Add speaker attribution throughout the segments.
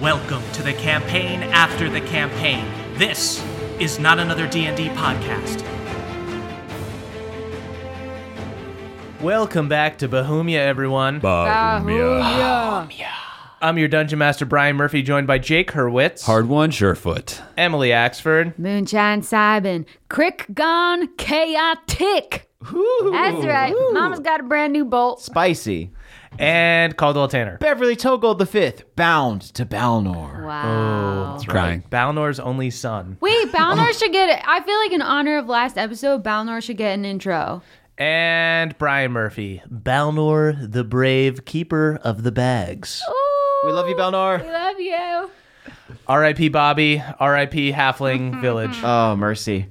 Speaker 1: Welcome to the campaign after the campaign. This is not another D&D podcast.
Speaker 2: Welcome back to Bohemia, everyone. I'm your Dungeon Master Brian Murphy, joined by Jake Hurwitz,
Speaker 3: Hard one, surefoot.
Speaker 2: Emily Axford,
Speaker 4: Moonshine Simon, crick gone chaotic. That's right. Mama's got a brand new bolt.
Speaker 5: Spicy.
Speaker 2: and Caldwell Tanner.
Speaker 5: Beverly Togold the Fifth, bound to Balnor.
Speaker 4: Wow.
Speaker 3: Crying.
Speaker 2: Balnor's only son.
Speaker 4: Wait, Balnor should get it. I feel like in honor of last episode, Balnor should get an intro.
Speaker 2: And Brian Murphy, Balnor the Brave, keeper of the bags.
Speaker 5: We love you, Balnor.
Speaker 4: I love you.
Speaker 2: R.I.P. Bobby, R.I.P. Halfling Village.
Speaker 5: Oh, mercy.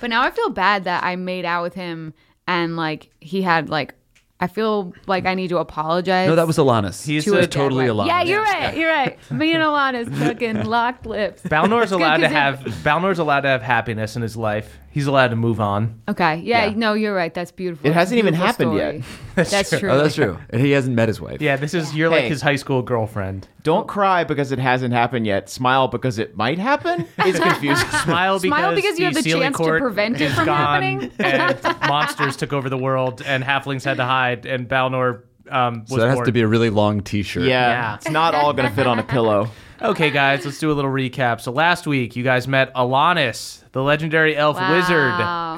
Speaker 4: But now I feel bad that I made out with him and like he had like I feel like I need to apologize.
Speaker 3: No, that was Alanis.
Speaker 2: He's
Speaker 3: She was
Speaker 2: a-
Speaker 3: totally Alanis.
Speaker 4: Yeah, you're right. You're right. Me and Alana's fucking locked lips.
Speaker 2: Balnor's allowed to
Speaker 4: 'cause it-
Speaker 2: have Balnor's allowed to have happiness in his life. He's allowed to move on.
Speaker 4: Okay. Yeah, No, you're right. That's beautiful.
Speaker 5: It hasn't even
Speaker 4: Beautiful
Speaker 5: happened
Speaker 4: story.
Speaker 5: yet.
Speaker 4: That's, true.
Speaker 3: Oh, that's true. And he hasn't met his wife.
Speaker 2: Yeah, this is you're
Speaker 5: Hey.
Speaker 2: like his high school girlfriend.
Speaker 5: Don't cry because it hasn't happened yet. Smile because it might happen. It's confusing.
Speaker 2: Smile because,
Speaker 4: Smile because you have the
Speaker 2: Sealy
Speaker 4: chance to
Speaker 2: court
Speaker 4: prevent it
Speaker 2: is
Speaker 4: from
Speaker 2: gone,
Speaker 4: happening.
Speaker 2: and monsters took over the world, and halflings had to hide, and Balnor um, was
Speaker 3: So that has
Speaker 2: born.
Speaker 3: to be a really long T-shirt.
Speaker 5: yeah, it's not all gonna fit on a pillow.
Speaker 2: okay, guys, let's do a little recap. So last week, you guys met Alanis, the legendary elf wizard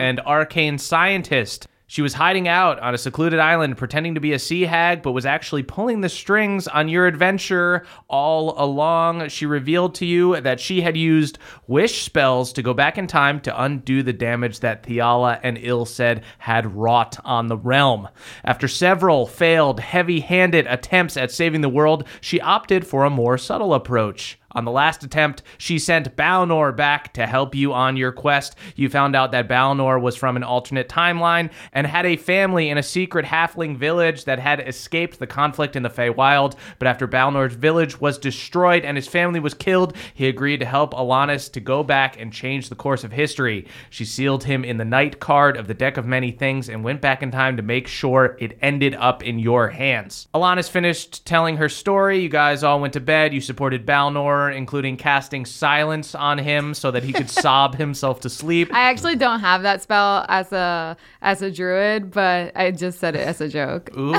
Speaker 2: and arcane scientist. She was hiding out on a secluded island, pretending to be a sea hag, but was actually pulling the strings on your adventure all along. She revealed to you that she had used wish spells to go back in time to undo the damage that Theala and Ilsed had wrought on the realm. After several failed, heavy handed attempts at saving the world, she opted for a more subtle approach. On the last attempt, she sent Balnor back to help you on your quest. You found out that Balnor was from an alternate timeline and had a family in a secret halfling village that had escaped the conflict in the Feywild. But after Balnor's village was destroyed and his family was killed, he agreed to help Alanis to go back and change the course of history. She sealed him in the Knight card of the deck of many things and went back in time to make sure it ended up in your hands. Alanis finished telling her story. You guys all went to bed. You supported Balnor, including casting silence on him so that he could sob himself to sleep.
Speaker 4: I actually don't have that spell as a as a druid, but I just said it as a joke.
Speaker 2: Ooh.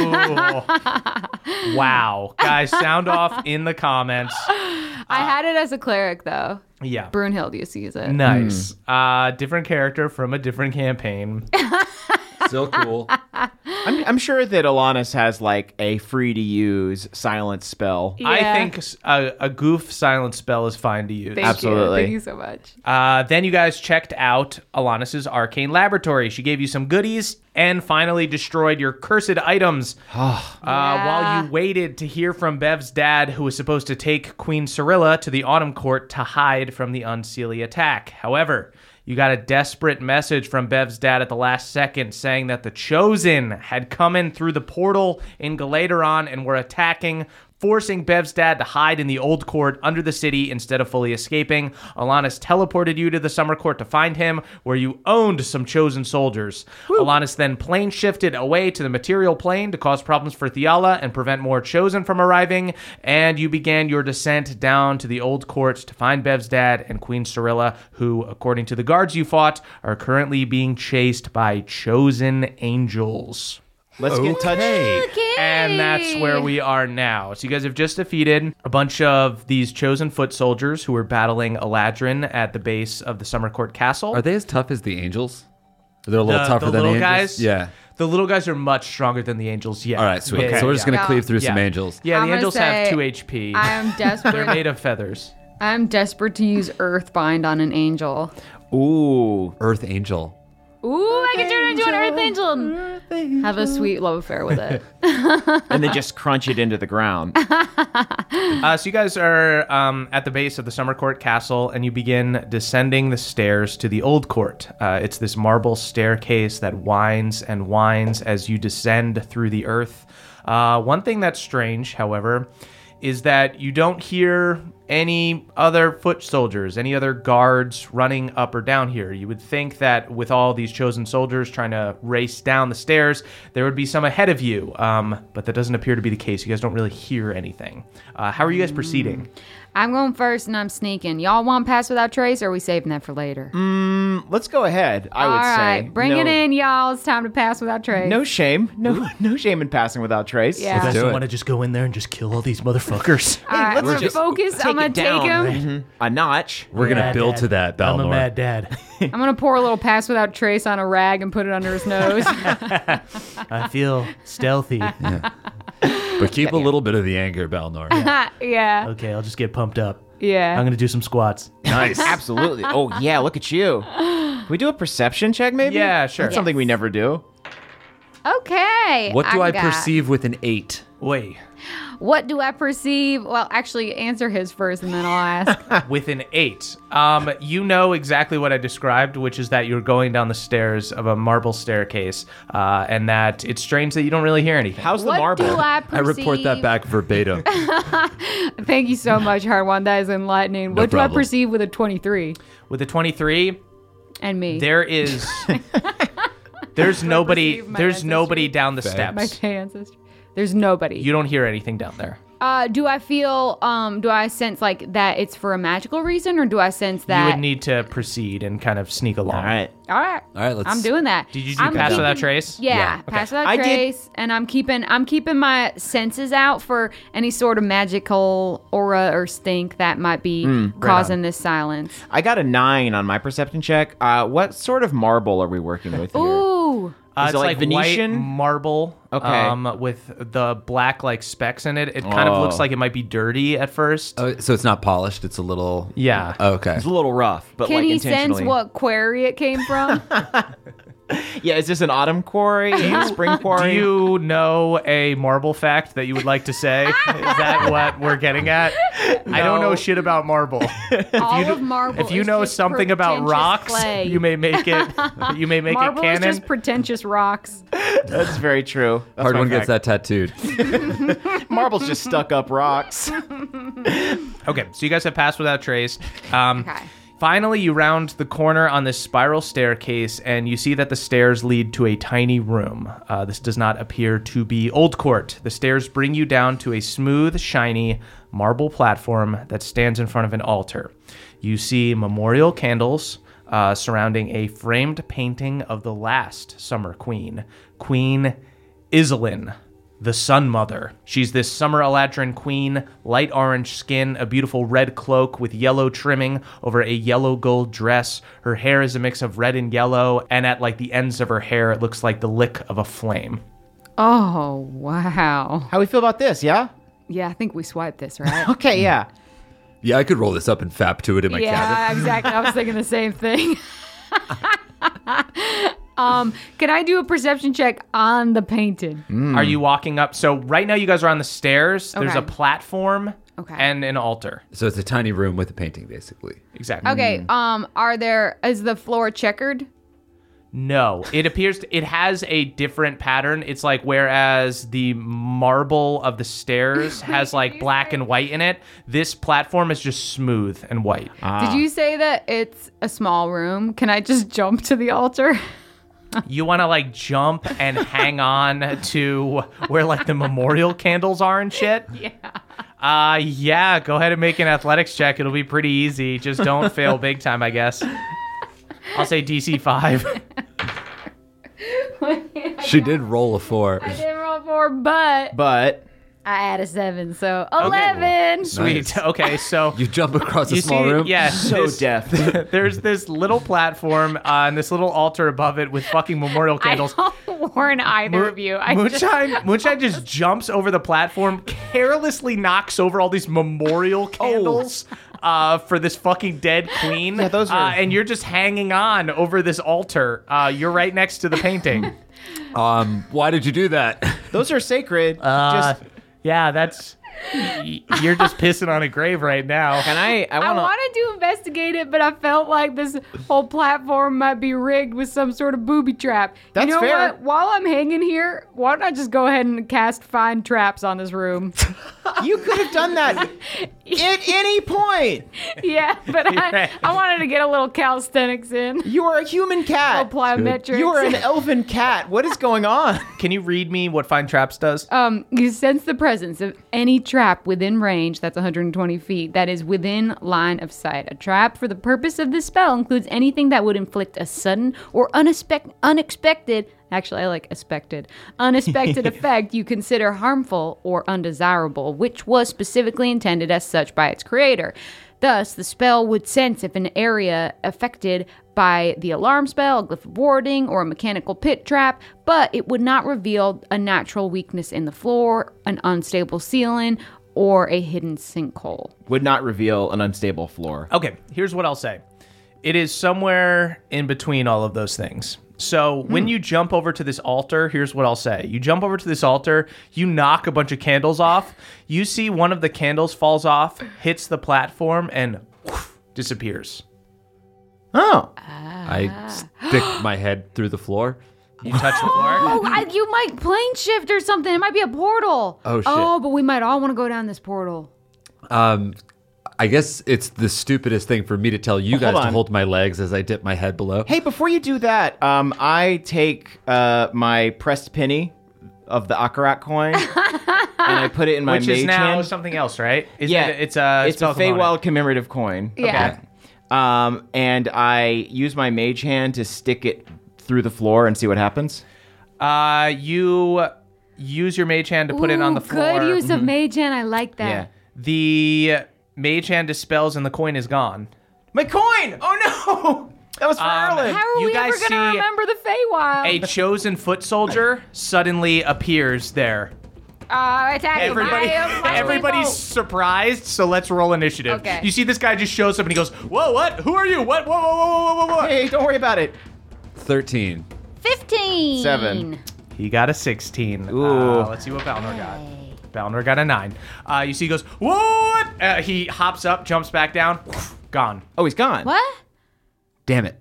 Speaker 2: wow. Guys, sound off in the comments.
Speaker 4: I had it as a cleric though.
Speaker 2: Yeah.
Speaker 4: Brunhild used to use it.
Speaker 2: Nice. Uh, different character from a different campaign.
Speaker 3: Still cool.
Speaker 5: I'm, I'm sure that Alanis has like a free to use silence spell.
Speaker 2: I
Speaker 4: Yeah.
Speaker 2: think s- a, a goof silent spell is fine to use.
Speaker 4: Thank You.
Speaker 5: Absolutely.
Speaker 4: Thank you so much.
Speaker 2: Uh, then you guys checked out Alanis' arcane laboratory. She gave you some goodies and finally destroyed your cursed items. uh, While you waited to hear from Bev's dad, who was supposed to take Queen Cyrilla to the Autumn Court to hide from the Unseelie attack. However, You got a desperate message from Bev's dad at the last second saying that the Chosen had come in through the portal in Galateron and were attacking, forcing Bev's dad to hide in the old court under the city instead of fully escaping. Alanis teleported you to the summer court to find him, where you owned some Chosen soldiers. Alanis then plane shifted away to the material plane to cause problems for Theala and prevent more Chosen from arriving, and you began your descent down to the old courts to find Bev's dad and Queen Cyrilla, who, according to the guards you fought, are currently being chased by Chosen angels.
Speaker 5: Let's get touched.
Speaker 4: Okay.
Speaker 2: And that's where we are now. So you guys have just defeated a bunch of these chosen foot soldiers who were battling Eladrin at the base of the Summer Court Castle.
Speaker 3: Are they as tough as the angels? They're a little
Speaker 2: The-
Speaker 3: tougher
Speaker 2: the
Speaker 3: than
Speaker 2: little
Speaker 3: angels?
Speaker 2: guys?
Speaker 3: Yeah.
Speaker 2: the little guys are much stronger than the angels? Yeah.
Speaker 3: All right, sweet. so we're just gonna
Speaker 4: Yeah.
Speaker 3: cleave through some
Speaker 2: Yeah.
Speaker 3: angels.
Speaker 2: Yeah,
Speaker 4: I'm
Speaker 2: the
Speaker 4: gonna
Speaker 2: angels have
Speaker 4: say
Speaker 2: two HP.
Speaker 4: I'm
Speaker 2: They're
Speaker 4: desperate.
Speaker 2: made of feathers.
Speaker 4: I'm desperate to use Earthbind on an angel.
Speaker 3: Ooh, Earth Angel.
Speaker 4: Ooh, I can turn into an Earth angel. Mm. Have a sweet love affair with it.
Speaker 5: and then just crunch it into the ground.
Speaker 2: Uh, so you guys are um, at the base of the Summer Court Castle, and you begin descending the stairs to the Old Court. Uh, it's this marble staircase that winds and winds as you descend through the earth. Uh, one thing that's strange, however, is that you don't hear any other foot soldiers, any other guards running up or down here. You would think that with all these chosen soldiers trying to race down the stairs, there would be some ahead of you, um, but that doesn't appear to be the case. You guys don't really hear anything. Uh, how are you guys proceeding?
Speaker 5: Mm.
Speaker 4: I'm going first and I'm sneaking. Y'all want pass without trace or are we saving that for later?
Speaker 5: Let's go ahead. I would
Speaker 4: All right,
Speaker 5: say.
Speaker 4: bring
Speaker 5: No-
Speaker 4: it in, y'all. It's time to pass without trace.
Speaker 5: No shame. No no shame in passing without trace.
Speaker 4: Yeah.
Speaker 3: do it.
Speaker 1: want to just go in there and just kill all these motherfuckers.
Speaker 4: All right,
Speaker 5: let's
Speaker 4: we're
Speaker 5: just
Speaker 4: focused. I'm gonna take him.
Speaker 5: Mm-hmm. A notch.
Speaker 3: We're gonna
Speaker 1: Mad
Speaker 3: build
Speaker 1: dad.
Speaker 3: to that, Balnor.
Speaker 1: I'm a mad dad.
Speaker 4: I'm gonna pour a little pass without trace on a rag and put it under his nose.
Speaker 1: I feel stealthy.
Speaker 3: But keep a little bit of the anger, Balnor.
Speaker 4: yeah,
Speaker 1: Okay, I'll just get pumped up. I'm
Speaker 4: yeah.
Speaker 1: gonna do some squats.
Speaker 3: Nice.
Speaker 5: Absolutely. Oh yeah, look at you. Can we do a perception check maybe?
Speaker 2: Yeah, sure.
Speaker 5: That's something we never do.
Speaker 4: Okay.
Speaker 3: What do I,
Speaker 4: got-
Speaker 3: perceive with an eight?
Speaker 2: Wait,
Speaker 4: What do I perceive? Well, actually, answer his first, and then I'll ask.
Speaker 2: with an eight. Um, you know exactly what I described, which is that you're going down the stairs of a marble staircase, uh, and that it's strange that you don't really hear anything.
Speaker 5: How's
Speaker 4: what
Speaker 5: the marble?
Speaker 4: do I
Speaker 3: I
Speaker 4: perceive?
Speaker 3: report that back verbatim.
Speaker 4: Thank you so much, Harwan. That is enlightening. what do I
Speaker 3: problem.
Speaker 4: perceive with a 23
Speaker 2: With a 23,
Speaker 4: and me?
Speaker 2: There is. there's nobody.
Speaker 4: perceive my
Speaker 2: There's
Speaker 4: ancestry.
Speaker 2: nobody down the
Speaker 4: my
Speaker 2: steps.
Speaker 4: ancestor. There's nobody.
Speaker 2: You don't hear anything down there.
Speaker 4: uh, do I feel? Um, do I sense like that it's for a magical reason, or do I sense that?
Speaker 2: You would need to proceed and kind of sneak along.
Speaker 5: All right.
Speaker 4: All right.
Speaker 3: All right, let's-
Speaker 4: I'm doing that.
Speaker 2: Did you do
Speaker 4: I'm
Speaker 2: pass
Speaker 4: keeping-
Speaker 2: without trace?
Speaker 4: Yeah,
Speaker 3: Yeah,
Speaker 4: pass without
Speaker 5: I did-
Speaker 4: trace, and I'm keeping I'm keeping my senses out for any sort of magical aura or stink that might be
Speaker 3: Hmm,
Speaker 4: causing this silence.
Speaker 5: I got a nine on my perception check. Uh, what sort of marble are we working with here?
Speaker 4: Ooh,
Speaker 2: Uh,
Speaker 5: Is it
Speaker 2: it's
Speaker 5: like
Speaker 2: like,
Speaker 5: Venetian?
Speaker 2: white marble,
Speaker 5: Okay.
Speaker 2: um, with the black like specks in it. It kind
Speaker 5: Oh.
Speaker 2: of looks like it might be dirty at first.
Speaker 3: Oh, so it's not polished. It's a little. Oh,
Speaker 2: Yeah.
Speaker 3: Okay.
Speaker 5: It's a little rough, but
Speaker 4: can
Speaker 5: like
Speaker 4: he sense
Speaker 5: intentionally.
Speaker 4: what quarry it came from?
Speaker 5: Yeah, is this an autumn quarry? a spring
Speaker 2: Do
Speaker 5: quarry?
Speaker 2: you know a marble fact that you would like to say? Is that what we're getting at? I don't know shit about marble.
Speaker 4: All of marble.
Speaker 2: if you
Speaker 4: is
Speaker 2: know
Speaker 4: just
Speaker 2: something about
Speaker 4: pretentious
Speaker 2: rocks,
Speaker 4: clay.
Speaker 2: you may make it. You may make
Speaker 4: marble
Speaker 2: it canon.
Speaker 4: is just pretentious rocks.
Speaker 5: That's very true. That's
Speaker 3: Hard
Speaker 5: my
Speaker 3: one gets
Speaker 5: fact.
Speaker 3: that tattooed.
Speaker 5: Marble's just stuck up rocks.
Speaker 2: Okay, so you guys have passed without trace. Um,
Speaker 4: Okay.
Speaker 2: Finally, you round the corner on this spiral staircase, and you see that the stairs lead to a tiny room. Uh, this does not appear to be Old Court. The stairs bring you down to a smooth, shiny marble platform that stands in front of an altar. You see memorial candles uh, surrounding a framed painting of the last Summer Queen, Queen Iselin the Sun Mother. She's this summer Eladrin queen, light orange skin, a beautiful red cloak with yellow trimming over a yellow gold dress. Her hair is a mix of red and yellow, and at like the ends of her hair, it looks like the lick of a flame.
Speaker 4: Oh wow.
Speaker 5: How we feel about this? Yeah.
Speaker 4: Yeah, I think we swiped this right.
Speaker 5: Okay. Yeah.
Speaker 3: Yeah, I could roll this up and fap to it in my cabin.
Speaker 4: yeah, exactly. I was thinking the same thing. um, can I do a perception check on the painting?
Speaker 2: Mm. Are you walking up? So right now, you guys are on the stairs. There's
Speaker 4: Hmm. Okay.
Speaker 2: a platform
Speaker 4: Okay.
Speaker 2: and an altar.
Speaker 3: So it's a tiny room with a painting, basically.
Speaker 2: Exactly.
Speaker 4: Okay. Um, are there is the floor checkered?
Speaker 2: No, it appears it has a different pattern. It's like whereas the marble of the stairs has like black and white in it, this platform is just smooth and white.
Speaker 4: Did you say that it's a small room? Can I just jump to the altar?
Speaker 2: You want to like jump and hang on to where like the memorial candles are and shit? Yeah. Uh yeah, go ahead and make an athletics check. It'll be pretty easy. Just don't fail big time, I guess. I'll say DC 5.
Speaker 3: She did roll a four.
Speaker 4: didn't roll four, but
Speaker 5: But
Speaker 4: I had a seven, so eleven.
Speaker 2: Sweet.
Speaker 3: Nice.
Speaker 2: Okay, so
Speaker 3: You jump across a small room.
Speaker 2: yeah,
Speaker 5: so
Speaker 2: this-
Speaker 5: deaf.
Speaker 2: There's this little platform uh, and this little altar above it with fucking memorial
Speaker 4: I
Speaker 2: candles.
Speaker 4: don't warn either of you. I just,
Speaker 2: Moonshine, Moonshine just jumps over the platform, carelessly knocks over all these memorial candles uh, for this fucking dead queen. Yeah,
Speaker 5: those are-
Speaker 2: Uh, and you're just hanging on over this altar. Uh, you're right next to the painting.
Speaker 3: Um, why did you do that?
Speaker 4: Ah.
Speaker 5: those are sacred. Just
Speaker 2: Uh, yeah, that's. You're just pissing on a grave right now.
Speaker 5: can I? I
Speaker 4: I
Speaker 5: want to.
Speaker 4: wanted to investigate it, but I felt like this whole platform might be rigged with some sort of booby trap.
Speaker 5: That's
Speaker 4: you know
Speaker 5: fair.
Speaker 4: what? While I'm hanging here, why don't I just go ahead and cast fine traps on this room?
Speaker 5: You could have done that at any point.
Speaker 4: yeah, but I, I wanted to get a little calisthenics in.
Speaker 5: You are a human cat.
Speaker 4: Apply metrics.
Speaker 5: You are an elfin cat. What is going on?
Speaker 2: Can you read me what Fine Traps does?
Speaker 4: Um, you sense the presence of any trap within range that's 120 feet that is within line of sight. A trap for the purpose of this spell includes anything that would inflict a sudden or unexpect- unexpected, actually, I like expected, unexpected effect you consider harmful or undesirable, which was specifically intended as such by its creator. Thus, the spell would sense if an area affected by the alarm spell, a glyph of warding, or a mechanical pit trap, but it would not reveal a natural weakness in the floor, an unstable ceiling, or a hidden sinkhole.
Speaker 5: Would not reveal an unstable floor.
Speaker 2: Okay, here's what I'll say. It is somewhere in between all of those things. So
Speaker 5: Hmm.
Speaker 2: when you jump over to this altar, here's what I'll say. You jump over to this altar, you knock a bunch of candles off. You see one of the candles falls off, hits the platform, and woof, disappears.
Speaker 5: Oh,
Speaker 3: I stick my head through the floor.
Speaker 2: You touch the floor.
Speaker 4: Oh, I, you might plane shift or something. It might be a portal.
Speaker 3: Oh, shit.
Speaker 4: Oh, but we might all want to go down this portal.
Speaker 3: Um, I guess it's the stupidest thing for me to tell you
Speaker 5: Well, hold
Speaker 3: guys to
Speaker 5: on.
Speaker 3: hold my legs as I dip my head below.
Speaker 5: hey! Before you do that, um, I take uh, my pressed penny of the Akarat coin and I put it in my
Speaker 2: Which is
Speaker 5: mage
Speaker 2: now
Speaker 5: hand.
Speaker 2: something else, right? Isn't
Speaker 5: yeah,
Speaker 2: it- it's a
Speaker 5: it's a
Speaker 2: spell component.
Speaker 5: Feywild commemorative coin.
Speaker 4: Yeah.
Speaker 5: Um, and I use my mage hand to stick it through the floor and see what happens.
Speaker 2: Uh, you use your mage hand to put it on the
Speaker 4: Ooh,
Speaker 2: floor. Mm-hmm.
Speaker 4: Good use of mage hand. I like that.
Speaker 2: The mage hand dispels and the coin is gone.
Speaker 5: My coin! Oh no! That was for
Speaker 2: Um,
Speaker 5: Ireland.
Speaker 4: How are
Speaker 2: You
Speaker 4: we ever
Speaker 2: guys
Speaker 4: going to
Speaker 2: see
Speaker 4: remember the Feywild?
Speaker 2: a chosen foot soldier suddenly appears there.
Speaker 4: uh, attack him.
Speaker 2: Everybody,
Speaker 4: I am my
Speaker 2: everybody's
Speaker 4: revolt.
Speaker 2: surprised, so let's roll initiative.
Speaker 4: Okay.
Speaker 2: You see, this guy just shows up and he goes, "Whoa, what? Who are you? What? Whoa, whoa, whoa, whoa, whoa, whoa!"
Speaker 5: Hey, don't worry about it.
Speaker 3: 13.
Speaker 4: 15.
Speaker 5: Seven.
Speaker 2: He got a sixteen.
Speaker 5: Ooh.
Speaker 2: Uh, let's see what Balnor got. Balnor got a nine. Uh, you see, he goes, "Whoa, what?" Uh, he hops up, jumps back down, gone.
Speaker 5: Oh, he's gone.
Speaker 4: What?
Speaker 3: Damn it.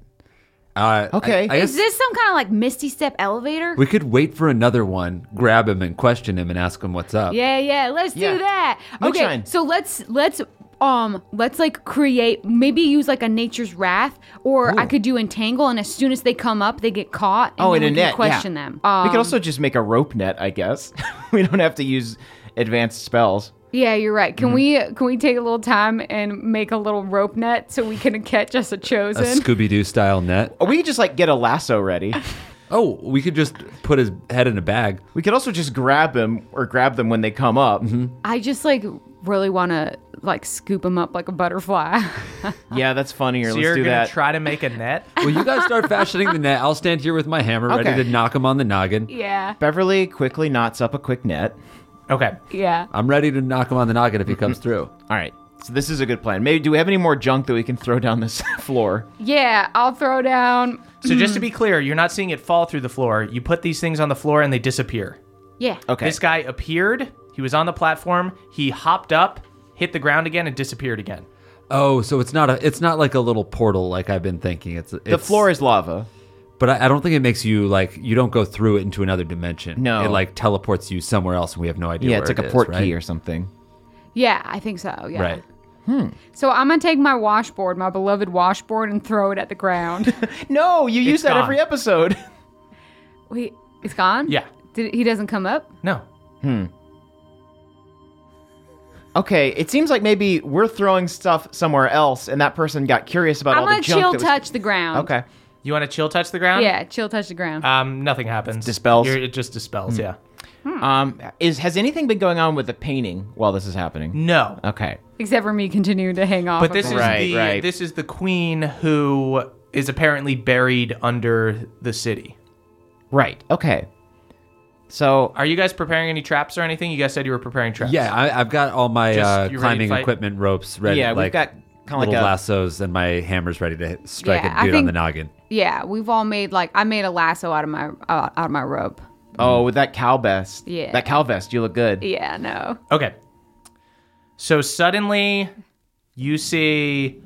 Speaker 3: Uh, I-
Speaker 5: Okay.
Speaker 3: I,
Speaker 4: Is
Speaker 3: guess
Speaker 4: this some kind of like Misty Step elevator?
Speaker 3: we could wait for another one, grab him and question him and ask him what's up.
Speaker 4: yeah, yeah. Let's
Speaker 5: Yeah.
Speaker 4: do that. Okay,
Speaker 5: Moonshine.
Speaker 4: so let's let's um let's like create maybe use like a nature's wrath or I could do entangle and as soon as they come up they get caught and
Speaker 5: Oh,
Speaker 4: then
Speaker 5: in a
Speaker 4: we can
Speaker 5: net.
Speaker 4: question
Speaker 5: yeah.
Speaker 4: them.
Speaker 5: we could
Speaker 4: Um,
Speaker 5: also just make a rope net, I guess. we don't have to use advanced spells.
Speaker 4: Yeah, you're right. Can we
Speaker 5: Mm-hmm.
Speaker 4: can we take a little time and make a little rope net so we can catch us a
Speaker 3: A
Speaker 4: chosen?
Speaker 3: Scooby Doo style net.
Speaker 5: Or we could just like get a lasso ready.
Speaker 3: Oh, we could just put his head in a bag.
Speaker 5: we could also just grab him or grab them when they come up.
Speaker 4: I just like really want to like scoop them up like a butterfly.
Speaker 5: Yeah, that's funnier.
Speaker 2: So
Speaker 5: Let's
Speaker 2: you're
Speaker 5: do
Speaker 2: gonna
Speaker 5: that.
Speaker 2: try to make a net.
Speaker 3: Well, you guys start fashioning the net. I'll stand here with my hammer
Speaker 5: Okay.
Speaker 3: ready to knock him on the noggin.
Speaker 4: yeah.
Speaker 5: Beverly quickly knots up a quick net.
Speaker 2: Okay.
Speaker 4: Yeah.
Speaker 3: I'm ready to knock him on the noggin if he comes through.
Speaker 5: All right. So this is a good plan. Maybe do we have any more junk that we can throw down this floor?
Speaker 4: Yeah, I'll throw down.
Speaker 2: So just to be clear, you're not seeing it fall through the floor. You put these things on the floor and they disappear.
Speaker 4: Yeah.
Speaker 5: Okay.
Speaker 2: This guy appeared. He was on the platform. He hopped up. hit the ground again, and disappeared again.
Speaker 3: Oh, so it's not a it's not like a little portal like I've been thinking. It's, it's
Speaker 6: The floor is lava.
Speaker 3: but I, I don't think it makes you like you don't go through it into another dimension.
Speaker 6: No.
Speaker 3: it like teleports you somewhere else, and we have no idea.
Speaker 6: Yeah,
Speaker 3: where
Speaker 6: it's like
Speaker 3: it
Speaker 6: a
Speaker 3: is,
Speaker 6: port
Speaker 3: right?
Speaker 6: key or something.
Speaker 4: Yeah, I think so. Yeah.
Speaker 3: right.
Speaker 4: So I'm gonna take my washboard, my beloved washboard, and throw it at the ground.
Speaker 6: No, you use that
Speaker 2: gone.
Speaker 6: every episode.
Speaker 4: Wait, it's gone.
Speaker 2: Yeah.
Speaker 4: Did, he doesn't come up.
Speaker 2: No,
Speaker 6: Okay, it seems like maybe we're throwing stuff somewhere else, and that person got curious about
Speaker 4: I'm
Speaker 6: all the
Speaker 4: gonna
Speaker 6: junk
Speaker 4: chill
Speaker 6: that was-
Speaker 4: touch the ground.
Speaker 6: Okay,
Speaker 2: you want to chill touch the ground?
Speaker 4: Yeah, chill touch the ground.
Speaker 2: Um, nothing happens.
Speaker 6: dispels. Hmm.
Speaker 2: You're, it just dispels. Yeah.
Speaker 4: Hmm.
Speaker 6: um, is has anything been going on with the painting while this is happening?
Speaker 2: No.
Speaker 6: Okay,
Speaker 4: Except for me continuing to hang off.
Speaker 2: But
Speaker 4: of
Speaker 2: this
Speaker 4: it.
Speaker 2: is
Speaker 6: Right,
Speaker 2: the
Speaker 6: right.
Speaker 2: this is the queen who is apparently buried under the city.
Speaker 6: right. Okay, so
Speaker 2: Are you guys preparing any traps or anything? You guys said you were preparing traps.
Speaker 3: Yeah, I, I've got all my
Speaker 2: Just-
Speaker 3: uh,
Speaker 2: you ready to
Speaker 3: climbing
Speaker 2: fight?
Speaker 3: equipment ropes ready.
Speaker 6: yeah,
Speaker 3: like,
Speaker 6: we've got kind of
Speaker 3: little
Speaker 6: like a
Speaker 3: lassos and my hammers ready to hit- strike
Speaker 4: Yeah,
Speaker 3: a
Speaker 4: I
Speaker 3: dude on
Speaker 4: think-
Speaker 3: the noggin.
Speaker 4: Yeah, we've all made like I made a lasso out of my uh, out of my rope.
Speaker 6: oh with that cow vest.
Speaker 4: Yeah.
Speaker 6: that cow vest. You look good.
Speaker 4: Yeah, no.
Speaker 2: Okay. So suddenly, you see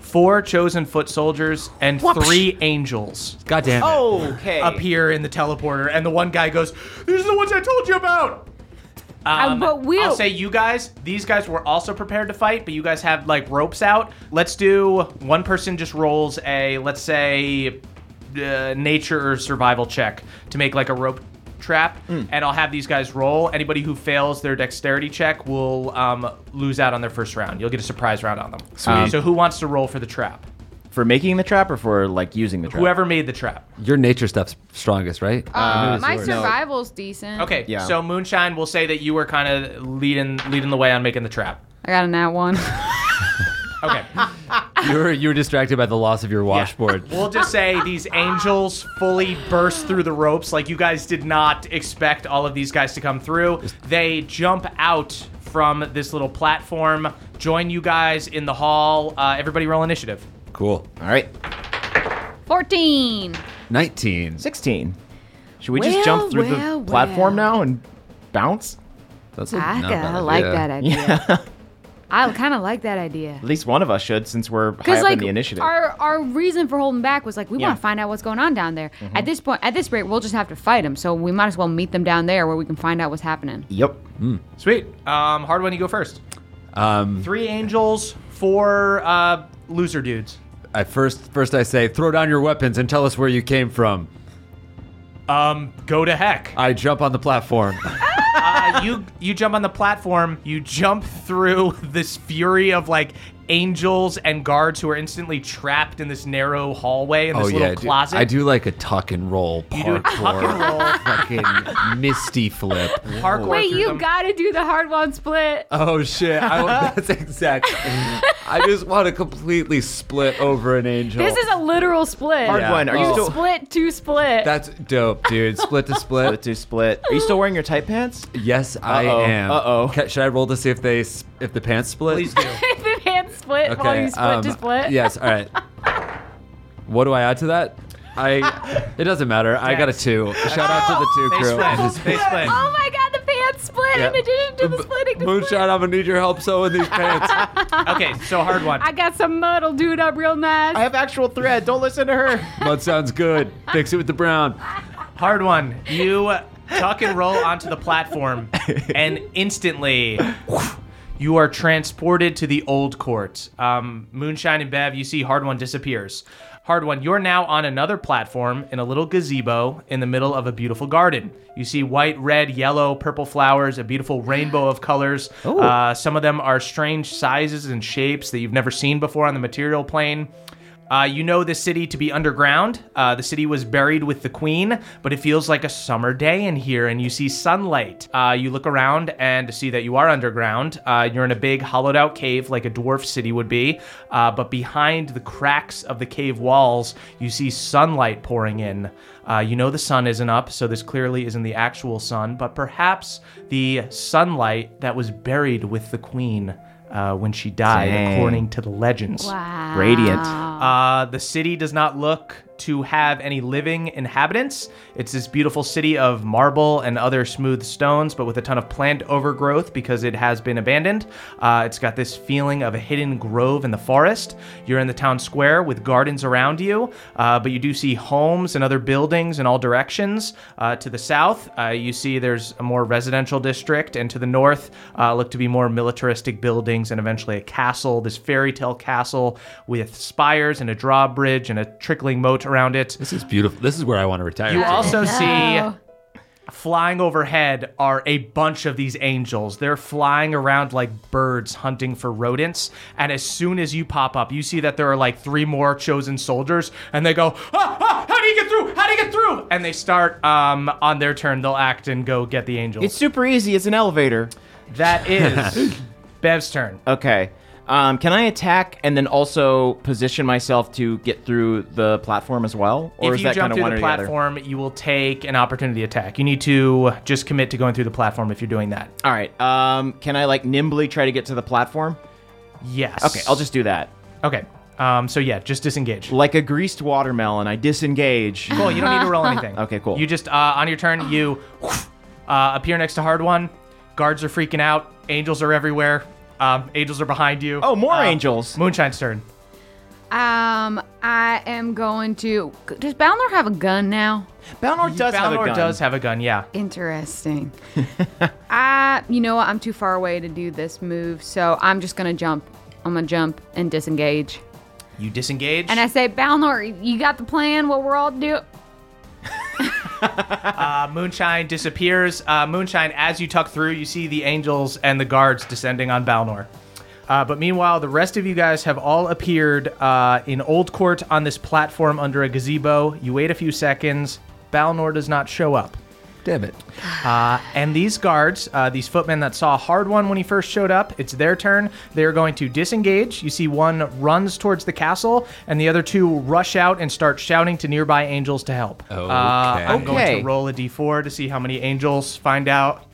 Speaker 2: four chosen foot soldiers and three angels
Speaker 3: God damn it!
Speaker 4: Oh.
Speaker 6: Okay.
Speaker 2: appear in the teleporter, and the one guy goes, "These are the ones I told you about." Um,
Speaker 4: but we'll-
Speaker 2: I'll say you guys. These guys were also prepared to fight, but you guys have like ropes out. Let's do one person just rolls a let's say uh, nature or survival check to make like a rope trap,
Speaker 6: Hmm.
Speaker 2: and I'll have these guys roll. Anybody who fails their dexterity check will um, lose out on their first round. You'll get a surprise round on them. Um,
Speaker 3: Sweet.
Speaker 2: so who wants to roll for the trap?
Speaker 6: For making the trap or for like using the trap? Mm-hmm.
Speaker 2: Whoever made the trap.
Speaker 3: Your nature stuff's strongest, right?
Speaker 4: Um, my survival's decent.
Speaker 2: Okay,
Speaker 6: Yeah.
Speaker 2: so Moonshine, we'll say that you were kind of leading leading the way on making the trap.
Speaker 4: I got a nat one.
Speaker 2: Okay,
Speaker 3: you were you were distracted by the loss of your washboard.
Speaker 2: we'll just say these angels fully burst through the ropes. Like you guys did not expect all of these guys to come through. They jump out from this little platform, join you guys in the hall. Uh, everybody, roll initiative.
Speaker 3: Cool.
Speaker 6: All right,
Speaker 4: Fourteen.
Speaker 3: Nineteen.
Speaker 6: sixteen. Should we
Speaker 4: Well,
Speaker 6: just jump through
Speaker 4: well,
Speaker 6: the platform
Speaker 4: well.
Speaker 6: now and bounce?
Speaker 3: That's
Speaker 4: I,
Speaker 3: not bad
Speaker 4: kinda like
Speaker 3: idea.
Speaker 4: that idea. I kind of like that idea.
Speaker 6: At least one of us should, since we're high
Speaker 4: Because
Speaker 6: up
Speaker 4: like
Speaker 6: in the initiative.
Speaker 4: our our reason for holding back was like we
Speaker 6: Yeah. Mm-hmm.
Speaker 4: want to find out what's going on down there. At this point, at this rate, we'll just have to fight them. So we might as well meet them down there where we can find out what's happening.
Speaker 6: Yep.
Speaker 2: Sweet. Um, hard one. You go first.
Speaker 3: Um,
Speaker 2: Three angels, four uh, loser dudes.
Speaker 3: I first first I say throw down your weapons and tell us where you came from.
Speaker 2: Um, go to heck.
Speaker 3: I jump on the platform.
Speaker 2: uh, you you jump on the platform. You jump through this fury of like angels and guards who are instantly trapped in this narrow hallway in this
Speaker 3: oh
Speaker 2: little
Speaker 3: yeah, I do-
Speaker 2: closet.
Speaker 3: I do like a tuck and roll parkour,
Speaker 2: You do a tuck and roll
Speaker 3: fucking misty flip.
Speaker 2: parkour.
Speaker 4: Wait,
Speaker 2: through
Speaker 4: you
Speaker 2: them.
Speaker 4: gotta do the hard one split.
Speaker 3: Oh shit! I, that's exactly. I just want to completely split over an angel.
Speaker 4: This is a literal split.
Speaker 6: Hard
Speaker 3: Yeah.
Speaker 6: one. Are you
Speaker 3: Oh.
Speaker 6: still
Speaker 4: Split to split.
Speaker 3: That's dope, dude. Split to
Speaker 6: split
Speaker 3: split.
Speaker 6: to split? Are you still wearing your tight pants?
Speaker 3: Yes, I
Speaker 6: Uh-oh.
Speaker 3: am.
Speaker 6: Uh-oh.
Speaker 3: Ca- Should I roll to see if they s- if the pants split?
Speaker 2: Please do.
Speaker 4: if it hand split
Speaker 3: Okay.
Speaker 4: while you split
Speaker 3: um,
Speaker 4: to split.
Speaker 3: Yes. All right. What do I add to that? I. It doesn't matter. I got a
Speaker 2: Dex.
Speaker 3: two. Shout out to the two
Speaker 2: They
Speaker 3: crew.
Speaker 2: split. They split.
Speaker 4: Oh my god, the pants split
Speaker 3: Yeah.
Speaker 4: in addition to the
Speaker 3: B-
Speaker 4: splitting the
Speaker 3: Moonshot,
Speaker 4: split.
Speaker 3: I'm gonna need your help sewing these pants.
Speaker 2: Okay, so hard one.
Speaker 4: I got some muddle dude up real nice.
Speaker 6: I have actual thread. Don't listen to her.
Speaker 3: Mud sounds good. Fix it with the brown.
Speaker 2: Hard one. You tuck and roll onto the platform, and instantly you are transported to the old court. Um, Moonshine and Bev, you see Hard One disappears. Hard One, you're now on another platform in a little gazebo in the middle of a beautiful garden. You see white, red, yellow, purple flowers, a beautiful rainbow of colors. Uh, some of them are strange sizes and shapes that you've never seen before on the material plane. Uh, you know the city to be underground. Uh, the city was buried with the queen, but it feels like a summer day in here, and you see sunlight. Uh, you look around and see that you are underground. Uh, you're in a big hollowed out cave like a dwarf city would be, uh, but behind the cracks of the cave walls, you see sunlight pouring in. Uh, you know the sun isn't up, so this clearly isn't the actual sun, but perhaps the sunlight that was buried with the queen uh, when she died,
Speaker 6: Dang.
Speaker 2: according to the legends.
Speaker 4: wow.
Speaker 6: Radiant.
Speaker 2: Uh, the city does not look to have any living inhabitants. It's this beautiful city of marble and other smooth stones, but with a ton of plant overgrowth because it has been abandoned. Uh, it's got this feeling of a hidden grove in the forest. You're in the town square with gardens around you, uh, but you do see homes and other buildings in all directions. Uh, to the south, uh, you see there's a more residential district, and to the north, uh, look to be more militaristic buildings and eventually a castle, this fairy tale castle with spires and a drawbridge and a trickling moat around it.
Speaker 3: This is beautiful. This is where I want to retire.
Speaker 2: You
Speaker 3: to.
Speaker 2: also
Speaker 4: Wow.
Speaker 2: see flying overhead are a bunch of these angels. They're flying around like birds hunting for rodents. And as soon as you pop up, you see that there are like three more chosen soldiers, and they go, ah, ah, "How do you get through? How do you get through?" And they start um, on their turn. They'll act and go get the angels.
Speaker 6: It's super easy. It's an elevator.
Speaker 2: that is Bev's turn.
Speaker 6: Okay. Um, can I attack and then also position myself to get through the platform as well? Or
Speaker 2: if
Speaker 6: is
Speaker 2: you
Speaker 6: that
Speaker 2: jump
Speaker 6: kind of
Speaker 2: through
Speaker 6: one
Speaker 2: the
Speaker 6: or the other?
Speaker 2: platform, you will take an opportunity attack. You need to just commit to going through the platform if you're doing that.
Speaker 6: All right. Um, can I like nimbly try to get to the platform?
Speaker 2: Yes.
Speaker 6: Okay, I'll just do that.
Speaker 2: Okay. Um, so yeah, just disengage.
Speaker 6: Like a greased watermelon, I disengage.
Speaker 2: Cool. You don't need to roll anything.
Speaker 6: Okay, cool.
Speaker 2: You just uh, on your turn, you uh, appear next to Hard One. Guards are freaking out. Angels are everywhere. Um, angels are behind you.
Speaker 6: Oh, more
Speaker 2: Uh,
Speaker 6: angels.
Speaker 2: Moonshine's turn.
Speaker 4: Um, I am going to. Does Balnor have a gun now?
Speaker 6: Balnor does have a
Speaker 2: Balnor
Speaker 6: gun.
Speaker 2: does have a gun. Yeah.
Speaker 4: Interesting. I, you know what? I'm too far away to do this move, so I'm just gonna jump. I'm gonna jump and disengage.
Speaker 2: You disengage.
Speaker 4: And I say, Balnor, you got the plan? What we're all doing?
Speaker 2: uh, Moonshine disappears. Uh, Moonshine, as you tuck through, you see the angels and the guards descending on Balnor. Uh, but meanwhile, the rest of you guys have all appeared uh, in Old Court on this platform under a gazebo. You wait a few seconds. Balnor does not show up.
Speaker 3: Damn it.
Speaker 2: And these guards, uh, these footmen that saw Hard One when he first showed up, it's their turn. They are going to disengage. You see one runs towards the castle, and the other two rush out and start shouting to nearby angels to help. Uh, I'm going
Speaker 6: Okay.
Speaker 2: to roll a d4 to see how many angels find out.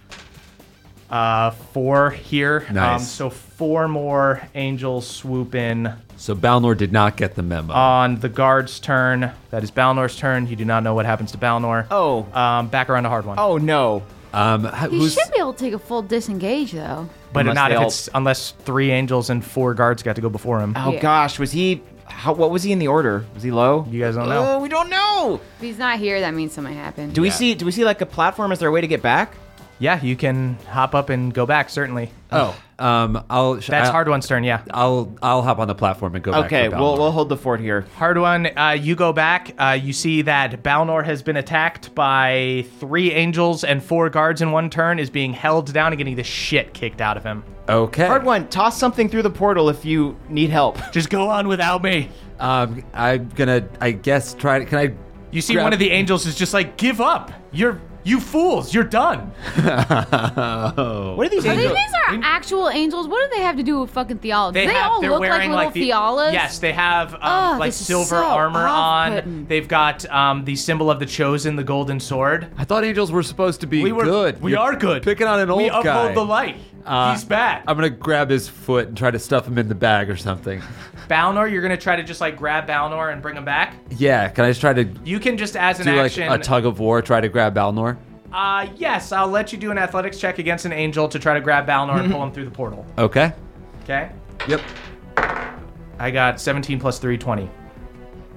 Speaker 2: Uh, four here. Um,
Speaker 3: Nice.
Speaker 2: so four more angels swoop in
Speaker 3: So Balnor did not get the memo.
Speaker 2: on the guard's turn. That is Balnor's turn. You do not know what happens to Balnor.
Speaker 6: Oh.
Speaker 2: Um, back around to Hard One.
Speaker 6: Oh no.
Speaker 3: um, h-
Speaker 4: He
Speaker 3: who's,
Speaker 4: should be able to take a full disengage though.
Speaker 2: But
Speaker 6: Unless
Speaker 2: not
Speaker 6: they
Speaker 2: if
Speaker 6: all-
Speaker 2: it's unless three angels and four guards got to go before him.
Speaker 6: Oh
Speaker 4: Yeah.
Speaker 6: gosh, was he? How, what was he in the order? Was he low?
Speaker 2: You guys don't know.
Speaker 6: Oh, we don't know.
Speaker 4: If he's not here, that means something happened.
Speaker 6: Do we see? Do we see like a platform? Is there a way to get back?
Speaker 2: Yeah, you can hop up and go back. Certainly,
Speaker 6: Uh,
Speaker 3: oh, um, I'll.
Speaker 2: that's
Speaker 3: I'll,
Speaker 2: Hard One's turn. Yeah,
Speaker 3: I'll I'll hop on the platform and go back.
Speaker 6: okay,
Speaker 3: for
Speaker 6: we'll
Speaker 3: Balnor.
Speaker 6: we'll hold the fort here.
Speaker 2: Hard One. Uh, you go back. Uh, you see that Balnor has been attacked by three angels and four guards in one turn. Is being held down and getting the shit kicked out of him.
Speaker 3: okay.
Speaker 6: Hard one. Toss something through the portal if you need help.
Speaker 2: Just go on without me.
Speaker 3: Um, I'm gonna. I guess try. to- Can I?
Speaker 2: You see,
Speaker 3: Grab-
Speaker 2: one of the angels is just like, "Give up! You're you fools! You're done."
Speaker 6: What are these
Speaker 4: These,
Speaker 6: angels?
Speaker 4: these are actual angels. What do they have to do with fucking theology? They,
Speaker 2: have-
Speaker 4: all
Speaker 2: they're
Speaker 4: look like
Speaker 2: wearing,
Speaker 4: little
Speaker 2: the-
Speaker 4: Theolas.
Speaker 2: Yes, they have um,
Speaker 4: Ugh,
Speaker 2: like
Speaker 4: this is
Speaker 2: silver
Speaker 4: so
Speaker 2: armor on.
Speaker 4: off-putting.
Speaker 2: They've got um, the symbol of the chosen, the golden sword.
Speaker 3: I thought angels were supposed to be
Speaker 2: We were
Speaker 3: good.
Speaker 2: We
Speaker 3: You're
Speaker 2: are good.
Speaker 3: Picking on an old
Speaker 2: we
Speaker 3: guy.
Speaker 2: uphold the light.
Speaker 3: Uh,
Speaker 2: He's bad.
Speaker 3: I'm gonna grab his foot and try to stuff him in the bag or something.
Speaker 2: Balnor, you're gonna try to just like grab Balnor and bring him back.
Speaker 3: Yeah, can I just try to
Speaker 2: You can just as an
Speaker 3: do like
Speaker 2: action.
Speaker 3: a tug of war, try to grab Balnor?
Speaker 2: uh, yes, I'll let you do an athletics check against an angel to try to grab Balnor and pull him through the portal.
Speaker 3: Okay.
Speaker 2: Okay.
Speaker 3: Yep.
Speaker 2: I got 17 plus 3, 20.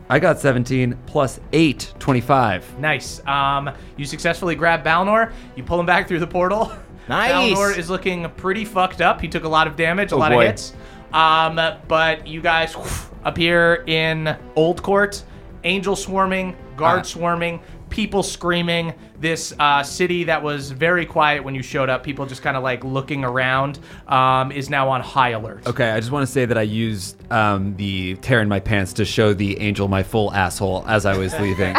Speaker 3: I got 17 plus 8, 25.
Speaker 2: Nice. Um, you successfully grab Balnor. You pull him back through the portal.
Speaker 6: Nice. Oh,
Speaker 2: Balnor is looking pretty fucked up. He took a lot of damage, a lot
Speaker 6: boy.
Speaker 2: of hits. Um, but you guys appear in Old Court. Angel swarming,
Speaker 6: Uh-huh.
Speaker 2: guard swarming, people screaming. This uh, city that was very quiet when you showed up, people just kind of like looking around, um, is now on high alert.
Speaker 3: Okay, I just want to say that I used um, the tear in my pants to show the angel my full asshole as I was leaving.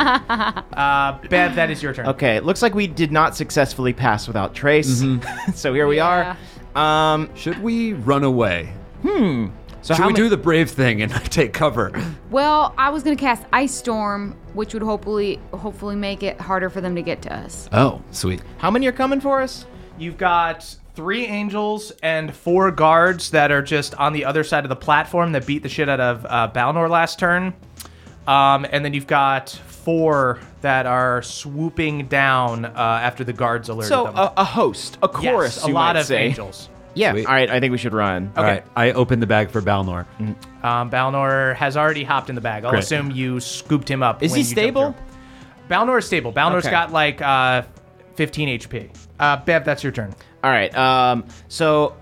Speaker 2: Uh, Bev, that is your turn.
Speaker 6: Okay, it looks like we did not successfully pass without trace.
Speaker 2: Mm-hmm.
Speaker 6: so here we are. Um,
Speaker 3: Should we run away?
Speaker 2: Hmm.
Speaker 6: so
Speaker 3: Should
Speaker 6: how
Speaker 3: we
Speaker 6: ma-
Speaker 3: do the brave thing and take cover?
Speaker 4: Well, I was gonna cast Ice Storm, which would hopefully hopefully make it harder for them to get to us.
Speaker 2: Uh,
Speaker 3: Oh, sweet.
Speaker 6: How many are coming for us?
Speaker 2: You've got three angels and four guards that are just on the other side of the platform that beat the shit out of uh, Balnor last turn. Um, and then you've got four that are swooping down uh, after the guards alerted
Speaker 6: So
Speaker 2: them.
Speaker 6: a, a host, a
Speaker 2: Yes,
Speaker 6: chorus,
Speaker 2: a
Speaker 6: you
Speaker 2: lot
Speaker 6: might
Speaker 2: of
Speaker 6: say.
Speaker 2: angels.
Speaker 6: Yeah.
Speaker 3: Sweet.
Speaker 6: All right. I think we should run.
Speaker 3: All right, I opened the bag for Balnor.
Speaker 2: Um, Balnor has already hopped in the bag. I'll
Speaker 3: Great.
Speaker 2: assume you scooped him up.
Speaker 6: Is
Speaker 2: when
Speaker 6: he
Speaker 2: you jumped
Speaker 6: stable?
Speaker 2: through. Balnor is stable. Balnor's
Speaker 6: Okay.
Speaker 2: got like uh, 15 HP. Uh, Bev, that's your turn.
Speaker 6: All right. Um. So,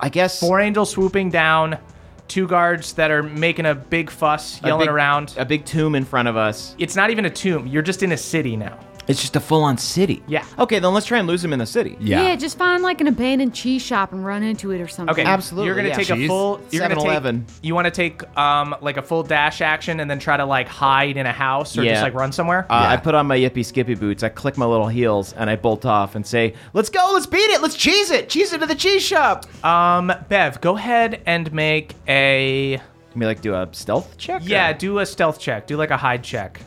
Speaker 6: I guess
Speaker 2: Four angels swooping down, two guards that are making a big fuss,
Speaker 6: a
Speaker 2: yelling
Speaker 6: big-
Speaker 2: around.
Speaker 6: a big tomb in front of us.
Speaker 2: it's not even a tomb. You're just in a city now.
Speaker 6: It's just a full-on city.
Speaker 2: Yeah.
Speaker 6: Okay, then let's try and lose him in the city.
Speaker 3: Yeah.
Speaker 4: just find like an abandoned cheese shop and run into it or something.
Speaker 2: Okay,
Speaker 6: Absolutely,
Speaker 2: You're gonna
Speaker 6: yeah.
Speaker 2: take a
Speaker 6: Jeez.
Speaker 2: full. You're gonna take.
Speaker 6: 7-Eleven.
Speaker 2: You want to take um like a full dash action and then try to like hide in a house or
Speaker 6: Yeah.
Speaker 2: just like run somewhere.
Speaker 6: Uh, I put on my yippy skippy boots. I click my little heels and I bolt off and say, "Let's go! Let's beat it! Let's cheese it! Cheese it to the cheese shop!"
Speaker 2: um, Bev, go ahead and make a
Speaker 6: Let me like do a stealth check.
Speaker 2: yeah.
Speaker 6: or-
Speaker 2: Do a stealth check. Do like a hide check.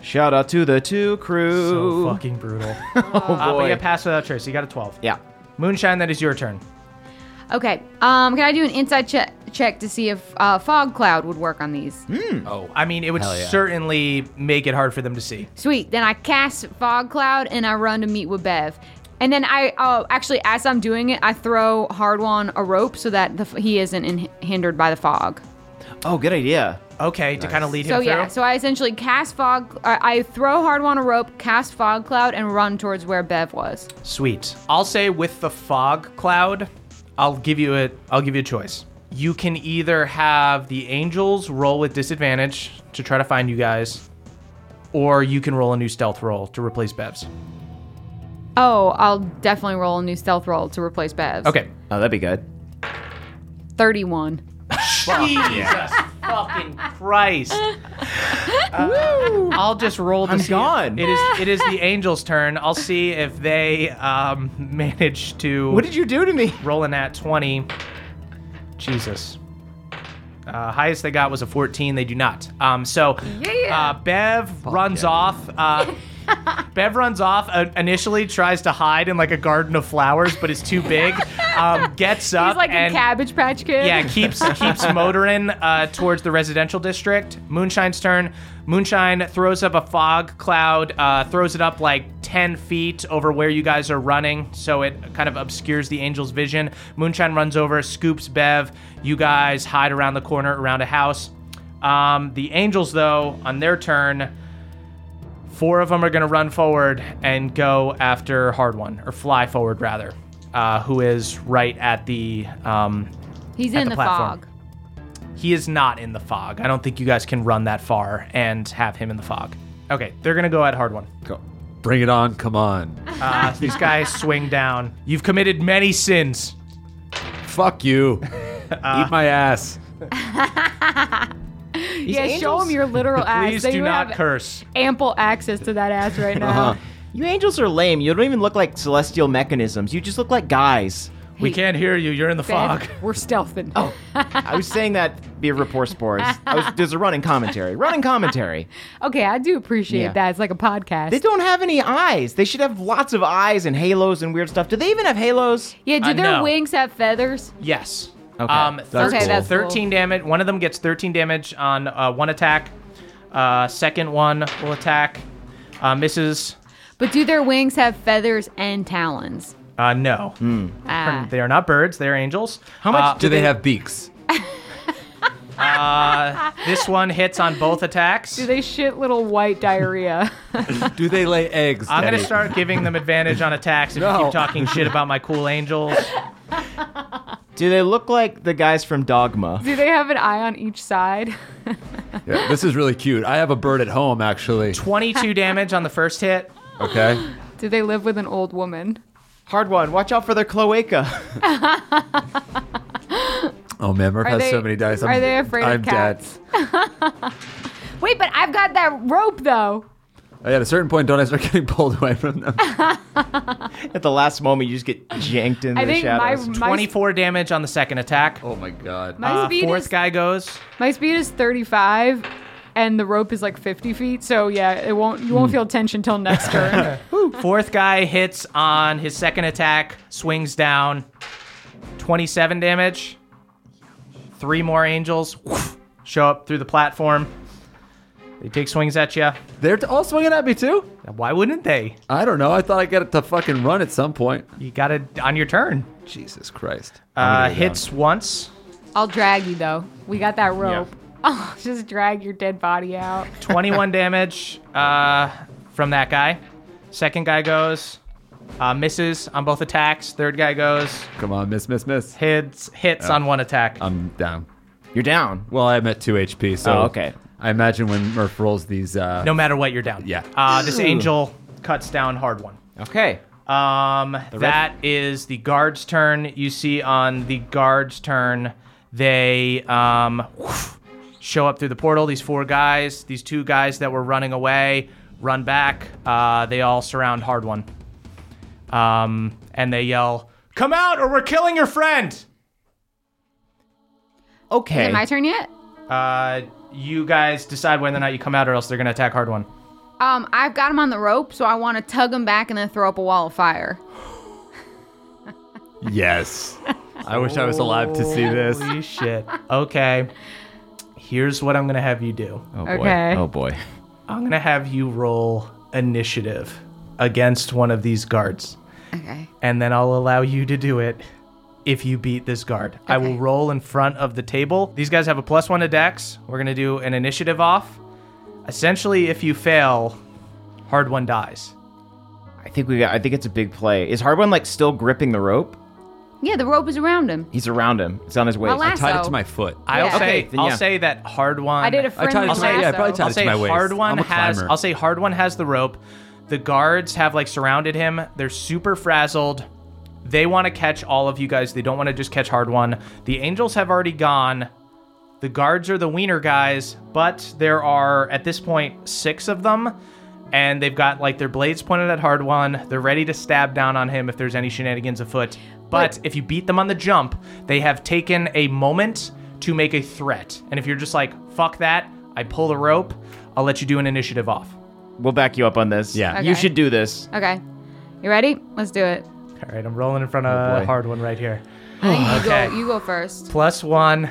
Speaker 6: Shout out to the two crew.
Speaker 2: So fucking brutal.
Speaker 6: oh
Speaker 2: Uh, but
Speaker 6: boy.
Speaker 2: yeah, pass without trace. You got a twelve.
Speaker 6: yeah.
Speaker 2: Moonshine, that is your turn.
Speaker 4: Okay. Um, can I do an inside check check to see if uh, fog cloud would work on these?
Speaker 2: Oh, I mean, it would certainly make it hard for them to see.
Speaker 4: Sweet. Then I cast fog cloud and I run to meet with Bev. And then I uh, actually, as I'm doing it, I throw Hardwan a rope so that the, f- he isn't in, hindered by the fog.
Speaker 6: Oh, good idea.
Speaker 2: Okay, to kind of lead him
Speaker 4: So
Speaker 2: through.
Speaker 4: yeah, so I essentially cast fog. I I throw Hardwan a rope, cast fog cloud, and run towards where Bev was.
Speaker 2: Sweet. I'll say with the fog cloud, I'll give you a I'll give you a choice. You can either have the angels roll with disadvantage to try to find you guys, or you can roll a new stealth roll to replace Bev's.
Speaker 4: Oh, I'll definitely roll a new stealth roll to replace Bev's.
Speaker 2: Okay.
Speaker 6: Oh, that'd be good.
Speaker 4: thirty-one.
Speaker 2: Jesus fucking Christ. Uh, I'll just roll to
Speaker 6: I'm
Speaker 2: see if-
Speaker 6: gone.
Speaker 2: It is it is the angels' turn. I'll see if they um, manage to
Speaker 6: What did you do to me?
Speaker 2: rolling at 20. Jesus. Uh, highest they got was a 14. They do not. Um, so
Speaker 4: Yeah.
Speaker 2: uh, Bev runs off. Uh, Bev runs off. Uh, initially tries to hide in like a garden of flowers, but it's too big. Um, gets up
Speaker 4: He's like
Speaker 2: and
Speaker 4: a Cabbage Patch Kid.
Speaker 2: yeah, keeps keeps motoring uh, towards the residential district. Moonshine's turn. Moonshine throws up a fog cloud, uh, throws it up like ten feet over where you guys are running, so it kind of obscures the angel's vision. Moonshine runs over, scoops Bev. You guys hide around the corner, around a house. Um, the angels, though, on their turn, four of them are going to run forward and go after Hard One, or fly forward rather, uh, who is right at the um,
Speaker 4: he's
Speaker 2: at
Speaker 4: in
Speaker 2: the
Speaker 4: the,
Speaker 2: platform.
Speaker 4: fog.
Speaker 2: he is not in the fog. I don't think you guys can run that far and have him in the fog. Okay, they're gonna go at hard one.
Speaker 3: Go. Bring it on, come on.
Speaker 2: Uh, these guys swing down. You've committed many sins.
Speaker 3: Fuck you. Eat my ass.
Speaker 4: yeah, show him your literal ass.
Speaker 2: Please
Speaker 4: They
Speaker 2: do
Speaker 4: would
Speaker 2: not Uh-huh.
Speaker 4: have
Speaker 2: curse.
Speaker 4: Ample access to that ass right now.
Speaker 6: You angels are lame. You don't even look like celestial mechanisms. You just look like guys.
Speaker 2: We can't hear you. You're in the
Speaker 4: Bev,
Speaker 2: fog.
Speaker 4: We're stealthing.
Speaker 6: Oh, I was saying that be rapport spores. I was, there's a running commentary. Running commentary.
Speaker 4: Okay, I do appreciate
Speaker 6: Yeah.
Speaker 4: that. It's like a podcast.
Speaker 6: They don't have any eyes. They should have lots of eyes and halos and weird stuff. Do they even have halos?
Speaker 4: yeah, do
Speaker 2: Uh,
Speaker 4: their
Speaker 2: no.
Speaker 4: wings have feathers?
Speaker 2: Yes.
Speaker 6: Okay.
Speaker 2: Um,
Speaker 6: That's
Speaker 2: 13,
Speaker 4: cool. that's cool.
Speaker 2: 13 damage. One of them gets 13 damage on uh, one attack. Uh, second one will attack. Uh, misses.
Speaker 4: But do their wings have feathers and talons?
Speaker 2: Uh, no.
Speaker 4: Ah.
Speaker 2: They are not birds. They are angels.
Speaker 3: Hmm.
Speaker 2: Uh,
Speaker 3: How much Uh, do they have beaks?
Speaker 2: This one hits on both attacks.
Speaker 4: do they shit little white diarrhea?
Speaker 3: Do they lay eggs?
Speaker 2: I'm gonna
Speaker 3: Daddy?
Speaker 2: start giving them advantage on attacks if you
Speaker 3: No.
Speaker 2: keep talking shit about my cool angels.
Speaker 6: Do they look like the guys from Dogma?
Speaker 4: do they have an eye on each side?
Speaker 3: Yeah, this is really cute. I have a bird at home, actually.
Speaker 2: 22 damage on the first hit.
Speaker 3: Okay.
Speaker 4: do they live with an old woman?
Speaker 6: Hard one. Watch out for their cloaca.
Speaker 3: Oh man, Murph
Speaker 4: Are
Speaker 3: has
Speaker 4: they-
Speaker 3: so many dice.
Speaker 4: are they afraid of
Speaker 3: I'm
Speaker 4: cats? Wait, but I've got that rope though.
Speaker 3: dead. At a certain point, don't I start getting pulled away from them?
Speaker 6: At the last moment, you just get janked into
Speaker 4: I
Speaker 6: the
Speaker 4: think my,
Speaker 6: shadows.
Speaker 4: my
Speaker 2: 24 damage on the second attack.
Speaker 3: oh my god.
Speaker 4: my
Speaker 2: Uh,
Speaker 4: speed
Speaker 2: fourth
Speaker 4: is
Speaker 2: guy goes.
Speaker 4: my speed is 35 and the rope is like 50 feet. So yeah, it won't you
Speaker 6: Hmm.
Speaker 4: won't feel tension till next turn.
Speaker 2: Fourth guy hits on his second attack, swings down. 27 damage. Three more angels.
Speaker 1: show up through the platform. They take swings at you.
Speaker 3: They're all swinging at me too.
Speaker 1: Why wouldn't they?
Speaker 3: I don't know. I thought I got it to fucking run at some point.
Speaker 1: You got it on your turn.
Speaker 3: Jesus Christ.
Speaker 1: Uh, hits once,
Speaker 4: I'll drag you though. We got that rope. I'll just drag your dead body out.
Speaker 1: 21 damage uh, from that guy. Second guy goes, uh, misses on both attacks. Third guy goes,
Speaker 3: Come on, miss, miss, miss.
Speaker 1: hits hits on one attack.
Speaker 3: I'm down.
Speaker 6: You're down.
Speaker 3: Well, I'm at two HP, so
Speaker 6: Oh, okay.
Speaker 3: I imagine when Murph rolls these, uh,
Speaker 1: no matter what, you're down.
Speaker 3: Yeah.
Speaker 1: Uh, this angel cuts down hard one.
Speaker 6: Okay.
Speaker 1: Um, that is the guard's turn. You see on the guard's turn, they um, show up through the portal. These four guys, these two guys that were running away, run back. Uh, they all surround Hard One. Um, and they yell, Come out or we're killing your friend!
Speaker 4: Is
Speaker 6: Okay.
Speaker 4: it my turn yet?
Speaker 1: Uh, you guys decide whether or not you come out or else they're going to attack Hard One.
Speaker 4: Um, I've got him on the rope, so I want to tug him back and then throw up a wall of fire.
Speaker 3: yes. I wish I was alive to see this.
Speaker 7: Oh.
Speaker 1: Holy shit. Okay. Here's what I'm going to have you do.
Speaker 6: oh boy.
Speaker 4: Okay.
Speaker 6: Oh boy.
Speaker 1: I'm gonna have you roll initiative against one of these guards,
Speaker 4: Okay.
Speaker 1: and then I'll allow you to do it if you beat this guard. I will roll in front of the table. These guys have a plus one to dex. We're gonna do an initiative off. Essentially, if you fail, hard one dies.
Speaker 6: I think we got. I think it's a big play. Is Hardwin like still gripping the rope?
Speaker 4: Yeah, the rope is around him.
Speaker 6: He's around him. It's on his waist.
Speaker 4: I'll ask-
Speaker 3: Tied it
Speaker 4: So-
Speaker 3: to my foot.
Speaker 1: I'll
Speaker 4: Yeah.
Speaker 1: say
Speaker 6: Okay, then
Speaker 1: I'll
Speaker 6: yeah.
Speaker 1: say that hard one.
Speaker 4: I did a
Speaker 3: I
Speaker 4: friendly
Speaker 3: tied it to my,
Speaker 4: lasso.
Speaker 3: yeah, I probably tied
Speaker 1: I'll
Speaker 3: it
Speaker 1: say
Speaker 3: to my waist.
Speaker 1: hard one
Speaker 3: I'm a
Speaker 1: has.
Speaker 3: climber.
Speaker 1: I'll say hard one has the rope. The guards have like surrounded him. They're super frazzled. They want to catch all of you guys. They don't want to just catch hard one. The angels have already gone. The guards are the wiener guys, but there are at this point six of them, and they've got like their blades pointed at hard one. They're ready to stab down on him if there's any shenanigans afoot. But if you beat them on the jump, they have taken a moment to make a threat. And if you're just like, fuck that, I pull the rope, I'll let you do an initiative off.
Speaker 6: we'll back you up on this.
Speaker 3: Yeah.
Speaker 4: Okay.
Speaker 6: You should do this.
Speaker 4: Okay. You ready? Let's do it.
Speaker 1: All right, I'm rolling in front of
Speaker 6: boy.
Speaker 1: hard one right here.
Speaker 4: I think
Speaker 1: Okay.
Speaker 4: you go. You go first.
Speaker 1: Plus one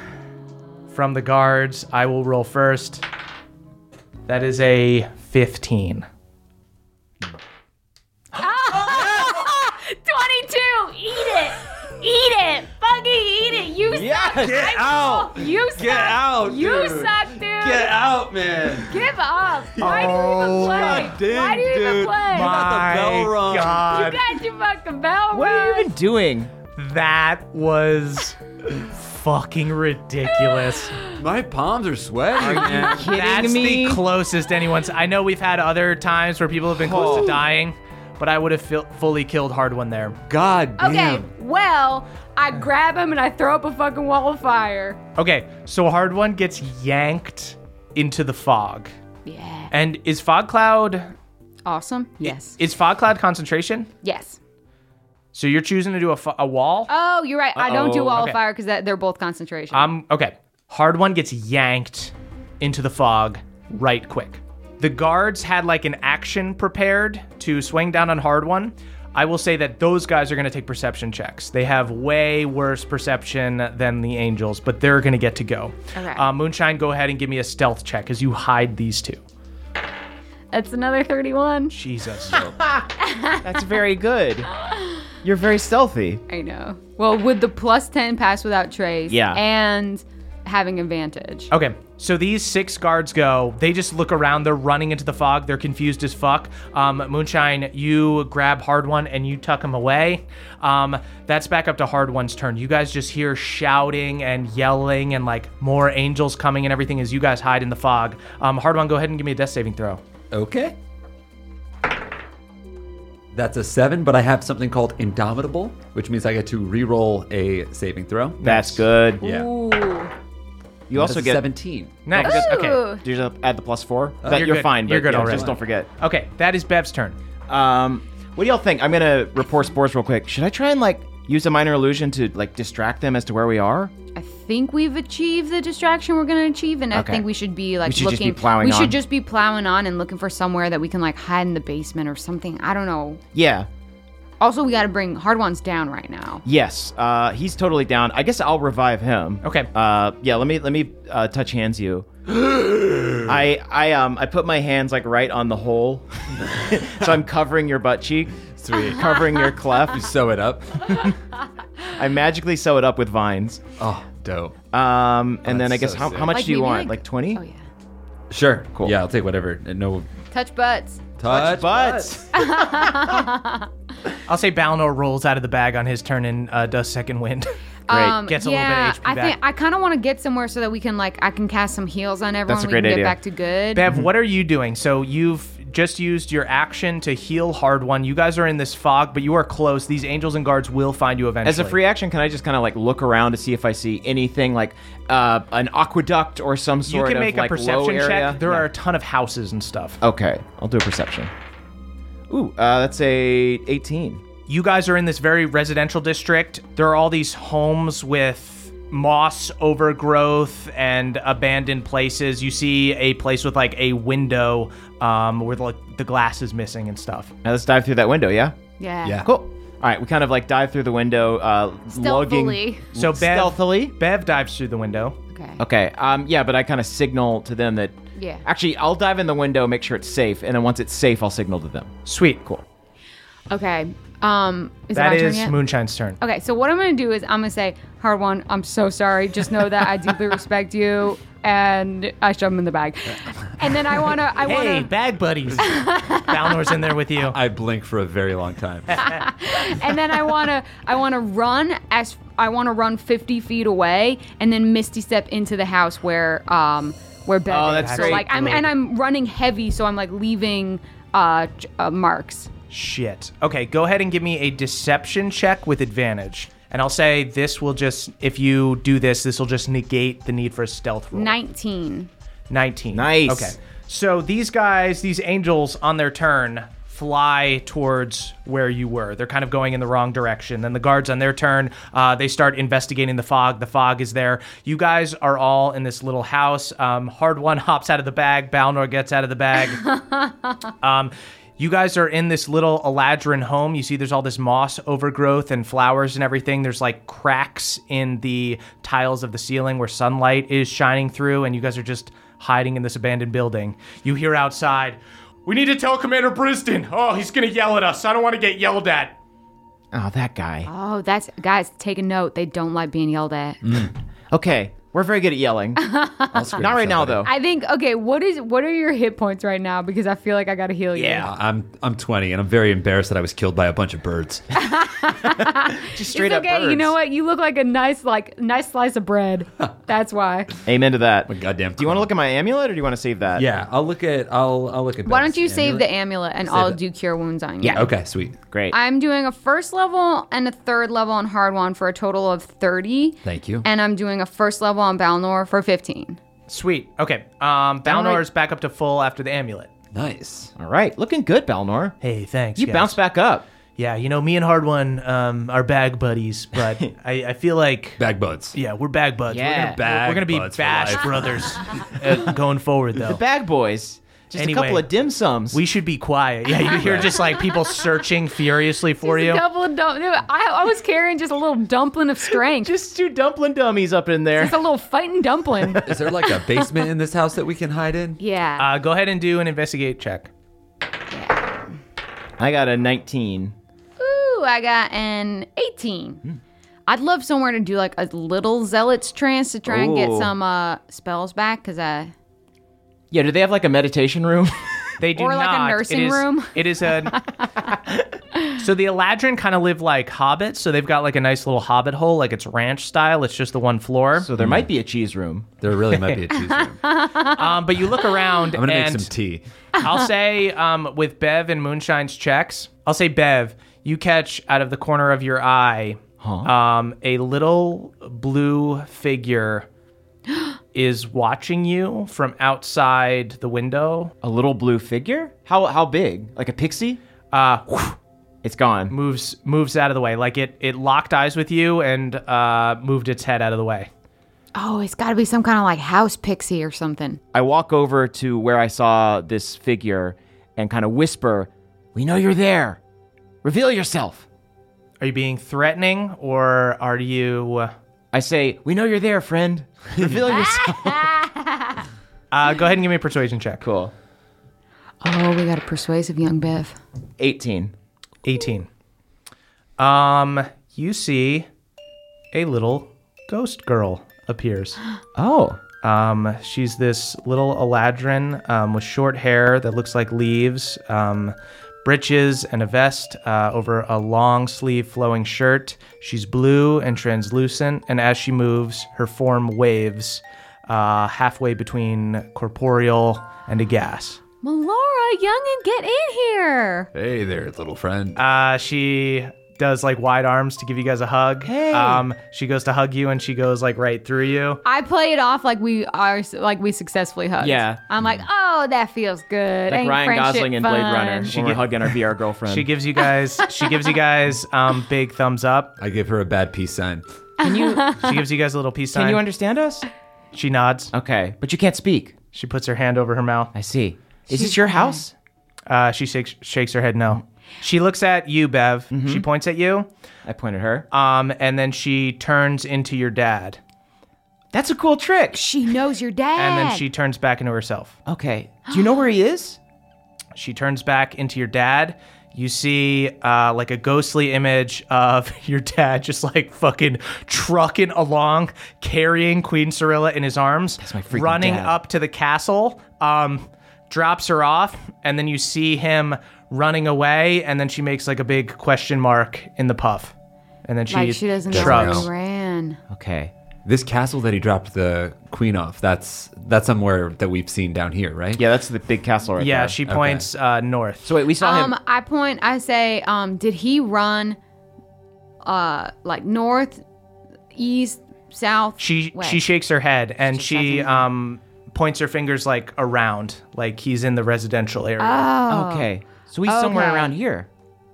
Speaker 1: from the guards. I will roll first. That is a 15.
Speaker 7: Twenty-two. Eat it. Eat it. Fucking eat it. You suck.
Speaker 3: Get out!
Speaker 7: You suck.
Speaker 3: Get out,
Speaker 7: You
Speaker 3: dude.
Speaker 7: suck, dude.
Speaker 3: Get out, man!
Speaker 7: Give up.
Speaker 6: Oh.
Speaker 7: Why do you even play?
Speaker 3: God damn,
Speaker 7: Why do you even
Speaker 3: dude.
Speaker 7: play?
Speaker 3: My bell
Speaker 1: My
Speaker 3: rung.
Speaker 7: You
Speaker 1: God.
Speaker 7: got your fucking bell
Speaker 6: What are you
Speaker 7: rung.
Speaker 6: even doing?
Speaker 1: That was fucking ridiculous.
Speaker 3: My palms are sweating, man.
Speaker 1: That's
Speaker 6: me?
Speaker 1: the closest anyone's. I know we've had other times where people have been close to dying, but I would have fil- fully killed hard one there.
Speaker 3: God
Speaker 4: Okay.
Speaker 3: damn.
Speaker 4: Well, I grab him and I throw up a fucking wall of fire.
Speaker 1: Okay, so hard one gets yanked into the fog.
Speaker 4: Yeah.
Speaker 1: And is fog cloud
Speaker 4: Awesome. Yes.
Speaker 1: is fog cloud concentration?
Speaker 4: yes.
Speaker 1: So you're choosing to do a, fo- a wall?
Speaker 4: Oh, you're right. I don't do wall
Speaker 1: Okay.
Speaker 4: of fire because they're both concentration.
Speaker 1: Um, okay. Hard one gets yanked into the fog right quick. The guards had like an action prepared to swing down on hard one. I will say that those guys are going to take perception checks. They have way worse perception than the angels, but they're going to get to go.
Speaker 4: Okay.
Speaker 3: um,
Speaker 1: Uh, Moonshine, go ahead and give me a stealth check as you hide these two.
Speaker 4: That's another 31.
Speaker 1: Jesus.
Speaker 6: That's very good. You're very stealthy.
Speaker 4: I know. Well, with the plus 10 pass without trace
Speaker 6: Yeah.
Speaker 4: and having advantage.
Speaker 1: Okay, so these six guards go. They just look around. They're running into the fog. They're confused as fuck. Um, Moonshine, you grab Hard One and you tuck him away. Um, that's back up to Hard One's turn. You guys just hear shouting and yelling and like more angels coming and everything as you guys hide in the fog. Um, Hard One, go ahead and give me a death saving throw.
Speaker 3: Okay. That's a seven, but I have something called Indomitable, which means I get to re-roll a saving throw.
Speaker 6: That's good.
Speaker 3: yeah.
Speaker 4: Ooh.
Speaker 6: You also
Speaker 3: That's
Speaker 6: get.
Speaker 3: seventeen.
Speaker 1: Nice. Okay.
Speaker 4: Ooh.
Speaker 6: Do you add the plus four? that
Speaker 1: you're
Speaker 6: you're,
Speaker 1: good.
Speaker 6: fine. But
Speaker 1: You're good
Speaker 6: yeah,
Speaker 1: already.
Speaker 6: Just don't forget.
Speaker 1: Okay, that is Bev's turn.
Speaker 6: Um, what do y'all think? I'm gonna report spores real quick. Should I try and like use a minor illusion to like distract them as to where we are?
Speaker 4: I think we've achieved the distraction we're going to achieve, and I
Speaker 6: Okay.
Speaker 4: think we should be like
Speaker 6: We should
Speaker 4: looking.
Speaker 6: just be plowing
Speaker 4: we
Speaker 6: on.
Speaker 4: should just be plowing on and looking for somewhere that we can like hide in the basement or something. I don't know.
Speaker 6: Yeah.
Speaker 4: Also, we got to bring hard ones down right now.
Speaker 6: Yes, uh, he's totally down. I guess I'll revive him.
Speaker 1: Okay.
Speaker 6: Uh, yeah. Let me let me uh, touch hands you. I I um I put my hands like right on the hole, so I'm covering your butt cheek,
Speaker 3: Sweet.
Speaker 6: covering your
Speaker 3: You
Speaker 6: cleft.
Speaker 3: sew it up.
Speaker 6: I magically sew it up with vines.
Speaker 3: Oh, dope.
Speaker 6: Um, and then I
Speaker 3: that's
Speaker 6: guess
Speaker 3: so
Speaker 6: how,
Speaker 3: sick.
Speaker 6: how much
Speaker 4: Like,
Speaker 6: do you
Speaker 4: maybe
Speaker 6: want?
Speaker 4: like-
Speaker 6: Like twenty?
Speaker 4: Oh yeah,
Speaker 3: Sure. Cool. Yeah, I'll take whatever. No
Speaker 4: touch butts.
Speaker 3: touch.
Speaker 6: But
Speaker 2: I'll say Balnor rolls out of the bag on his turn and uh, does second wind.
Speaker 6: Great.
Speaker 2: Gets a little bit of HP
Speaker 4: Um, I
Speaker 2: back.
Speaker 4: think I kind of want to get somewhere so that we can like I can cast some heals on everyone.
Speaker 6: That's a
Speaker 4: we
Speaker 6: great
Speaker 4: can
Speaker 6: idea.
Speaker 4: Get back to good.
Speaker 1: Bev, what are you doing? So you've just used your action to heal hard one. You guys are in this fog, but you are close. These angels and guards will find you eventually.
Speaker 6: as a free action, can I just kind of like look around to see if I see anything like uh, an aqueduct or some
Speaker 1: you
Speaker 6: sort
Speaker 1: can
Speaker 6: of
Speaker 1: make
Speaker 6: like
Speaker 1: a
Speaker 6: low
Speaker 1: perception
Speaker 6: area?
Speaker 1: check. There
Speaker 6: Yeah. Oh.
Speaker 1: are a ton of houses and stuff.
Speaker 6: Okay, I'll do a perception. Ooh, uh, that's a 18.
Speaker 1: You guys are in this very residential district. There are all these homes with moss overgrowth and abandoned places. You see a place with like a window um, where like the glass is missing and stuff.
Speaker 6: Now let's dive through that window, yeah?
Speaker 4: Yeah.
Speaker 3: Yeah.
Speaker 6: Cool. All right, we kind of like dive through the window, uh,
Speaker 4: Stealthily.
Speaker 6: lugging
Speaker 1: So Bev,
Speaker 6: stealthily.
Speaker 1: Bev dives through the window.
Speaker 4: Okay.
Speaker 6: Okay, um, yeah, but I kind of signal to them that.
Speaker 4: Yeah.
Speaker 6: Actually, I'll dive in the window, make sure it's safe, and then once it's safe, I'll signal to them.
Speaker 1: Sweet, cool.
Speaker 4: Okay. Um, is
Speaker 1: That
Speaker 4: it my turn
Speaker 1: is
Speaker 4: yet?
Speaker 1: Moonshine's turn.
Speaker 4: Okay, so what I'm gonna do is I'm gonna say, Hard One, I'm so sorry. Just know that I deeply respect you, and I shove him in the bag. And then I wanna, I wanna,
Speaker 1: Hey, bag buddies. Balnor's in there with you.
Speaker 3: I blink for a very long time.
Speaker 4: and then I wanna, I wanna run as I wanna run 50 feet away, and then Misty step into the house where, um, where Bev.
Speaker 6: Oh,
Speaker 4: is.
Speaker 6: that's
Speaker 4: so
Speaker 6: great.
Speaker 4: like, I'm and I'm running heavy, so I'm like leaving uh, j- uh marks.
Speaker 1: Shit. Okay, go ahead and give me a deception check with advantage. And I'll say this will just, if you do this, this will just negate the need for a stealth roll.
Speaker 4: 19.
Speaker 1: 19.
Speaker 6: Nice.
Speaker 1: Okay. So these guys, these angels on their turn fly towards where you were. They're kind of going in the wrong direction. Then the guards on their turn, uh, they start investigating the fog. The fog is there. You guys are all in this little house. Um, Hard One hops out of the bag. Balnor gets out of the bag. um, you guys are in this little Eladrin home. You see there's all this moss overgrowth and flowers and everything. There's like cracks in the tiles of the ceiling where sunlight is shining through, and you guys are just hiding in this abandoned building. You hear outside, We need to tell Commander Briston. Oh, he's going to yell at us. I don't want to get yelled at.
Speaker 6: Oh, that guy.
Speaker 4: Oh, that's guys, take a note. They don't like being yelled at.
Speaker 6: Okay, we're very good at yelling. Not
Speaker 3: I'll scream at
Speaker 6: right now,
Speaker 3: somebody.
Speaker 6: though.
Speaker 4: I think okay, what is what are your hit points right now? Because I feel like I gotta heal you.
Speaker 6: Yeah.
Speaker 3: Uh, I'm I'm 20 and I'm very embarrassed that I was killed by a bunch of birds.
Speaker 6: Just
Speaker 4: It's
Speaker 6: straight up.
Speaker 4: okay, you
Speaker 6: birds.
Speaker 4: know what? You look like a nice like nice slice of bread. That's why.
Speaker 6: Amen to that.
Speaker 3: goddamn
Speaker 6: Do you want to look at my amulet or do you want to save that?
Speaker 3: Yeah, I'll look at I'll I'll look at.
Speaker 4: Why don't
Speaker 3: Ben's
Speaker 4: you save the
Speaker 3: amulet.
Speaker 4: amulet and
Speaker 3: Save
Speaker 4: I'll
Speaker 3: it.
Speaker 4: do cure wounds on you?
Speaker 6: Yeah.
Speaker 3: Okay, sweet.
Speaker 6: Great.
Speaker 4: I'm doing a first level and a third level on hard one for a total of 30.
Speaker 3: Thank you.
Speaker 4: And I'm doing a first level on Balnor for 15.
Speaker 1: Sweet. Okay. Um, Balnor is back up to full after the amulet.
Speaker 3: Nice.
Speaker 6: All right, looking good, Balnor.
Speaker 1: Hey, thanks.
Speaker 6: You
Speaker 1: guys.
Speaker 6: bounce back up.
Speaker 1: Yeah, you know, me and Hard One um, are bag buddies, but I, I feel like.
Speaker 3: Bag buds.
Speaker 1: Yeah, we're bag buds.
Speaker 6: Yeah.
Speaker 1: We're gonna, we're- we're gonna be
Speaker 3: Bag buds for
Speaker 1: bash
Speaker 3: life.
Speaker 1: brothers uh, going forward, though.
Speaker 6: Bag boys. Just
Speaker 1: Anyway,
Speaker 6: a couple of dim sums.
Speaker 1: we should be quiet. Yeah, you hear just like people searching furiously for you.
Speaker 4: A couple of dump- Dude, I, I was carrying just a little dumpling of strength. just
Speaker 6: just two dumpling dummies up in there.
Speaker 4: a little fighting dumpling.
Speaker 3: Is there like a basement in this house that we can hide in?
Speaker 4: yeah.
Speaker 1: Uh, go ahead and do an investigate check.
Speaker 6: I got a 19.
Speaker 4: Ooh, I got an 18. I'd love somewhere to do like a little zealot's trance to try and get
Speaker 6: Ooh.
Speaker 4: some uh, spells back because I.
Speaker 6: Yeah, do they have like a meditation room?
Speaker 1: They do
Speaker 4: Or like a
Speaker 1: not.
Speaker 4: nursing
Speaker 1: it is,
Speaker 4: room.
Speaker 1: It is a. so the Eladrin kind of live like hobbits. So they've got like a nice little hobbit hole, like it's ranch style. It's just the one floor.
Speaker 6: so there might be a cheese room.
Speaker 3: There really might be a cheese room. I'm
Speaker 1: Um, but you look around
Speaker 3: gonna
Speaker 1: and
Speaker 3: make some tea.
Speaker 1: I'll say um, with Bev and Moonshine's checks, I'll say Bev, you catch out of the corner of your eye um, a little blue figure is watching you from outside the window.
Speaker 6: A little blue figure? How how big? Like a pixie?
Speaker 1: Uh, whew,
Speaker 6: It's gone.
Speaker 1: moves moves out of the way, like it it locked eyes with you and uh, moved its head out of the way.
Speaker 4: Oh, it's got to be some kind of like house pixie or something.
Speaker 6: I walk over to where I saw this figure and kind of whisper, "We know you're there. Reveal yourself.
Speaker 1: Are you being threatening or are you?
Speaker 6: I say, we know you're there, friend. Reveal
Speaker 4: Ah.
Speaker 6: yourself.
Speaker 1: Uh, go ahead and give me a persuasion check.
Speaker 6: cool.
Speaker 4: Oh, we got a persuasive young Bev.
Speaker 6: 18.
Speaker 1: 18. Um, you see a little ghost girl appears.
Speaker 6: Oh.
Speaker 1: Um, she's this little Eladrin um, with short hair that looks like leaves, um, breeches, and a vest uh, over a long sleeve flowing shirt. She's blue and translucent, and as she moves, her form waves uh, halfway between corporeal and a gas.
Speaker 4: Melora, youngin, get in here.
Speaker 3: Hey there, little friend.
Speaker 1: Uh, she does like wide arms to give you guys a hug. Hey. Um, she goes to hug you and she goes like right through you.
Speaker 4: I play it off like we are, like we successfully hugged.
Speaker 6: Yeah.
Speaker 4: I'm like, oh, that feels good.
Speaker 6: Like
Speaker 4: Ain't
Speaker 6: Ryan
Speaker 4: friendship
Speaker 6: Gosling in Blade
Speaker 4: fun?"
Speaker 6: Runner. She when we're hugging our VR girlfriend.
Speaker 1: She gives you guys she gives you guys um big thumbs up.
Speaker 3: I give her a bad peace sign.
Speaker 1: She gives you guys a little peace sign.
Speaker 6: Can you understand us?
Speaker 1: she nods.
Speaker 6: Okay. But you can't speak.
Speaker 1: She puts her hand over her mouth.
Speaker 6: I see. Is this your house?
Speaker 1: Uh, she shakes shakes her head no. She looks at you, Bev. She points at you,
Speaker 6: I pointed her. Uh,
Speaker 1: um, and then she turns into your dad,
Speaker 6: That's a cool trick.
Speaker 4: She knows your dad.
Speaker 1: and then she turns back into herself.
Speaker 6: Okay. Do you know where he is?
Speaker 1: She turns back into your dad. You see, uh, like a ghostly image of your dad just like fucking trucking along, carrying Queen Cirilla in his arms, That's
Speaker 6: my freaking
Speaker 1: running
Speaker 6: dad.
Speaker 1: up to the castle, um, drops her off, and then you see him running away, and then she makes like a big question mark in the puff. And then she,
Speaker 4: like she doesn't know where
Speaker 1: shrugs.
Speaker 4: he ran.
Speaker 6: Okay.
Speaker 3: This castle that he dropped the queen off, that's that's somewhere that we've seen down here, right?
Speaker 6: Yeah, that's the big castle right
Speaker 1: Yeah,
Speaker 6: there.
Speaker 1: she points uh, north.
Speaker 6: So wait, we saw
Speaker 4: Um,
Speaker 6: him.
Speaker 4: I point. I say, um, did he run, uh, like north, east, south?
Speaker 1: she
Speaker 4: west?
Speaker 1: she shakes her head and
Speaker 4: She
Speaker 1: she
Speaker 4: doesn't-
Speaker 1: um points her fingers like around like he's in the residential area
Speaker 4: Oh.
Speaker 6: Okay. So he's somewhere
Speaker 4: Okay.
Speaker 6: around here.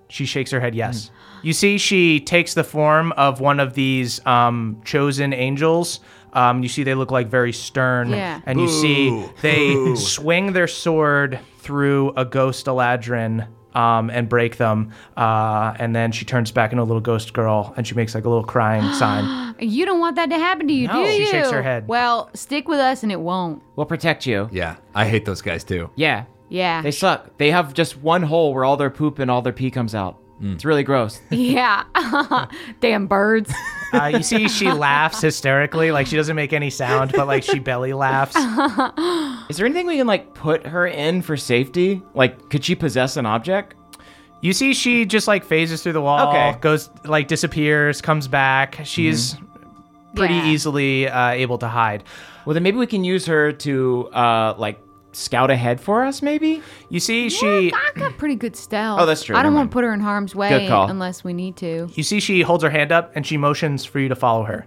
Speaker 1: she shakes her head yes you see she takes the form of one of these um chosen angels um you see they look like very stern
Speaker 4: Yeah.
Speaker 1: and you see they swing their sword through a ghost eladrin um, and break them uh, and then she turns back into a little ghost girl and she makes like a little crying sign
Speaker 4: You don't want that to happen to you,
Speaker 1: No.
Speaker 4: do
Speaker 1: She
Speaker 4: you?
Speaker 1: shakes her head.
Speaker 4: Well, stick with us and it won't.
Speaker 6: We'll protect you.
Speaker 3: Yeah, I hate those guys too.
Speaker 6: Yeah.
Speaker 4: Yeah.
Speaker 6: They suck. They have just one hole where all their poop and all their pee comes out. It's really gross.
Speaker 4: yeah. Damn birds.
Speaker 1: uh, you see she laughs hysterically like she doesn't make any sound but like she belly laughs
Speaker 6: Is there anything we can like put her in for safety? Like, could she possess an object?
Speaker 1: You see, she just like phases through the wall,
Speaker 6: Okay.
Speaker 1: goes like disappears, comes back. She's pretty
Speaker 4: Yeah.
Speaker 1: easily uh, able to hide.
Speaker 6: Well, then maybe we can use her to uh like scout ahead for us. Maybe.
Speaker 1: You see, she
Speaker 4: I got pretty good stealth.
Speaker 6: Oh, that's true.
Speaker 4: I don't
Speaker 6: Never
Speaker 4: want
Speaker 6: mind.
Speaker 4: to put her in harm's way
Speaker 6: Good call.
Speaker 4: unless we need to.
Speaker 1: you see she holds her hand up and she motions for you to follow her.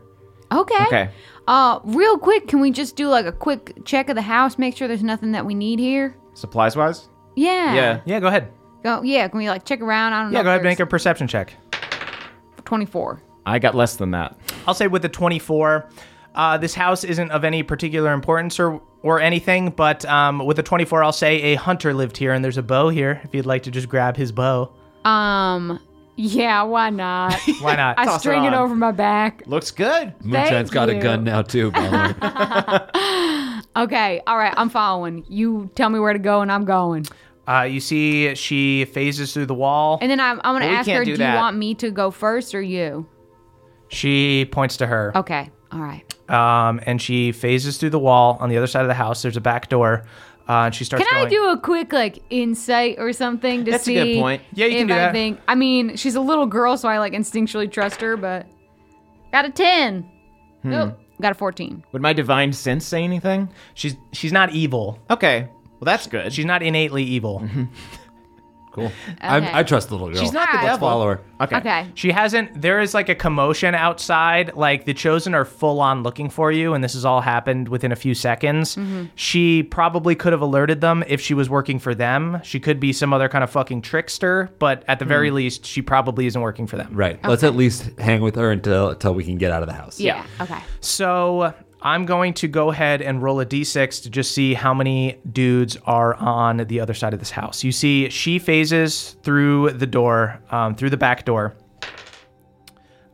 Speaker 4: Okay.
Speaker 6: Okay.
Speaker 4: Uh, real quick, can we just do like a quick check of the house, make sure there's nothing that we need here?
Speaker 6: Supplies wise.
Speaker 4: Yeah.
Speaker 6: Yeah.
Speaker 1: Yeah, go ahead.
Speaker 4: Go, yeah. Can we like check around? I don't know.
Speaker 1: Yeah,
Speaker 4: if
Speaker 1: go ahead.
Speaker 4: there's-
Speaker 1: Make a perception check.
Speaker 4: 24.
Speaker 6: I got less than that.
Speaker 1: I'll say with the 24, uh, this house isn't of any particular importance or or anything, but um, with the 24, I'll say a hunter lived here and there's a bow here. If you'd like to just grab his bow,
Speaker 4: Um, yeah, why not?
Speaker 1: why not?
Speaker 4: I string it,
Speaker 6: on.
Speaker 4: over my back.
Speaker 6: Looks good.
Speaker 3: Moonshine's got a
Speaker 4: you.
Speaker 3: gun now too. by the way.
Speaker 4: Okay, all right, I'm following. You tell me where to go and I'm going.
Speaker 1: uh, you see, she phases through the wall.
Speaker 4: And then I'm, I'm going to
Speaker 6: Well, we
Speaker 4: ask
Speaker 6: can't
Speaker 4: her,
Speaker 6: do
Speaker 4: do, you
Speaker 6: that.
Speaker 4: want me to go first or you?
Speaker 1: She points to her.
Speaker 4: Okay, all right.
Speaker 1: um, and she phases through the wall on the other side of the house. There's a back door, uh, and she starts.
Speaker 4: Can I
Speaker 1: going-
Speaker 4: do a quick like insight or something to
Speaker 6: That's a
Speaker 4: see?
Speaker 6: good point.
Speaker 1: Yeah, you
Speaker 4: if
Speaker 1: can do
Speaker 4: I
Speaker 1: that.
Speaker 4: think I mean she's a little girl, so I like instinctually trust her, but got a ten.
Speaker 6: Hmm.
Speaker 4: Nope, got a fourteen.
Speaker 6: Would my divine sense say anything?
Speaker 1: She's she's not evil.
Speaker 6: Okay. Well, that's good.
Speaker 1: She's not innately evil.
Speaker 3: Cool. I'm,
Speaker 4: Okay.
Speaker 3: I trust the little girl.
Speaker 6: She's not the
Speaker 4: Alright.
Speaker 6: devil.
Speaker 3: follower.
Speaker 6: Okay.
Speaker 4: Okay,
Speaker 1: She hasn't. There is like a commotion outside. Like the chosen are full on looking for you, and this has all happened within a few seconds.
Speaker 4: Mm-hmm.
Speaker 1: She probably could have alerted them if she was working for them. She could be some other kind of fucking trickster, but at the very least, she probably isn't working for them.
Speaker 3: Right. Let's at least hang with her until until we can get out of the house.
Speaker 4: yeah, okay.
Speaker 1: So I'm going to go ahead and roll a d6 to just see how many dudes are on the other side of this house. You see, she phases through the door, um, through the back door.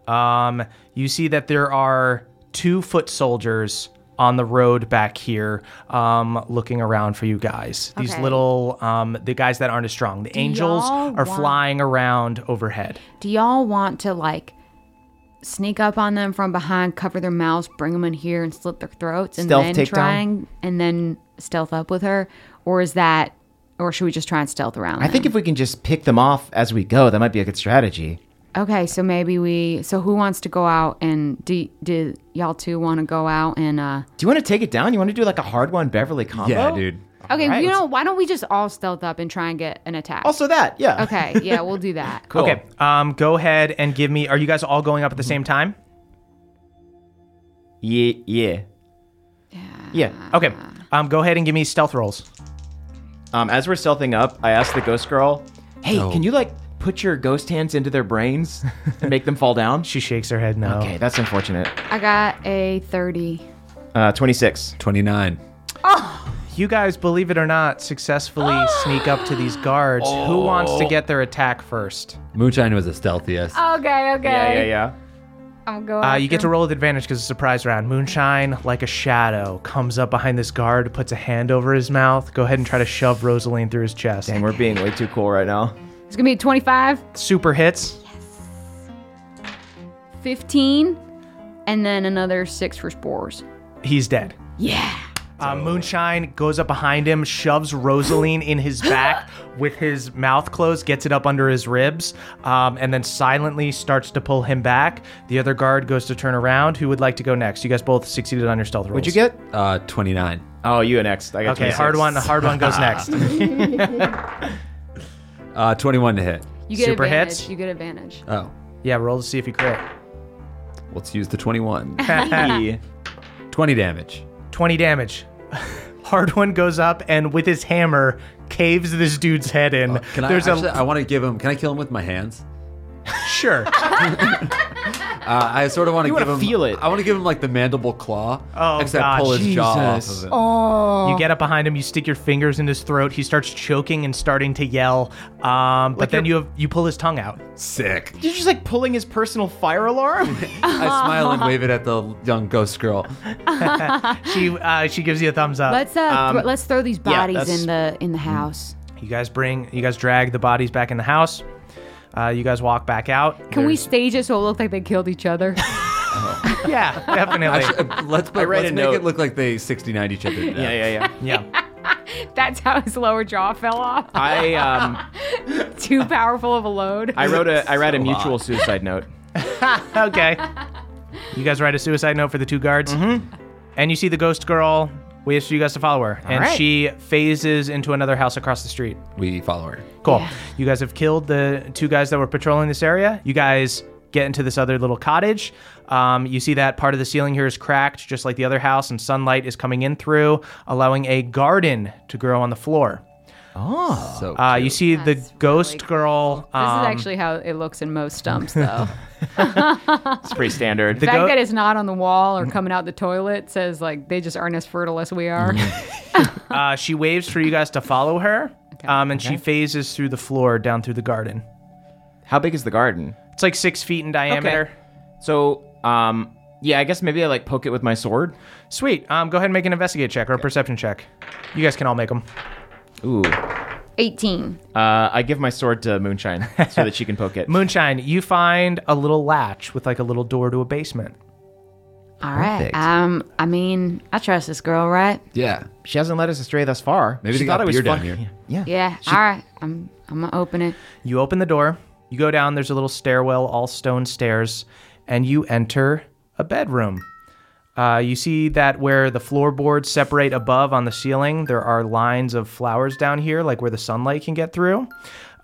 Speaker 1: Um, you see that there are two foot soldiers on the road back here, um, looking around for you guys. These
Speaker 4: Okay.
Speaker 1: little, um, the guys that aren't as strong. The angels
Speaker 4: y'all
Speaker 1: are
Speaker 4: want-
Speaker 1: flying around overhead.
Speaker 4: Do y'all want to like sneak up on them from behind, cover their mouths, bring them in here, and slit their throats, and
Speaker 6: Stealth
Speaker 4: then
Speaker 6: takedown?
Speaker 4: try and, and then stealth up with her, or is that, or should we just try and stealth around?
Speaker 6: I think if we can just pick them off as we go, that might be a good strategy.
Speaker 4: okay, so maybe we. So who wants to go out and do? Do y'all two want to go out and? uh
Speaker 6: Do you want to take it down? You want to do like a hard one Beverly combo?
Speaker 3: Yeah, dude.
Speaker 4: Okay,
Speaker 6: right.
Speaker 4: you know, why don't we just all stealth up and try and get an attack?
Speaker 6: Also that, yeah.
Speaker 4: okay, yeah, we'll do that.
Speaker 6: Cool.
Speaker 1: Okay. Um, go ahead and give me. Are you guys all going up at the same time?
Speaker 6: Yeah, yeah. Yeah.
Speaker 1: Okay. Um, go ahead and give me stealth rolls.
Speaker 6: Um, as we're stealthing up, I asked the ghost girl, "Hey, can you like put your ghost hands into their brains and make them fall down?"
Speaker 1: She shakes her head no.
Speaker 6: Okay, that's unfortunate.
Speaker 4: I got a thirty.
Speaker 6: Uh, Twenty-six.
Speaker 3: 29.
Speaker 1: You guys, believe it or not, successfully sneak up to these guards. Who wants
Speaker 6: Oh.
Speaker 1: to get their attack first?
Speaker 3: Moonshine was the stealthiest.
Speaker 4: Okay, okay.
Speaker 6: Yeah, yeah, yeah.
Speaker 4: I'm going.
Speaker 1: Uh, you get to roll with advantage because it's a surprise round. Moonshine, like a shadow, comes up behind this guard, puts a hand over his mouth. Go ahead and try to shove Rosaline through his chest.
Speaker 6: Dang, we're being way too cool right now.
Speaker 4: It's gonna be a 25,
Speaker 1: Super hits.
Speaker 4: 15, and then another six for spores.
Speaker 1: He's dead.
Speaker 4: Yeah.
Speaker 1: Uh, Moonshine goes up behind him, shoves Rosaline in his back with his mouth closed, gets it up under his ribs, um, and then silently starts to pull him back. The other guard goes to turn around. Who would like to go next? You guys both succeeded on your stealth rolls.
Speaker 6: What'd you get?
Speaker 3: Uh, 29.
Speaker 6: Oh, you next. I got
Speaker 1: Okay,
Speaker 6: 26.
Speaker 1: hard one. The hard one goes next.
Speaker 3: Uh, 21 to hit.
Speaker 4: You get
Speaker 1: Super
Speaker 4: advantage.
Speaker 1: hits?
Speaker 4: You get advantage.
Speaker 3: Oh,
Speaker 1: yeah, roll to see if you crit.
Speaker 3: let's use the 21.
Speaker 6: Hey.
Speaker 3: 20 damage.
Speaker 1: 20 damage. hard one goes up and with his hammer caves this dude's head in.
Speaker 3: Uh, Can I
Speaker 1: There's
Speaker 3: actually,
Speaker 1: a
Speaker 3: I want to give him, can I kill him with my hands?
Speaker 1: sure.
Speaker 3: Uh, I sort of want to
Speaker 6: You wanna
Speaker 3: give him,
Speaker 6: feel it.
Speaker 3: I want to give him like the mandible claw.
Speaker 1: Oh,
Speaker 3: Except
Speaker 1: God.
Speaker 3: pull his jaw off of
Speaker 6: Jesus. Oh.
Speaker 3: him.
Speaker 4: Oh.
Speaker 1: You get up behind him, you stick your fingers in his throat. He starts choking and starting to yell. Um, but then you have, you pull his tongue out.
Speaker 3: Sick.
Speaker 6: You're just like pulling his personal fire alarm.
Speaker 3: I smile and wave it at the young ghost girl.
Speaker 1: She uh, she gives you a thumbs up.
Speaker 4: Let's uh, thro- let's throw these bodies
Speaker 6: that's-
Speaker 4: in the in the house.
Speaker 1: you guys bring you guys drag the bodies back in the house. Uh, you guys walk back out.
Speaker 4: Can we stage it so it looks like they killed each other?
Speaker 1: Yeah, definitely.
Speaker 3: Actually, uh, let's put,
Speaker 6: read
Speaker 3: let's
Speaker 6: a
Speaker 3: make
Speaker 6: note.
Speaker 3: it look like they 69 each other. to death.
Speaker 6: yeah, yeah, yeah.
Speaker 1: yeah.
Speaker 4: That's how his lower jaw fell off.
Speaker 6: I um,
Speaker 4: Too powerful of a load.
Speaker 6: I wrote a, I read a mutual suicide note.
Speaker 1: Okay. You guys write a suicide note for the two guards,
Speaker 4: Mm-hmm.
Speaker 1: and you see the ghost girl. We ask you guys to follow her, and
Speaker 6: right.
Speaker 1: she phases into another house across the street.
Speaker 3: We follow her.
Speaker 1: Cool. You guys have killed the two guys that were patrolling this area. You guys get into this other little cottage. Um, you see that part of the ceiling here is cracked, just like the other house, and sunlight is coming in through, allowing a garden to grow on the floor.
Speaker 3: So
Speaker 1: Uh, you see the ghost girl.
Speaker 4: this
Speaker 1: Um,
Speaker 4: is actually how it looks in most stumps, though.
Speaker 6: It's pretty standard.
Speaker 4: the Mm. fact
Speaker 1: go-
Speaker 4: that it's not on the wall or coming out the toilet says like they just aren't as fertile as we are.
Speaker 1: uh, she waves for you guys to follow her, um, and she phases through the floor down through the garden.
Speaker 6: How big is the garden?
Speaker 1: It's like six feet in diameter.
Speaker 6: So, um, yeah, I guess maybe I like poke it with my sword.
Speaker 1: Sweet. Um, go ahead and make an investigate check or a perception check. You guys can all make them.
Speaker 6: Ooh.
Speaker 4: 18.
Speaker 6: Uh, I give my sword to Moonshine so that she can poke it.
Speaker 1: Moonshine, you find a little latch with like a little door to a basement.
Speaker 4: All right. Um, I mean, I trust this girl, right?
Speaker 3: yeah.
Speaker 6: she hasn't led us astray thus far.
Speaker 3: Maybe
Speaker 6: she
Speaker 3: they got
Speaker 6: I was
Speaker 3: beer down
Speaker 6: fucking-
Speaker 3: here.
Speaker 6: Yeah.
Speaker 4: Yeah. All right. I'm I'm gonna open it.
Speaker 1: You open the door, you go down, there's a little stairwell, all stone stairs, and you enter a bedroom. Uh, you see that where the floorboards separate above on the ceiling, there are lines of flowers down here, like where the sunlight can get through.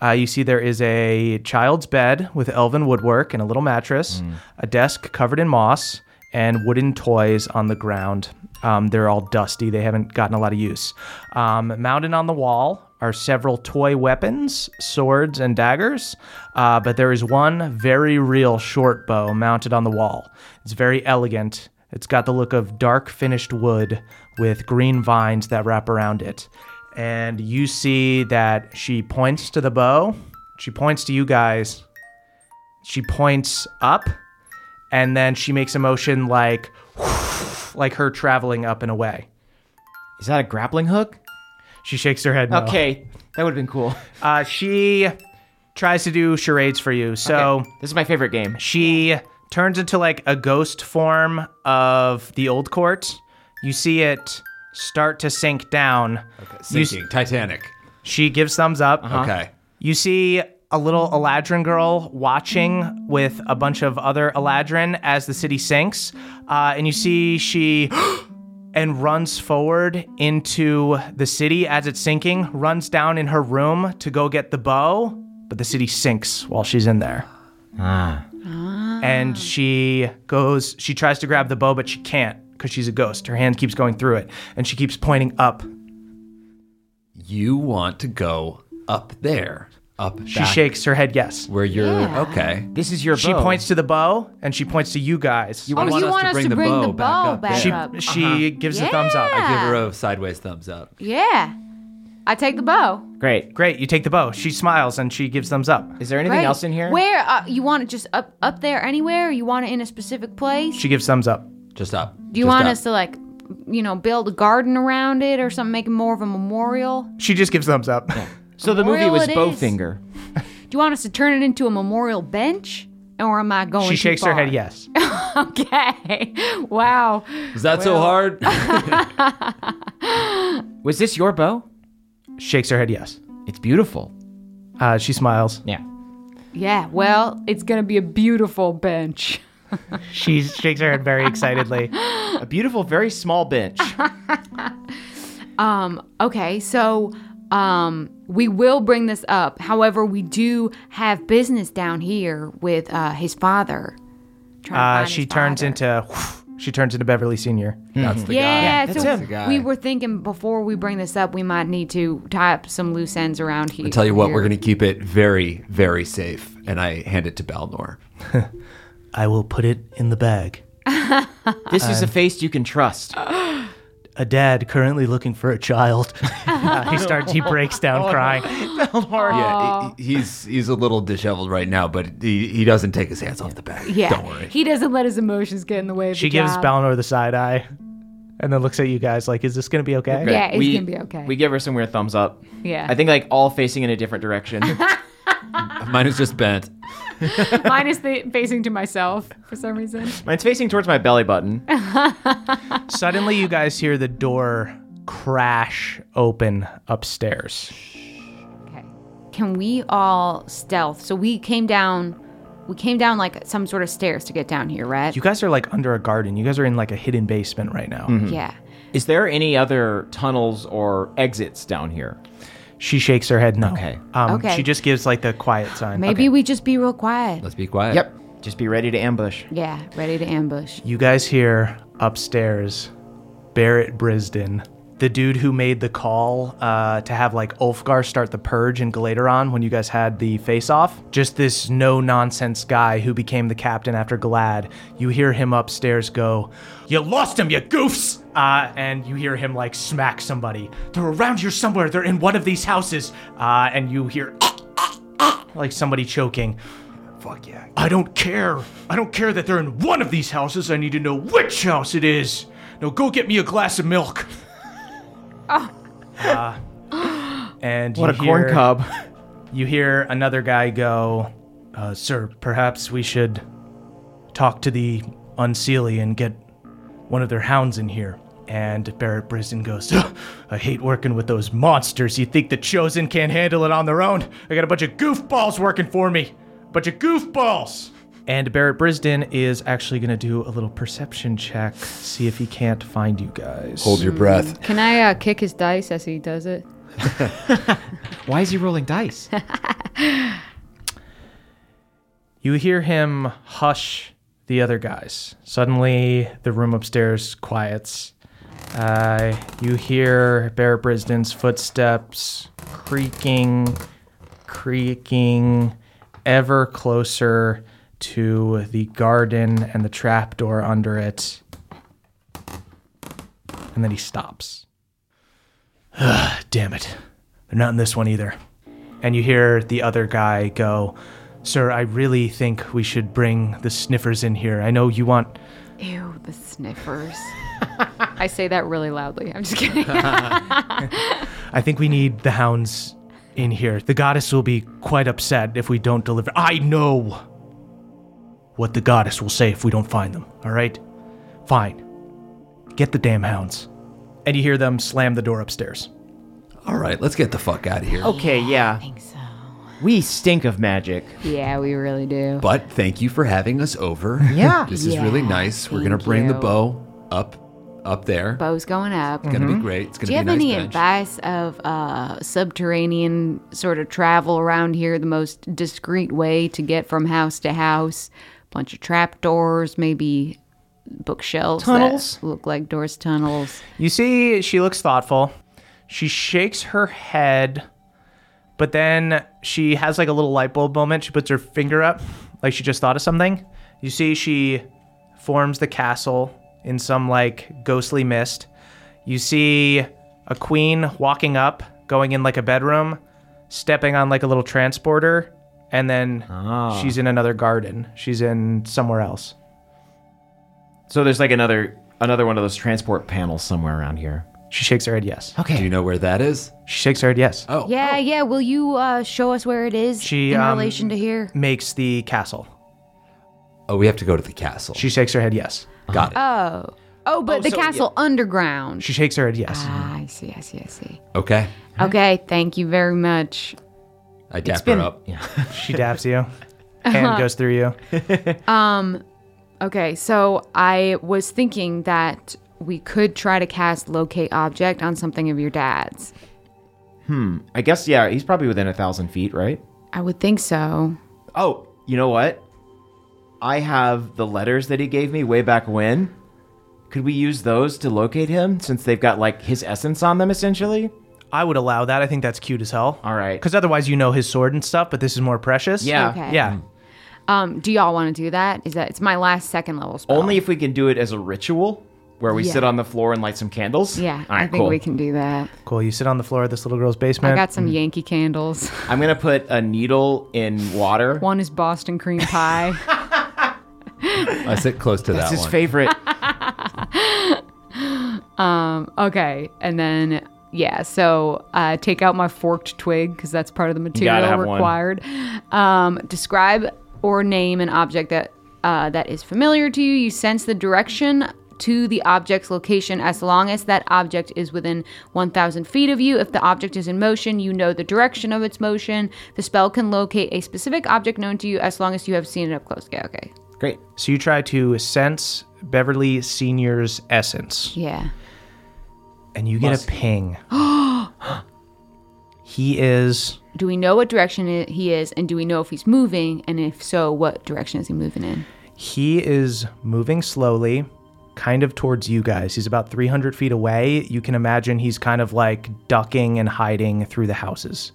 Speaker 1: Uh, you see there is a child's bed with elven woodwork and a little mattress, a desk covered in moss, and wooden toys on the ground. Um, they're all dusty, they haven't gotten a lot of use. Um, mounted on the wall are several toy weapons, swords, and daggers, uh, but there is one very real short bow mounted on the wall. It's very elegant It's got the look of dark finished wood with green vines that wrap around it. And you see that she points to the bow. She points to you guys. She points up and then she makes a motion like like her traveling up and away.
Speaker 6: Is that a grappling hook?
Speaker 1: She shakes her head. no.
Speaker 6: Okay, that would have been cool.
Speaker 1: Uh, she tries to do charades for you. So
Speaker 6: Okay, this is my favorite game.
Speaker 1: she turns into like a ghost form of the old court. You see it start to sink down. You s-
Speaker 3: Sinking. Titanic. Uh-huh.
Speaker 1: she gives thumbs up.
Speaker 3: Okay.
Speaker 1: You see a little Eladrin girl watching with a bunch of other Eladrin as the city sinks. Uh, and you see she and runs forward into the city as it's sinking, runs down in her room to go get the bow, but the city sinks while she's in there. Ah. And she goes, she tries to grab the bow, but she can't because she's a ghost. Her hand keeps going through it, and she keeps pointing up.
Speaker 3: You want to go up there, up
Speaker 1: She
Speaker 3: back
Speaker 1: shakes her head, yes.
Speaker 3: where you're
Speaker 4: Yeah.
Speaker 3: okay.
Speaker 6: This is your
Speaker 1: She
Speaker 6: bow.
Speaker 1: points to the bow and she points to you guys.
Speaker 4: oh, you want us to bring the bow back up?
Speaker 3: there.
Speaker 1: she
Speaker 4: up.
Speaker 1: she gives a thumbs
Speaker 3: I
Speaker 1: up.
Speaker 3: give her a sideways thumbs up.
Speaker 4: Yeah. I take the bow.
Speaker 6: Great.
Speaker 1: Great, you take the bow. She smiles and she gives thumbs up.
Speaker 6: Is there anything
Speaker 4: Right.
Speaker 6: else in here?
Speaker 4: Where uh, you want it? Just up, up there anywhere? Or you want it in a specific place?
Speaker 1: She gives thumbs up.
Speaker 3: Just up.
Speaker 4: Do you want us to like, you know, build a garden around it or something? Make it more of a memorial.
Speaker 1: She just gives thumbs up.
Speaker 6: So the movie
Speaker 4: Memorial
Speaker 6: was
Speaker 4: it is.
Speaker 6: Bowfinger.
Speaker 4: Do you want us to turn it into a memorial bench? Or am I going?
Speaker 1: she
Speaker 4: too
Speaker 1: shakes her
Speaker 4: far?
Speaker 1: head yes.
Speaker 4: Okay. Wow.
Speaker 3: Is that so hard?
Speaker 6: Was this your bow?
Speaker 1: shakes her head yes.
Speaker 6: It's beautiful.
Speaker 1: Uh, she smiles.
Speaker 6: Yeah.
Speaker 4: Yeah. Well, it's gonna be a beautiful bench.
Speaker 1: She shakes her head very excitedly. Uh,
Speaker 6: A beautiful, very small bench.
Speaker 4: Uh-huh. Okay, so um, we will bring this up. However, we do have business down here with uh, his father. Trying to
Speaker 1: Uh,
Speaker 4: find
Speaker 1: she
Speaker 4: his
Speaker 1: turns
Speaker 4: father.
Speaker 1: into she turns into Beverly Senior.
Speaker 3: That's the guy.
Speaker 4: yeah.
Speaker 6: that's
Speaker 4: so
Speaker 6: him. The
Speaker 3: guy.
Speaker 4: we were thinking before we bring this up, we might need to tie up some loose ends around here.
Speaker 3: I tell you what, we're gonna keep it very, very safe. And I hand it to Balnor.
Speaker 1: I will put it in the bag.
Speaker 6: This is a face you can trust.
Speaker 1: A dad currently looking for a child. Uh, he starts. He breaks
Speaker 4: Oh,
Speaker 1: down crying.
Speaker 3: Yeah, he- he's he's a little disheveled right now, but he, he doesn't take his hands off the bag.
Speaker 4: Yeah,
Speaker 3: Don't worry.
Speaker 4: he doesn't let his emotions get in the way of
Speaker 1: She
Speaker 4: the
Speaker 1: gives
Speaker 4: job.
Speaker 1: Balnor the side eye, and then looks at you guys like, "Is this gonna be okay?"
Speaker 4: Yeah, it's
Speaker 6: we,
Speaker 4: gonna be okay.
Speaker 6: We give her some weird thumbs up.
Speaker 4: Yeah.
Speaker 6: I think like all facing in a different direction.
Speaker 3: Mine is just bent.
Speaker 4: Mine is the, facing to myself for some reason.
Speaker 6: Mine's facing towards my belly button.
Speaker 1: Suddenly, you guys hear the door crash open upstairs.
Speaker 4: Okay. Can we all stealth? So we came down, we came down like some sort of stairs to get down here, right?
Speaker 1: You guys are like under a garden. You guys are in like a hidden basement right now.
Speaker 4: yeah.
Speaker 6: Is there any other tunnels or exits down here?
Speaker 1: She shakes her head no.
Speaker 6: Okay.
Speaker 1: Um,
Speaker 4: Okay.
Speaker 1: She just gives like the quiet sign.
Speaker 4: Maybe we just be real quiet.
Speaker 3: Let's be quiet.
Speaker 6: Just be ready to ambush.
Speaker 4: yeah, ready to ambush.
Speaker 1: You guys hear upstairs Barrett Brisden, the dude who made the call uh, to have like Ulfgar start the purge in Galateron when you guys had the face off. Just this no nonsense guy who became the captain after Galad. You hear him upstairs go, You lost him, you goofs! Uh, and you hear him like smack somebody. They're around here somewhere. They're in one of these houses. Uh, and you hear ah, like somebody choking. Fuck yeah. I don't care. I don't care that they're in one of these houses. I need to know which house it is. Now go get me a glass of milk. Uh, and
Speaker 6: What
Speaker 1: you
Speaker 6: a corn
Speaker 1: hear-
Speaker 6: cob.
Speaker 1: You hear another guy go, uh, Sir, perhaps we should talk to the Unseelie and get one of their hounds in here. And Barrett Brisden goes, "Ugh, I hate working with those monsters. You think the Chosen can't handle it on their own? I got a bunch of goofballs working for me. Bunch of goofballs! And Barrett Brisden is actually going to do a little perception check, see if he can't find you guys.
Speaker 3: your breath.
Speaker 4: Can I uh, kick his dice as he does it?
Speaker 6: Why is he rolling dice?
Speaker 1: You hear him hush the other guys. Suddenly, the room upstairs quiets. Uh, you hear Bear Brisden's footsteps creaking, creaking, ever closer to the garden and the trapdoor under it. and then he stops. Ugh, damn it. They're not in this one either. And you hear the other guy go, Sir, I really think we should bring the sniffers in here. I know you want.
Speaker 4: Ew, the sniffers. I say that really loudly. I'm just kidding.
Speaker 1: I think we need the hounds in here. The goddess will be quite upset if we don't deliver. I know what the goddess will say if we don't find them, all right? Fine. Get the damn hounds. And you hear them slam the door upstairs.
Speaker 3: All right, let's get the fuck out of here.
Speaker 4: Oh.
Speaker 6: Okay, yeah. We stink of magic.
Speaker 4: yeah, we really do.
Speaker 3: But thank you for having us over.
Speaker 6: Yeah.
Speaker 3: this is really
Speaker 4: Yeah,
Speaker 3: nice. We're gonna
Speaker 4: thank
Speaker 3: bring the
Speaker 4: you.
Speaker 3: bow up, up there.
Speaker 4: Bow's going up.
Speaker 3: It's
Speaker 1: Mm-hmm.
Speaker 3: gonna be great. It's gonna
Speaker 4: Do you
Speaker 3: be
Speaker 4: have
Speaker 3: a nice
Speaker 4: any
Speaker 3: bench.
Speaker 4: advice of uh, subterranean sort of travel around here? The most discreet way to get from house to house? Bunch of trapdoors, maybe bookshelves. that
Speaker 6: Tunnels?
Speaker 4: look like doors, tunnels.
Speaker 1: You see, she looks thoughtful. She shakes her head, but then she has like a little light bulb moment. She puts her finger up, like she just thought of something. You see, she forms the castle in some like ghostly mist. You see a queen walking up, going in like a bedroom, stepping on like a little transporter, and then she's in another garden. She's in somewhere else.
Speaker 6: So there's like another another one of those transport panels somewhere around here.
Speaker 1: She shakes her head yes.
Speaker 3: Do you know where that is?
Speaker 1: She shakes her head yes.
Speaker 3: Oh,
Speaker 4: Yeah, yeah. Will you uh, show us where it is
Speaker 1: She,
Speaker 4: in
Speaker 1: um,
Speaker 4: relation to here?
Speaker 1: Makes the castle.
Speaker 3: Oh, we have to go to the castle.
Speaker 1: She shakes her head yes.
Speaker 3: Got it.
Speaker 4: Oh, oh, but the castle underground.
Speaker 1: She shakes her head yes.
Speaker 4: Ah, I see, I see, I see.
Speaker 3: okay.
Speaker 4: Okay, thank you very much.
Speaker 3: I dap
Speaker 6: been-
Speaker 3: her up.
Speaker 1: She daps you and goes through you.
Speaker 4: Okay, so I was thinking that we could try to cast locate object on something of your dad's.
Speaker 6: I guess yeah, he's probably within a thousand feet, right?
Speaker 4: I would think so.
Speaker 6: Oh, you know what? I have the letters that he gave me way back when. Could we use those to locate him since they've got like his essence on them essentially?
Speaker 1: I would allow that. I think that's cute as hell.
Speaker 6: All right.
Speaker 1: Because otherwise, you know his sword and stuff, but this is more precious.
Speaker 6: Uh, Yeah.
Speaker 4: Okay.
Speaker 1: Yeah.
Speaker 4: Um, do y'all want to do that? Is that it's my last second level spell?
Speaker 6: Only if we can do it as a ritual where we
Speaker 4: Yeah.
Speaker 6: sit on the floor and light some candles.
Speaker 4: Yeah,
Speaker 6: All right,
Speaker 4: I think
Speaker 6: cool.
Speaker 4: we can do that.
Speaker 1: Cool. You sit on the floor of this little girl's basement.
Speaker 4: I got some Yankee candles.
Speaker 6: I'm going to put a needle in water.
Speaker 4: One is Boston cream pie.
Speaker 3: I sit close to that
Speaker 6: That's his
Speaker 3: one.
Speaker 6: favorite.
Speaker 4: okay, and then yeah, so uh, take out my forked twig because that's part of the material
Speaker 6: have one.
Speaker 4: required. Um, describe or name an object that uh, that is familiar to you. You sense the direction to the object's location as long as that object is within 1,000 feet of you. If the object is in motion, you know the direction of its motion. The spell can locate a specific object known to you as long as you have seen it up close. Okay, okay,
Speaker 6: Great.
Speaker 1: so you try to sense Beverly Senior's essence,
Speaker 4: yeah.
Speaker 1: and you get a ping. he is.
Speaker 4: Do we know what direction i- he is, and do we know if he's moving? And if so, what direction is he moving in?
Speaker 1: He is moving slowly, kind of towards you guys. He's about 300 feet away. You can imagine he's kind of like ducking and hiding through the houses.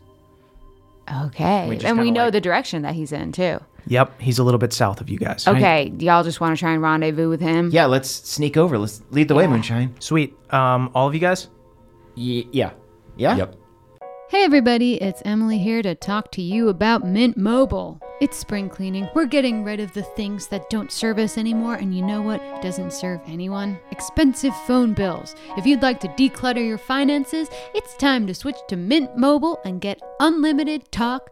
Speaker 4: Okay, and we know the direction that he's in too.
Speaker 1: Yep, he's a little bit south of you guys.
Speaker 4: Okay, do y'all just want to try and rendezvous with him?
Speaker 6: Yeah, let's sneak over. Let's lead the way, Moonshine.
Speaker 1: Sweet. Um, all of you guys?
Speaker 6: Y- yeah. Yeah?
Speaker 3: Yep.
Speaker 8: Hey everybody, it's Emily here to talk to you about Mint Mobile. It's spring cleaning. We're getting rid of the things that don't serve us anymore, and you know what doesn't serve anyone? Expensive phone bills. If you'd like to declutter your finances, it's time to switch to Mint Mobile and get unlimited talk,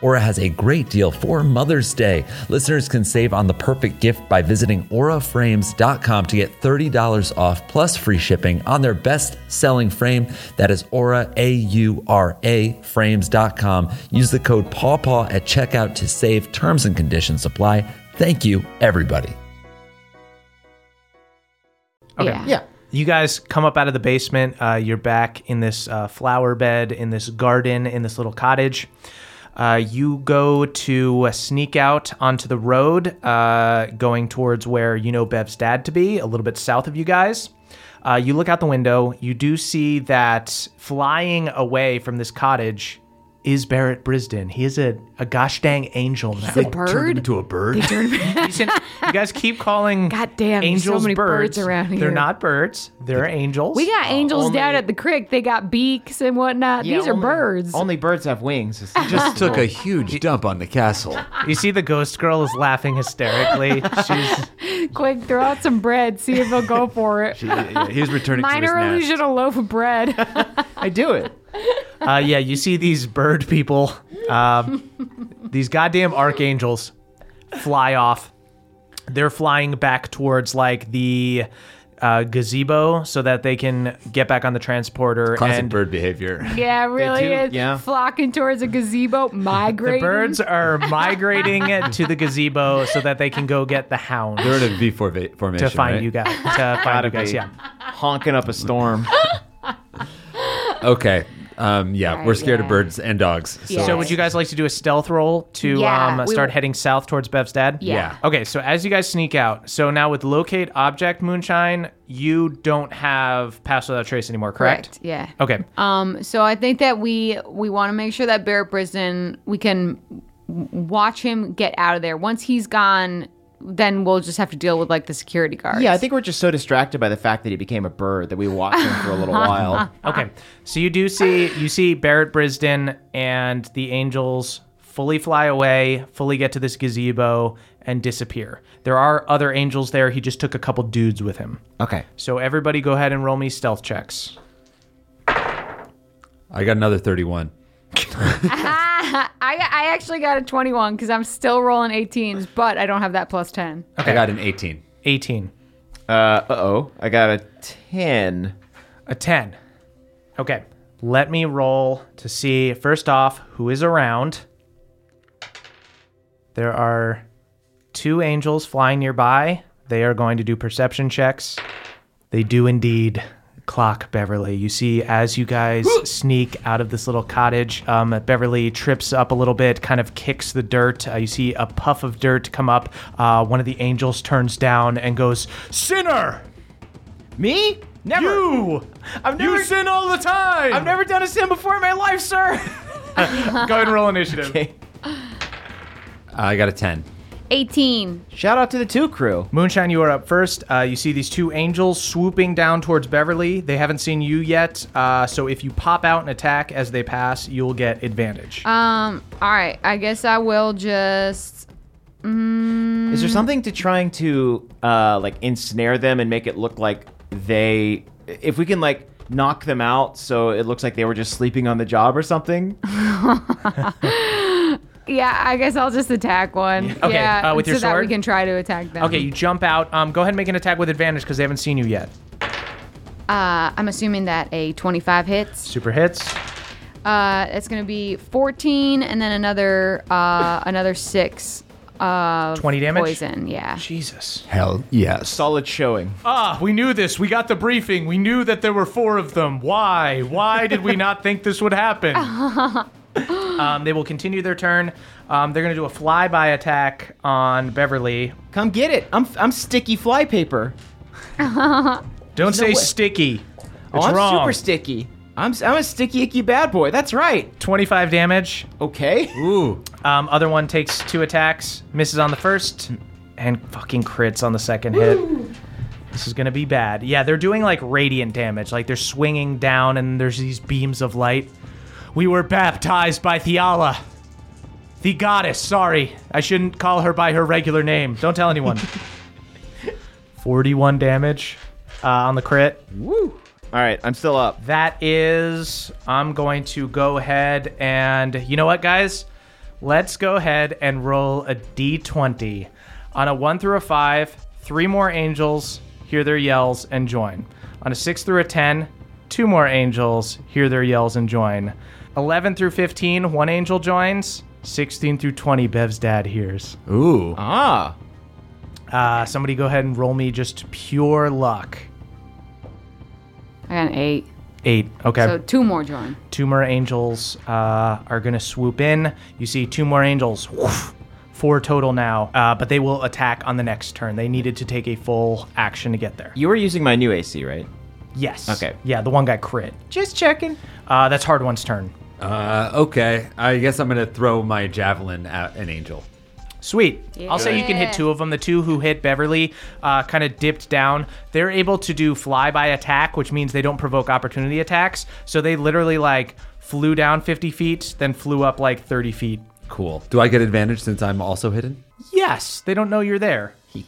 Speaker 3: Aura has a great deal for Mother's Day. Listeners can save on the perfect gift by visiting auraframes.com to get $30 off plus free shipping on their best selling frame. That is aura, A U R A, frames.com. Use the code PAWPAW at checkout to save. Terms and conditions apply. Thank you, everybody.
Speaker 1: Okay.
Speaker 7: Yeah.
Speaker 1: You guys come up out of the basement. Uh, you're back in this uh, flower bed, in this garden, in this little cottage. Uh, you go to uh, sneak out onto the road, uh, going towards where you know Bev's dad to be, a little bit south of you guys. Uh, you look out the window. You do see that flying away from this cottage is Barrett Brisden. He is a, a gosh dang angel now.
Speaker 7: The bird?
Speaker 6: to a bird.
Speaker 1: He's in- you guys keep calling
Speaker 7: God damn, there's so
Speaker 1: angels
Speaker 7: many
Speaker 1: birds.
Speaker 7: birds around here.
Speaker 1: They're not birds. They're angels.
Speaker 7: We got angels down at the creek. They got beaks and whatnot.
Speaker 5: Yeah,
Speaker 7: These are
Speaker 5: only-
Speaker 7: birds.
Speaker 5: Only birds have wings. It's
Speaker 6: Just took a huge dump on the castle.
Speaker 1: You see the ghost girl is laughing hysterically. She's
Speaker 7: Quick, throw out some bread. See if they'll go for it.
Speaker 6: Yeah, yeah, he's returning to his
Speaker 7: Minor
Speaker 6: nest.
Speaker 7: illusion, a loaf of bread.
Speaker 5: I do it.
Speaker 1: uh, yeah, you see these bird people, um, these goddamn archangels fly off. They're flying back towards like the uh, gazebo so that they can get back on the transporter.
Speaker 6: Classic
Speaker 1: and
Speaker 6: bird behavior.
Speaker 7: yeah, it really
Speaker 5: do,
Speaker 7: is.
Speaker 5: yeah.
Speaker 7: Flocking towards a gazebo, migrating.
Speaker 1: the birds are migrating to the gazebo so that they can go get the hound
Speaker 6: They're in a V four formation.
Speaker 1: to find
Speaker 6: right?
Speaker 1: you guys. To find you guys,
Speaker 5: be.
Speaker 1: yeah.
Speaker 5: Honking up a storm.
Speaker 6: Okay. Um, yeah,
Speaker 7: Right,
Speaker 6: we're scared
Speaker 7: Oh, yeah.
Speaker 6: of birds and dogs. So
Speaker 7: Yeah.
Speaker 1: So would you guys like to do a stealth roll to
Speaker 7: Yeah,
Speaker 1: um,
Speaker 7: we
Speaker 1: start
Speaker 7: will-
Speaker 1: heading south towards Bev's dad?
Speaker 7: Yeah.
Speaker 1: Okay, so as you guys sneak out, so now with locate object moonshine, you don't have pass without trace anymore, correct?
Speaker 7: Correct. Yeah.
Speaker 1: Okay.
Speaker 7: Um, so I think that we we want to make sure that Barrett Brisden we can w- watch him get out of there. Once he's gone, then we'll just have to deal with like the security guards.
Speaker 5: Yeah, I think we're just so distracted by the fact that he became a bird that we watched him for a little while.
Speaker 1: Okay. So you do see you see Barrett Brisden and the angels fully fly away, fully get to this gazebo and disappear. There are other angels there. He just took a couple dudes with him.
Speaker 5: Okay.
Speaker 1: So everybody go ahead and roll me stealth checks.
Speaker 6: I got another thirty one.
Speaker 7: I I actually got a twenty one because I'm still rolling eighteens, but I don't have that plus ten.
Speaker 6: I got an eighteen.
Speaker 1: 18.
Speaker 5: Uh oh. I got a 10.
Speaker 1: A 10. Okay. Let me roll to see, first off, who is around. There are two angels flying nearby. They are going to do perception checks. They do indeed clock Beverly. You see, as you guys sneak out of this little cottage, um, Beverly trips up a little bit, kind of kicks the dirt. Uh, you see a puff of dirt come up. Uh, one of the angels turns down and goes, Sinner!
Speaker 5: Me? Never.
Speaker 1: You! I've never, you sin all the time!
Speaker 5: I've never done a sim before in my life, sir.
Speaker 1: Go ahead and roll initiative.
Speaker 6: I got a ten.
Speaker 7: Eighteen.
Speaker 5: Shout out to the two crew.
Speaker 1: Moonshine, you are up first. Uh, you see these two angels swooping down towards Beverly. They haven't seen you yet, uh, so if you pop out and attack as they pass, you'll get advantage.
Speaker 7: Um. All right. I guess I will just.
Speaker 5: Is there something to trying to uh like ensnare them and make it look like they if we can like knock them out so it looks like they were just sleeping on the job or something?
Speaker 7: Yeah. I guess I'll just attack one.
Speaker 1: Okay,
Speaker 7: Yeah,
Speaker 1: uh, with
Speaker 7: so
Speaker 1: your
Speaker 7: that we
Speaker 1: sword?
Speaker 7: can try to attack them.
Speaker 1: okay, you jump out. Um, go ahead and make an attack with advantage because they haven't seen you yet.
Speaker 4: Uh, I'm assuming that a 25 hits.
Speaker 1: Super hits.
Speaker 4: Uh, it's gonna be 14, and then another uh, another six. Uh,
Speaker 1: 20 damage?
Speaker 4: Poison. Yeah.
Speaker 1: Jesus.
Speaker 9: Hell yes.
Speaker 6: Solid showing.
Speaker 1: Ah, we knew this. We got the briefing. We knew that there were four of them. Why? Why did we not think this would happen? um, they will continue their turn. Um, they're going to do a flyby attack on Beverly.
Speaker 6: Come get it. I'm I'm sticky flypaper.
Speaker 1: Don't say
Speaker 6: way.
Speaker 1: sticky. It's
Speaker 6: Oh, I'm
Speaker 1: wrong.
Speaker 6: super sticky. I'm s- I'm a sticky icky bad boy. That's right.
Speaker 1: 25 damage.
Speaker 6: Okay.
Speaker 3: Ooh.
Speaker 1: Um, other one takes two attacks, misses on the first, and fucking crits on the second hit. This is gonna be bad. Yeah, they're doing like radiant damage. Like they're swinging down, and there's these beams of light. We were baptized by Theala, the goddess. Sorry, I shouldn't call her by her regular name. Don't tell anyone. Forty-one damage uh, on the crit.
Speaker 6: All right, I'm still up.
Speaker 1: That is, I'm going to go ahead and, you know what, guys? Let's go ahead and roll a d20. On a 1 through a 5, three more angels hear their yells and join. On a 6 through a 10, two more angels hear their yells and join. 11 through 15, one angel joins. 16 through 20, Bev's dad hears.
Speaker 3: Ooh.
Speaker 6: Ah.
Speaker 1: Uh, somebody go ahead and roll me just pure luck.
Speaker 4: I got an eight.
Speaker 1: Eight. Okay.
Speaker 4: So two more join.
Speaker 1: two more angels uh, are going to swoop in. You see two more angels. Woof. four total now, uh, but they will attack on the next turn. They needed to take a full action to get there.
Speaker 6: You were using my new AC, right?
Speaker 1: Yes.
Speaker 6: Okay.
Speaker 1: Yeah, the one guy crit.
Speaker 6: Just checking.
Speaker 1: Uh, that's Hard One's turn.
Speaker 3: Uh, okay. I guess I'm gonna throw my javelin at an angel.
Speaker 1: Sweet. I'll say you can hit two of them. The two who hit Beverly uh, kind of dipped down. They're able to do flyby attack, which means they don't provoke opportunity attacks. So they literally like flew down 50 feet, then flew up like 30 feet.
Speaker 3: Cool. Do I get advantage since I'm also hidden?
Speaker 1: Yes, they don't know you're there.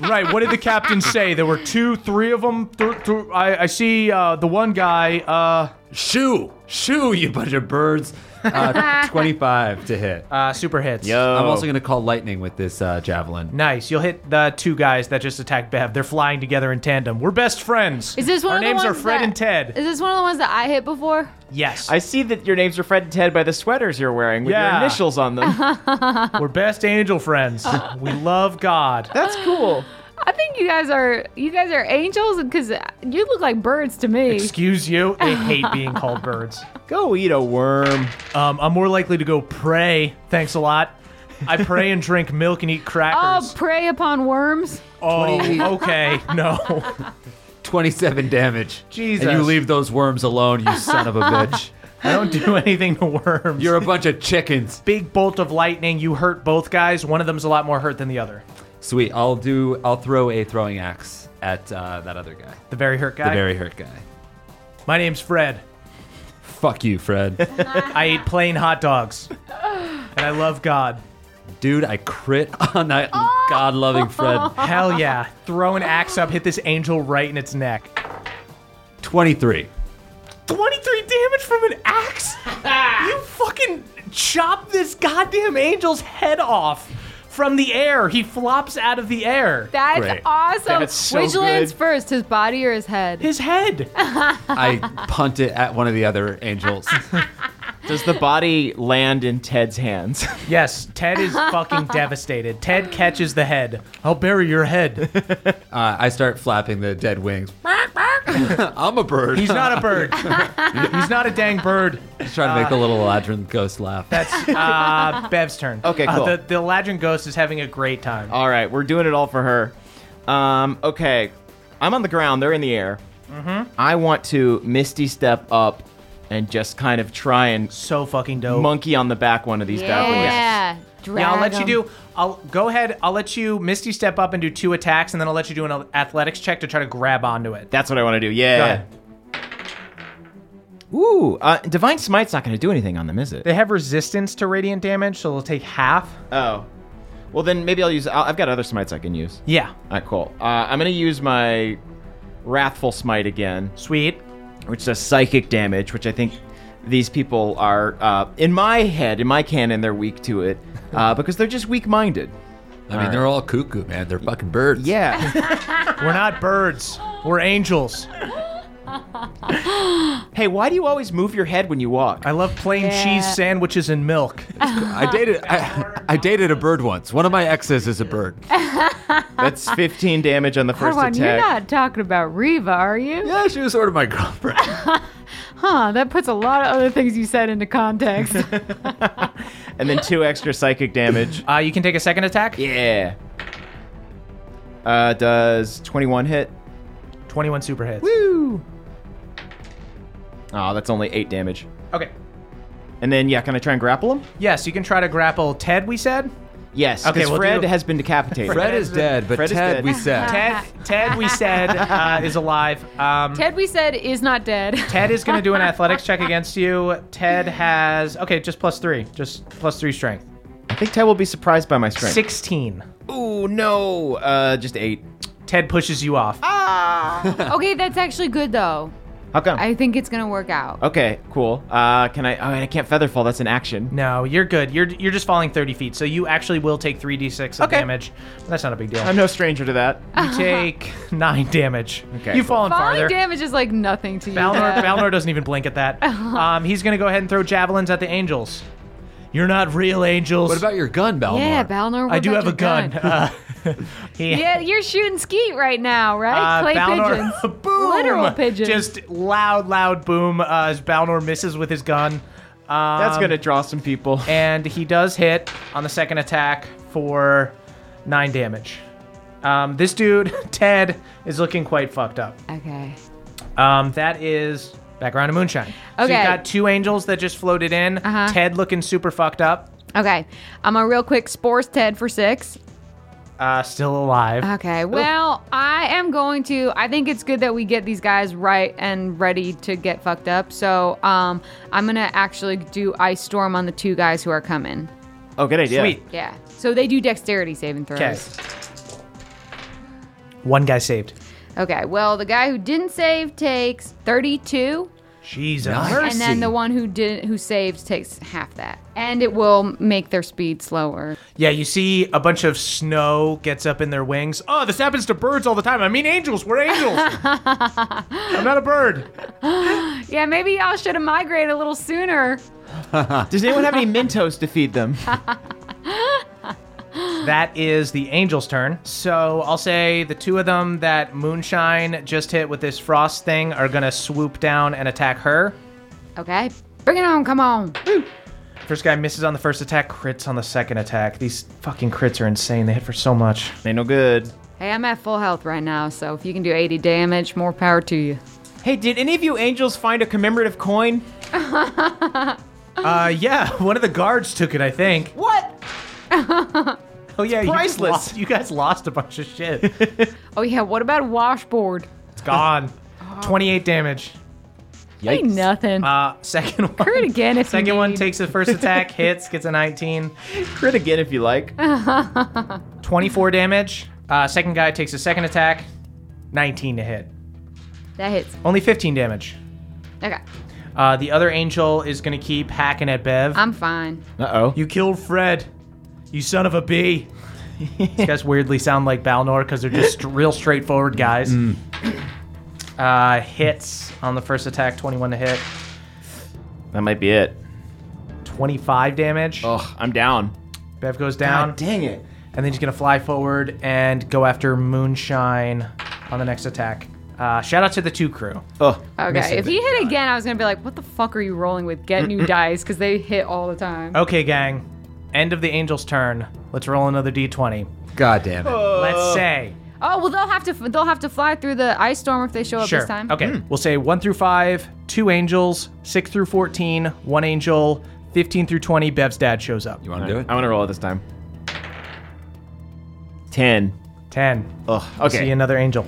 Speaker 1: right. What did the captain say? There were two, three of them. Th- th- I, I see uh, the one guy. Uh,
Speaker 3: Shoo! Shoo! You bunch of birds. Uh, 25 to hit.
Speaker 1: uh, super hits.
Speaker 3: I'm also gonna call lightning with this uh, javelin.
Speaker 1: Nice. You'll hit the two guys that just attacked Bev. They're flying together in tandem. We're best friends.
Speaker 4: Is this one
Speaker 1: Our
Speaker 4: of the
Speaker 1: names
Speaker 4: ones
Speaker 1: are Fred
Speaker 4: that-
Speaker 1: and Ted.
Speaker 4: Is this one of the ones that I hit before?
Speaker 1: yes.
Speaker 6: I see that your names are Fred and Ted by the sweaters you're wearing with
Speaker 1: Yeah.
Speaker 6: your initials on them.
Speaker 1: We're best angel friends.
Speaker 4: Oh.
Speaker 1: we love God.
Speaker 6: That's cool.
Speaker 4: I think you guys are you guys are angels because you look like birds to me.
Speaker 1: Excuse you. They hate being called birds.
Speaker 6: Go eat a worm.
Speaker 1: Um, I'm more likely to go pray. Thanks a lot. I pray and drink milk and eat
Speaker 4: oh,
Speaker 1: crackers.
Speaker 4: prey upon worms.
Speaker 1: oh okay. No.
Speaker 3: 27 damage.
Speaker 1: Jesus.
Speaker 3: And you leave those worms alone, you son of a bitch.
Speaker 1: I don't do anything to worms.
Speaker 3: You're a bunch of chickens.
Speaker 1: big bolt of lightning. You hurt both guys. One of them's a lot more hurt than the other.
Speaker 3: Sweet. I'll do. I'll throw a throwing axe at uh, that other guy,
Speaker 1: The very hurt guy.
Speaker 3: the very hurt guy.
Speaker 1: My name's Fred.
Speaker 3: Fuck you, Fred.
Speaker 1: I eat plain hot dogs, and I love God.
Speaker 3: Dude, I crit on that god-loving Fred.
Speaker 1: Hell yeah! Throw an axe up, hit this angel right in its neck.
Speaker 3: 23.
Speaker 1: Twenty-three damage from an axe. you fucking chop this goddamn angel's head off from the air. He flops out of the air.
Speaker 4: That's
Speaker 3: Great.
Speaker 4: awesome.
Speaker 6: That's so
Speaker 4: Which lands
Speaker 6: good.
Speaker 4: first, his body or his head?
Speaker 1: His head.
Speaker 3: I punt it at one of the other angels.
Speaker 6: Does the body land in Ted's hands?
Speaker 1: yes, Ted is fucking devastated. Ted catches the head. I'll bury your head.
Speaker 3: Uh, I start flapping the dead wings. I'm a bird.
Speaker 1: He's not a bird. He's not a dang bird.
Speaker 3: Just trying to make the little Eladrin ghost laugh.
Speaker 1: That's uh, Bev's turn.
Speaker 3: Oh,
Speaker 6: Okay,
Speaker 1: Uh,
Speaker 6: cool.
Speaker 1: the, the Eladrin Ghost is having a great time.
Speaker 6: all right, we're doing it all for her. Um, okay, I'm on the ground. They're in the air. I want to misty step up and just kind of try and
Speaker 1: so fucking dope.
Speaker 6: monkey on the back one of these bad boys.
Speaker 4: yeah. Drag
Speaker 1: yeah, I'll let you
Speaker 4: 'em.
Speaker 1: do. I'll go ahead. I'll let you Misty step up and do two attacks, and then I'll let you do an athletics check to try to grab onto it.
Speaker 6: That's what I want to do.
Speaker 1: Go
Speaker 6: Yeah.
Speaker 1: ahead.
Speaker 6: Ooh, uh, divine smite's not going to do anything on them, is it?
Speaker 1: They have resistance to radiant damage, so they'll take half.
Speaker 6: Oh. Well, then maybe I'll use. I'll, I've got other smites I can use.
Speaker 1: Yeah,
Speaker 6: All right, cool. Uh, I'm going to use my Wrathful Smite again,
Speaker 1: sweet.
Speaker 6: which does psychic damage, which I think these people are, uh, in my head, in my canon, they're weak to it uh, because they're just weak minded.
Speaker 3: I mean, they're all cuckoo, man. They're fucking birds.
Speaker 6: Yeah.
Speaker 2: We're not birds. We're angels.
Speaker 6: hey, why do you always move your head when you walk?
Speaker 2: I love plain
Speaker 4: Yeah.
Speaker 2: cheese sandwiches and milk.
Speaker 3: I dated I, I dated a bird once. One of my exes is a bird.
Speaker 6: That's 15 damage on the first
Speaker 4: Hold on, you're
Speaker 6: attack.
Speaker 4: not talking about Reva, are you?
Speaker 3: Yeah, she was sort of my girlfriend.
Speaker 4: Huh, that puts a lot of other things you said into context.
Speaker 6: And then two extra psychic damage.
Speaker 1: Uh, you can take a second attack.
Speaker 6: Yeah. Uh, does 21 hit?
Speaker 2: 21 super hits.
Speaker 6: Woo! Oh, that's only eight damage.
Speaker 1: Okay.
Speaker 6: And then, yeah, can I try and grapple him?
Speaker 1: Yes, you can try to grapple Ted. We said.
Speaker 6: Yes,
Speaker 1: Okay,
Speaker 6: because
Speaker 1: we'll
Speaker 6: Fred
Speaker 1: do-
Speaker 6: has been decapitated.
Speaker 3: Fred is dead, but
Speaker 6: Fred is
Speaker 3: Ted
Speaker 6: dead.
Speaker 3: we said.
Speaker 6: Uh-huh.
Speaker 1: Ted. Ted. We said uh, is alive. Um,
Speaker 4: Ted, we said, is not dead.
Speaker 1: Ted is going to do an athletics check against you. Ted has okay, just plus three, just plus three strength.
Speaker 6: I think Ted will be surprised by my strength.
Speaker 1: Sixteen.
Speaker 6: Ooh, no. Uh, just eight.
Speaker 1: Ted pushes you off.
Speaker 4: okay, that's actually good though.
Speaker 6: How come?
Speaker 4: I think it's gonna work out.
Speaker 6: Okay, cool. Uh, can I? Oh, and I can't feather fall. That's an action.
Speaker 1: No, you're good. You're you're just falling thirty feet, so you actually will take three d six of
Speaker 6: Okay.
Speaker 1: damage. That's not a big deal.
Speaker 6: I'm no stranger to that.
Speaker 1: You take nine damage.
Speaker 6: Okay.
Speaker 1: You've fallen
Speaker 4: Falling
Speaker 1: farther.
Speaker 4: damage is like nothing to you.
Speaker 1: Balnor,
Speaker 4: Ted.
Speaker 1: Balnor doesn't even blink at that. Um, he's going to go ahead and throw javelins at the angels. You're not real angels.
Speaker 3: What about your gun, Balmor?
Speaker 4: yeah, Balnor. what
Speaker 1: I do
Speaker 4: about
Speaker 1: have a
Speaker 4: your
Speaker 1: gun. Uh, he-
Speaker 4: yeah, you're shooting skeet right now, right?
Speaker 1: Uh,
Speaker 4: Clay
Speaker 1: Balnor,
Speaker 4: pigeons.
Speaker 1: boom!
Speaker 4: Literal pigeons.
Speaker 1: Just loud, loud boom uh, as Balnor misses with his gun. Um,
Speaker 6: That's gonna draw some people.
Speaker 1: And he does hit on the second attack for nine damage. Um, this dude, Ted, is looking quite fucked up.
Speaker 4: Okay.
Speaker 1: Um, that is background of moonshine. So
Speaker 4: Okay.
Speaker 1: you've got two angels that just floated in.
Speaker 4: Uh-huh.
Speaker 1: Ted looking super fucked up.
Speaker 4: Okay. I'm a real quick spores Ted for six.
Speaker 1: Uh, still alive.
Speaker 4: Okay. Well, I am going to. I think it's good that we get these guys right and ready to get fucked up. So, um, I'm gonna actually do ice storm on the two guys who are coming.
Speaker 6: Oh, good
Speaker 4: Uh-huh.
Speaker 6: idea.
Speaker 1: Sweet.
Speaker 4: Yeah. So they do dexterity saving throws.
Speaker 1: Okay. One guy saved.
Speaker 4: Okay. Well, the guy who didn't save takes 32,
Speaker 1: Jesus.
Speaker 4: and then the one who did who saved takes half that, and it will make their speed slower.
Speaker 1: Yeah, you see a bunch of snow gets up in their wings. Oh, this happens to birds all the time. I mean, angels. We're angels. I'm not a bird.
Speaker 4: Yeah. Maybe y'all should have migrated a little sooner.
Speaker 6: Does anyone have any Mentos to feed them?
Speaker 1: That is the angel's turn. So I'll say the two of them that Moonshine just hit with this frost thing are going to swoop down and attack her.
Speaker 4: Okay. Bring it on. Come on.
Speaker 1: First guy misses on the first attack, crits on the second attack. These fucking crits are insane. They hit for so much.
Speaker 6: Ain't no good.
Speaker 4: Hey, I'm at full health right now, so if you can do 80 damage, more power to you.
Speaker 6: Hey, did any of you angels find a commemorative coin?
Speaker 1: Uh, yeah, one of the guards took it, I think.
Speaker 6: What?
Speaker 1: Oh yeah, you guys
Speaker 6: priceless.
Speaker 1: lost- You guys lost a bunch of shit. It's
Speaker 4: Oh yeah, what about washboard?
Speaker 1: gone. Twenty-eight damage.
Speaker 4: Ain't nothing.
Speaker 1: Uh, second one.
Speaker 4: Crit again if you
Speaker 1: Second one
Speaker 4: need.
Speaker 1: takes the first attack, hits, gets a 19,
Speaker 6: Crit again if you like.
Speaker 1: 24 damage. Uh, second guy takes a second attack, 19 to hit.
Speaker 4: that hits.
Speaker 1: Only 15 damage.
Speaker 4: Okay,
Speaker 1: Uh, the other angel is gonna keep hacking at Bev.
Speaker 6: Ah.
Speaker 4: I'm fine.
Speaker 6: Uh oh.
Speaker 1: you killed Fred, you son of a bee. These guys weirdly sound like Balnor because they're just real straightforward guys.
Speaker 6: Mm.
Speaker 1: Uh, hits on the first attack, 21 to hit,
Speaker 6: That might be it.
Speaker 1: 25 damage.
Speaker 6: Ugh, I'm down.
Speaker 1: Bev goes down.
Speaker 6: Dang it.
Speaker 1: And then he's gonna fly forward and go after Moonshine on the next attack. Uh, shout out to the two crew.
Speaker 6: Ugh.
Speaker 4: Okay, if he hit again, I was gonna be like, what the fuck are you rolling with? Get new dice because they hit all the time.
Speaker 1: Okay, gang. End of the angel's turn. Let's roll another d20.
Speaker 3: God damn it.
Speaker 1: Let's say
Speaker 4: Oh well, they'll have to they'll have to fly through the ice storm if they show up
Speaker 1: sure.
Speaker 4: this time.
Speaker 1: Okay,
Speaker 3: Hmm.
Speaker 1: we'll say one through five, two angels, six through fourteen, one angel, fifteen through twenty. Bev's dad shows up.
Speaker 3: You want to do it?
Speaker 6: I'm gonna roll it this time. Ten.
Speaker 1: Ten.
Speaker 6: Ugh.
Speaker 1: See
Speaker 6: Okay.
Speaker 1: another angel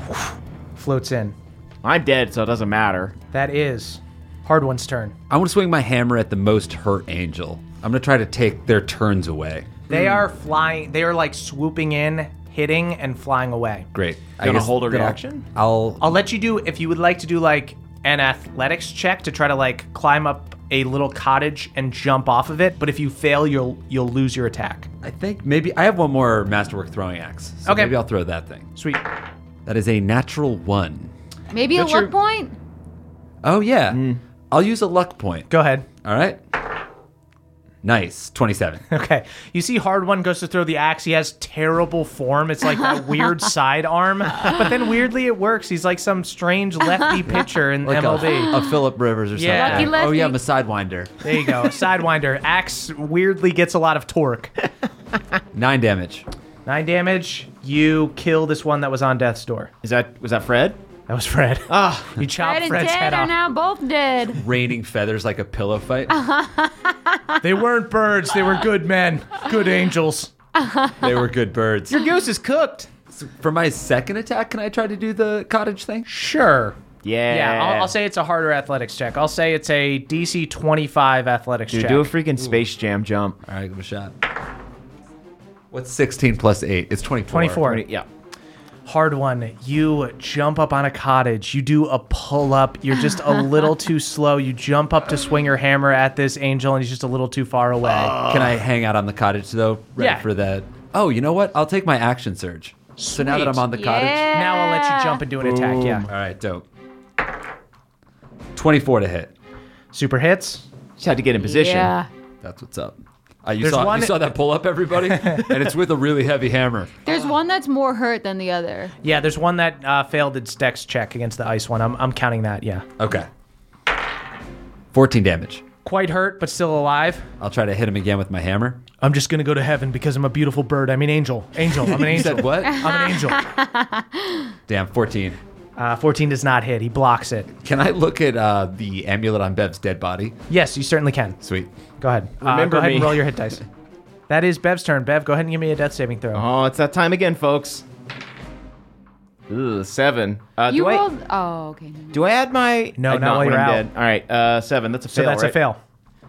Speaker 1: floats in.
Speaker 6: I'm dead, so it doesn't matter.
Speaker 1: That is hard one's turn.
Speaker 3: I want to swing my hammer at the most hurt angel. I'm going to try to take their turns away.
Speaker 1: They are flying. They are like swooping in, hitting, and flying away.
Speaker 3: Great. I
Speaker 6: gonna
Speaker 3: guess
Speaker 6: hold a
Speaker 3: that I'll-
Speaker 6: reaction?
Speaker 3: I'll,
Speaker 1: I'll let you do if you would like to do like an athletics check to try to like climb up a little cottage and jump off of it. But if you fail, you'll you'll lose your attack.
Speaker 3: I think maybe I have one more masterwork throwing axe. So
Speaker 1: Okay.
Speaker 3: maybe I'll throw that thing.
Speaker 1: Sweet.
Speaker 3: That is a natural one.
Speaker 4: Maybe a
Speaker 1: What's your-
Speaker 4: luck point.
Speaker 3: Oh yeah. I'll use a luck point.
Speaker 1: Go ahead.
Speaker 3: All right. Nice. 27.
Speaker 1: Okay. You see, Hard One goes to throw the axe. He has terrible form. It's like a weird side arm, but then weirdly it works. He's like some strange lefty pitcher in
Speaker 3: Like a,
Speaker 1: MLB.
Speaker 3: a Philip Rivers or
Speaker 1: Yeah.
Speaker 3: something.
Speaker 4: Lucky
Speaker 3: oh yeah, I'm a
Speaker 4: lefty.
Speaker 3: sidewinder.
Speaker 1: There you go. Sidewinder. Axe weirdly gets a lot of torque.
Speaker 3: Nine damage.
Speaker 1: Nine damage. You kill this one that was on death's door.
Speaker 6: Is that was that Fred?
Speaker 1: That was Fred. Ah, you chop
Speaker 4: Fred and
Speaker 1: Fred's
Speaker 4: Ted
Speaker 1: head
Speaker 4: are
Speaker 1: off.
Speaker 4: now both dead.
Speaker 3: Raining feathers like a pillow fight.
Speaker 1: They weren't birds. They were good men, good angels.
Speaker 3: they were good birds.
Speaker 6: Your goose is cooked.
Speaker 3: For my second attack, can I try to do the cottage thing?
Speaker 1: Sure.
Speaker 6: Yeah.
Speaker 1: Yeah, I'll, I'll say it's a harder athletics check. I'll say it's a DC 25 athletics
Speaker 6: Dude,
Speaker 1: check.
Speaker 6: do a freaking Space Jam jump.
Speaker 3: All right, give it a shot. What's 16 plus 8? It's 24.
Speaker 1: 24.
Speaker 6: Yeah.
Speaker 1: Hard one. You jump up on a cottage. You do a pull up. You're just a little too slow. You jump up to swing your hammer at this angel, and he's just a little too far away.
Speaker 6: Uh,
Speaker 3: Can I hang out on the cottage though? Ready
Speaker 1: Yeah.
Speaker 3: for that. Oh, you know what? I'll take my action surge. So now that I'm on the cottage.
Speaker 1: now I'll let you jump and do an attack. Yeah.
Speaker 3: All right, dope. 24 to hit.
Speaker 1: Super hits.
Speaker 6: Just had to get in position.
Speaker 4: Yeah.
Speaker 3: That's what's up. Uh, you,
Speaker 1: There's
Speaker 3: saw,
Speaker 1: one-
Speaker 3: you saw that pull up, everybody? and it's with a really heavy hammer.
Speaker 4: There's one that's more hurt than the other.
Speaker 1: Yeah, there's one that uh, failed its dex check against the ice one. I'm, I'm counting that. Yeah.
Speaker 3: Okay. 14 damage.
Speaker 1: Quite hurt, but still alive.
Speaker 3: I'll try to hit him again with my hammer.
Speaker 1: I'm just gonna go to heaven because I'm a beautiful bird. I'm an angel. Angel. I'm an
Speaker 3: He
Speaker 1: angel.
Speaker 3: said what?
Speaker 1: I'm an angel.
Speaker 3: Damn, 14.
Speaker 1: Uh, 14 does not hit. He blocks it.
Speaker 3: Can I look at uh, the amulet on Bev's dead body?
Speaker 1: Yes, you certainly can.
Speaker 3: Sweet.
Speaker 1: Go ahead. Uh,
Speaker 6: Remember
Speaker 1: go ahead and
Speaker 6: me.
Speaker 1: roll your hit dice. That is Bev's turn. Bev, go ahead and give me a death saving throw.
Speaker 6: Oh, it's that time again, folks. Ugh, seven. Uh,
Speaker 4: You
Speaker 6: do
Speaker 4: rolled.
Speaker 6: I
Speaker 4: Oh, okay.
Speaker 6: do I add my?
Speaker 1: No,
Speaker 6: I-
Speaker 1: not while
Speaker 6: when
Speaker 1: you're
Speaker 6: I'm
Speaker 1: out.
Speaker 6: dead. All right, uh, seven. That's a
Speaker 1: so
Speaker 6: fail.
Speaker 1: that's a
Speaker 6: right?
Speaker 1: fail.